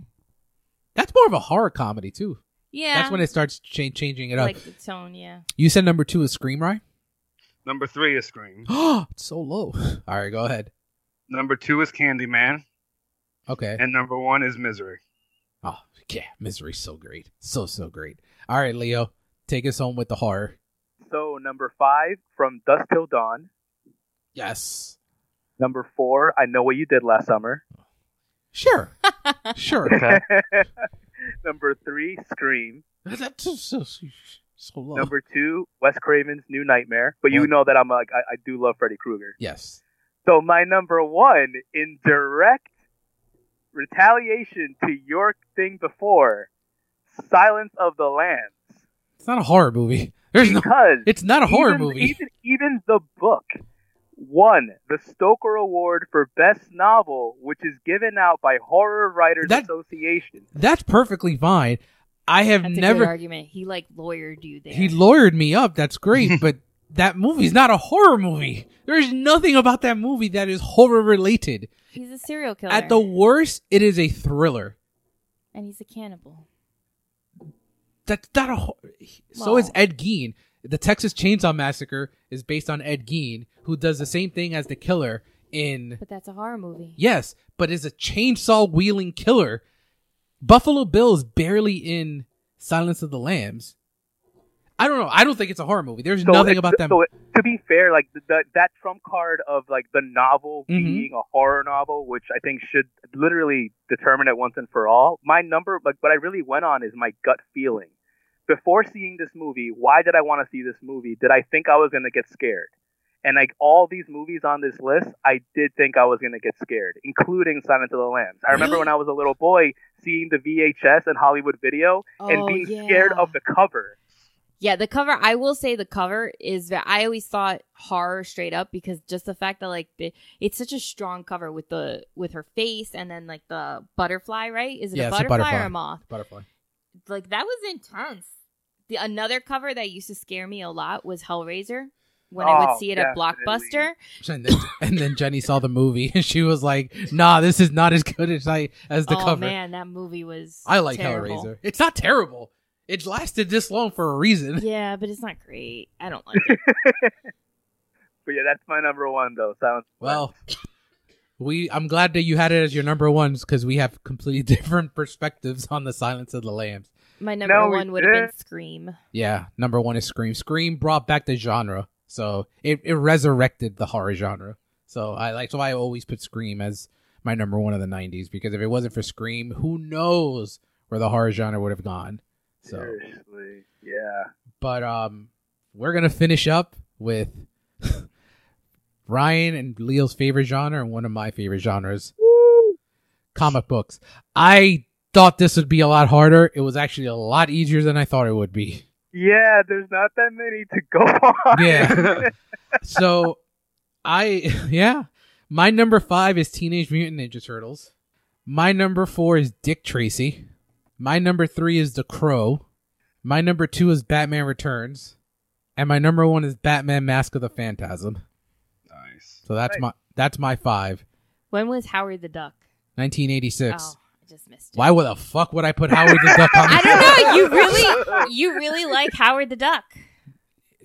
Speaker 1: that's more of a horror comedy too.
Speaker 3: Yeah.
Speaker 1: That's when it starts cha- changing it up.
Speaker 3: like the tone. Yeah.
Speaker 1: you said number two is Scream, Ryan?
Speaker 4: Number three is Scream.
Speaker 1: it's so low. All right, go ahead.
Speaker 4: Number two is Candyman,
Speaker 1: Okay.
Speaker 4: and number one is Misery.
Speaker 1: Oh yeah, Misery's so great, so so great. All right, Leo, take us home with the horror.
Speaker 2: so number five from Dusk Till Dawn.
Speaker 1: Yes.
Speaker 2: Number four, I know what you did last summer.
Speaker 1: Sure. sure.
Speaker 2: number three, Scream.
Speaker 1: That's so, so, so low.
Speaker 2: Number two, Wes Craven's New Nightmare. But you
Speaker 1: One.
Speaker 2: know that I'm like I, I do love Freddy Krueger.
Speaker 1: yes.
Speaker 2: So my number one, in direct retaliation to your thing before, Silence of the Lambs.
Speaker 1: It's not a horror movie. There's no.
Speaker 2: Because
Speaker 1: It's not a horror
Speaker 2: even,
Speaker 1: movie.
Speaker 2: Even, even the book won the Stoker Award for Best Novel, which is given out by Horror Writers
Speaker 1: That-
Speaker 2: Association.
Speaker 1: That's perfectly fine. I have
Speaker 3: That's a good
Speaker 1: never.
Speaker 3: argument. He like lawyered you there.
Speaker 1: He lawyered me up. That's great, but that movie's not a horror movie. There's nothing about that movie that is horror related.
Speaker 3: he's a serial killer.
Speaker 1: At the worst, it is a thriller.
Speaker 3: and he's a cannibal.
Speaker 1: That's not a. Ho- so
Speaker 3: Well.
Speaker 1: is Ed Gein. The Texas Chainsaw Massacre is based on Ed Gein, who does the same thing as the killer in
Speaker 3: But that's a horror movie.
Speaker 1: Yes, but is a chainsaw wheeling killer. Buffalo Bill is barely in Silence of the Lambs. I don't know. I don't think it's a horror movie. There's
Speaker 2: So
Speaker 1: nothing
Speaker 2: it-
Speaker 1: about them.
Speaker 2: So it, to be fair, like the, the, that trump card of like the novel
Speaker 1: Mhm.
Speaker 2: being a horror novel, which I think should literally determine it once and for all. My number, like what I really went on is my gut feeling. Before seeing this movie, why did I want to see this movie? Did I think I was going to get scared? And like all these movies on this list, I did think I was going to get scared, including Silence of the Lambs. I remember
Speaker 1: Really?
Speaker 2: when I was a little boy seeing the VHS and Hollywood video and
Speaker 3: Oh,
Speaker 2: being
Speaker 3: yeah.
Speaker 2: scared of the cover.
Speaker 3: Yeah, the cover. I will say the cover is. ve- I always thought horror straight up because just the fact that like the, it's such a strong cover with the with her face and then like the butterfly. Right? Is it
Speaker 1: Yeah,
Speaker 3: a,
Speaker 1: it's a
Speaker 3: butterfly or
Speaker 1: butterfly.
Speaker 3: a moth?
Speaker 1: Butterfly.
Speaker 3: Like that was intense. The another cover that used to scare me a lot was Hellraiser. When I would
Speaker 2: Oh,
Speaker 3: see it at
Speaker 2: definitely.
Speaker 3: Blockbuster,
Speaker 1: And then, and then Jenny saw the movie and she was like, "Nah, this is not as good as I as the
Speaker 3: oh
Speaker 1: cover."
Speaker 3: man, that movie was.
Speaker 1: I like
Speaker 3: terrible.
Speaker 1: Hellraiser. It's not terrible. It lasted this long for a reason.
Speaker 3: Yeah, but it's not great. I don't like it.
Speaker 2: But yeah, that's my number one though. Silence. of the
Speaker 1: Well,
Speaker 2: Lambs.
Speaker 1: we I'm glad that you had it as your number ones because we have completely different perspectives on the Silence of the Lambs.
Speaker 3: My number
Speaker 2: No, we
Speaker 3: one would have been
Speaker 2: did.
Speaker 3: Scream.
Speaker 1: Yeah, number one is Scream. Scream brought back the genre, so it, it resurrected the horror genre. So I like so I always put Scream as my number one of the '90s because if it wasn't for Scream, who knows where the horror genre would have gone. So.
Speaker 2: seriously, yeah.
Speaker 1: But um, we're gonna finish up with Ryan and Leo's favorite genre and one of my favorite genres, comic books. I thought this would be a lot harder. It was actually a lot easier than I thought it would be.
Speaker 2: Yeah, there's not that many to go on.
Speaker 1: Yeah. So I yeah, my number five is Teenage Mutant Ninja Turtles. My number four is Dick Tracy. My number three is The Crow. My number two is Batman Returns, and my number one is Batman Mask of the Phantasm.
Speaker 4: Nice.
Speaker 1: So that's
Speaker 2: Right.
Speaker 1: my that's my five.
Speaker 3: When was Howard the Duck?
Speaker 1: 1986.
Speaker 3: Oh, I just missed it.
Speaker 1: Why would the fuck would I put Howard the Duck on?
Speaker 3: I don't know. You really, you really like Howard the Duck.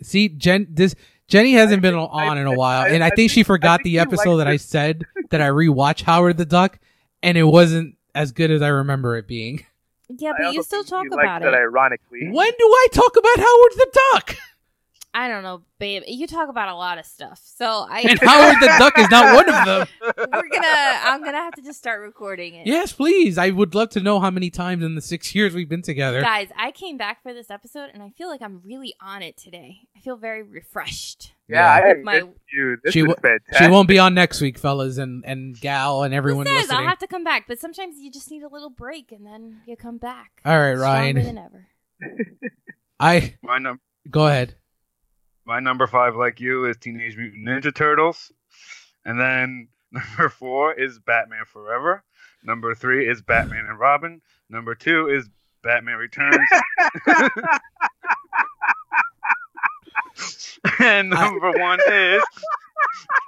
Speaker 1: See, Jen, this Jenny hasn't been
Speaker 2: think-
Speaker 1: on
Speaker 2: I-
Speaker 1: in a while,
Speaker 2: I-
Speaker 1: and I,
Speaker 2: I
Speaker 1: think,
Speaker 2: think-
Speaker 1: she forgot
Speaker 2: I think
Speaker 1: the
Speaker 2: you
Speaker 1: episode
Speaker 2: liked
Speaker 1: that I
Speaker 2: it.
Speaker 1: said that I rewatched Howard the Duck, and it wasn't as good as I remember it being.
Speaker 3: Yeah,
Speaker 2: I
Speaker 3: but
Speaker 2: also
Speaker 3: you still
Speaker 2: think
Speaker 3: talk
Speaker 2: you liked
Speaker 3: about
Speaker 2: that
Speaker 3: it.
Speaker 2: Ironically,
Speaker 1: When do I talk about Howard the Duck?
Speaker 3: I don't know, babe. You talk about a lot of stuff, so I
Speaker 1: And Howard the Duck is not one of them.
Speaker 3: we're gonna. I'm gonna have to just start recording it.
Speaker 1: Yes, please. I would love to know how many times in the six years we've been together.
Speaker 3: Guys, I came back for this episode, and I feel like I'm really on it today. I feel very refreshed.
Speaker 2: yeah, I
Speaker 3: My-
Speaker 2: missed you. This
Speaker 1: She
Speaker 2: is
Speaker 1: wa-
Speaker 2: fantastic.
Speaker 1: She won't be on next week, fellas, and and gal, and everyone
Speaker 3: Who says
Speaker 1: listening.
Speaker 3: I'll have to come back? But sometimes you just need a little break, and then you come back.
Speaker 1: All right, Ryan.
Speaker 3: Stronger than ever.
Speaker 1: I
Speaker 4: My number.
Speaker 1: go ahead.
Speaker 4: My number five, like you, is Teenage Mutant Ninja Turtles. And then number four is Batman Forever. Number three is Batman and Robin. Number two is Batman Returns. and number one is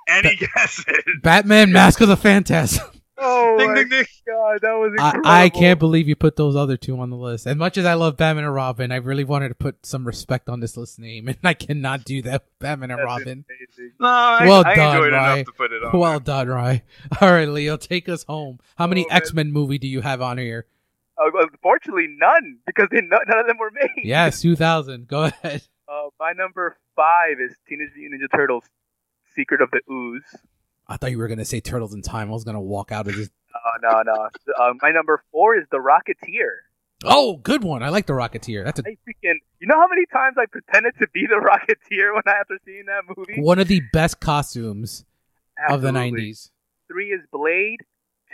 Speaker 4: any guesses?
Speaker 1: Batman Mask of the Phantasm.
Speaker 2: oh
Speaker 4: Ding,
Speaker 2: my
Speaker 4: ding, ding.
Speaker 2: god, that was
Speaker 1: I,
Speaker 2: incredible.
Speaker 1: I can't believe you put those other two on the list. As much as I love Batman and Robin, I really wanted to put some respect on this list name, and I cannot do that. with Batman and
Speaker 2: That's
Speaker 1: Robin.
Speaker 2: amazing.
Speaker 4: No, Oh, I,
Speaker 1: Well
Speaker 4: I
Speaker 1: done,
Speaker 4: enjoyed
Speaker 1: Ryan.
Speaker 4: enough to put it on.
Speaker 1: Well done, Rye. All right, Leo, take us home. How many
Speaker 2: Oh, man.
Speaker 1: X Men movie do you have on here?
Speaker 2: Uh, unfortunately, none because they, no, none of them were made.
Speaker 1: Yes, two thousand. Go ahead.
Speaker 2: Uh, my number five is Teenage Mutant Ninja Turtles: Secret of the Ooze.
Speaker 1: I thought you were gonna say Turtles in Time. I was gonna walk out of this.
Speaker 2: Oh no, no. uh, my number four is The Rocketeer.
Speaker 1: Oh, good one. I like the Rocketeer. That's a,
Speaker 2: I freaking. You know how many times I pretended to be the Rocketeer when I after seeing that movie?
Speaker 1: one of the best costumes of the
Speaker 2: Absolutely.
Speaker 1: nineties.
Speaker 2: Three is Blade.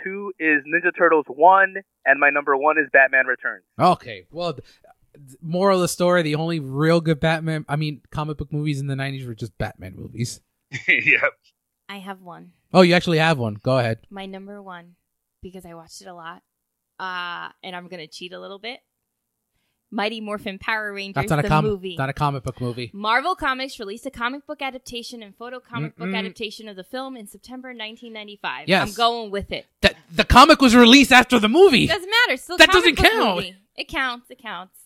Speaker 2: Two is Ninja Turtles one, and my number one is Batman Returns.
Speaker 1: Okay. Well, th- th- moral of the story: the only real good Batman, I mean, comic book movies in the nineties were just Batman movies.
Speaker 4: yep.
Speaker 3: I have one.
Speaker 1: Oh, you actually have one. Go ahead.
Speaker 3: my number one because I watched it a lot. Uh, and I'm gonna cheat a little bit. Mighty Morphin Power Rangers,
Speaker 1: That's not a
Speaker 3: the
Speaker 1: comic.
Speaker 3: movie.
Speaker 1: Not a comic book movie.
Speaker 3: Marvel Comics released a comic book adaptation and photo comic book
Speaker 1: Mm-mm.
Speaker 3: adaptation of the film in September 1995.
Speaker 1: Yes.
Speaker 3: I'm going with it.
Speaker 1: That the comic was released after the movie,
Speaker 3: Doesn't matter. Still,
Speaker 1: That
Speaker 3: comic
Speaker 1: doesn't
Speaker 3: book
Speaker 1: count.
Speaker 3: movie. It counts. It counts.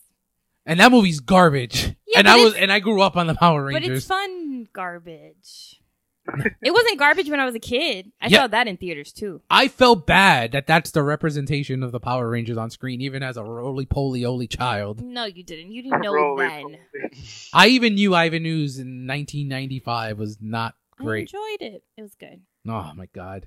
Speaker 1: and that movie's garbage.
Speaker 3: Yeah,
Speaker 1: and
Speaker 3: but
Speaker 1: I
Speaker 3: it's-
Speaker 1: was and I grew up on the Power
Speaker 3: But it's
Speaker 1: Rangers.
Speaker 3: fun garbage. it wasn't garbage when I was a kid. I
Speaker 1: Yeah.
Speaker 3: saw that in theaters too.
Speaker 1: I felt bad that that's the representation of the Power Rangers on screen, even as a roly poly oly child.
Speaker 3: No, you didn't. You didn't know
Speaker 2: Roly
Speaker 3: then.
Speaker 2: poly.
Speaker 1: I even knew Ivan News in 1995 was not
Speaker 3: I
Speaker 1: great.
Speaker 3: enjoyed it. It was good.
Speaker 1: Oh my god.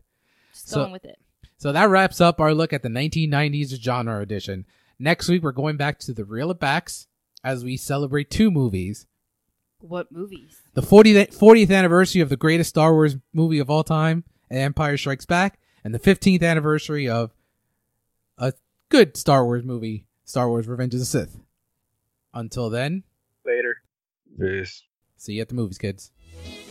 Speaker 3: Just
Speaker 1: So-
Speaker 3: going with it.
Speaker 1: So that wraps up our look at the 1990s genre edition. Next week, we're going back to the Reel It Backs as we celebrate two movies
Speaker 3: What movies?
Speaker 1: the 40th, 40th anniversary of the greatest Star Wars movie of all time, Empire Strikes Back, and the 15th anniversary of a good Star Wars movie, Star Wars Revenge of the Sith. Until then,
Speaker 2: Later.
Speaker 4: Peace.
Speaker 1: see you at the movies, kids.
Speaker 5: Thank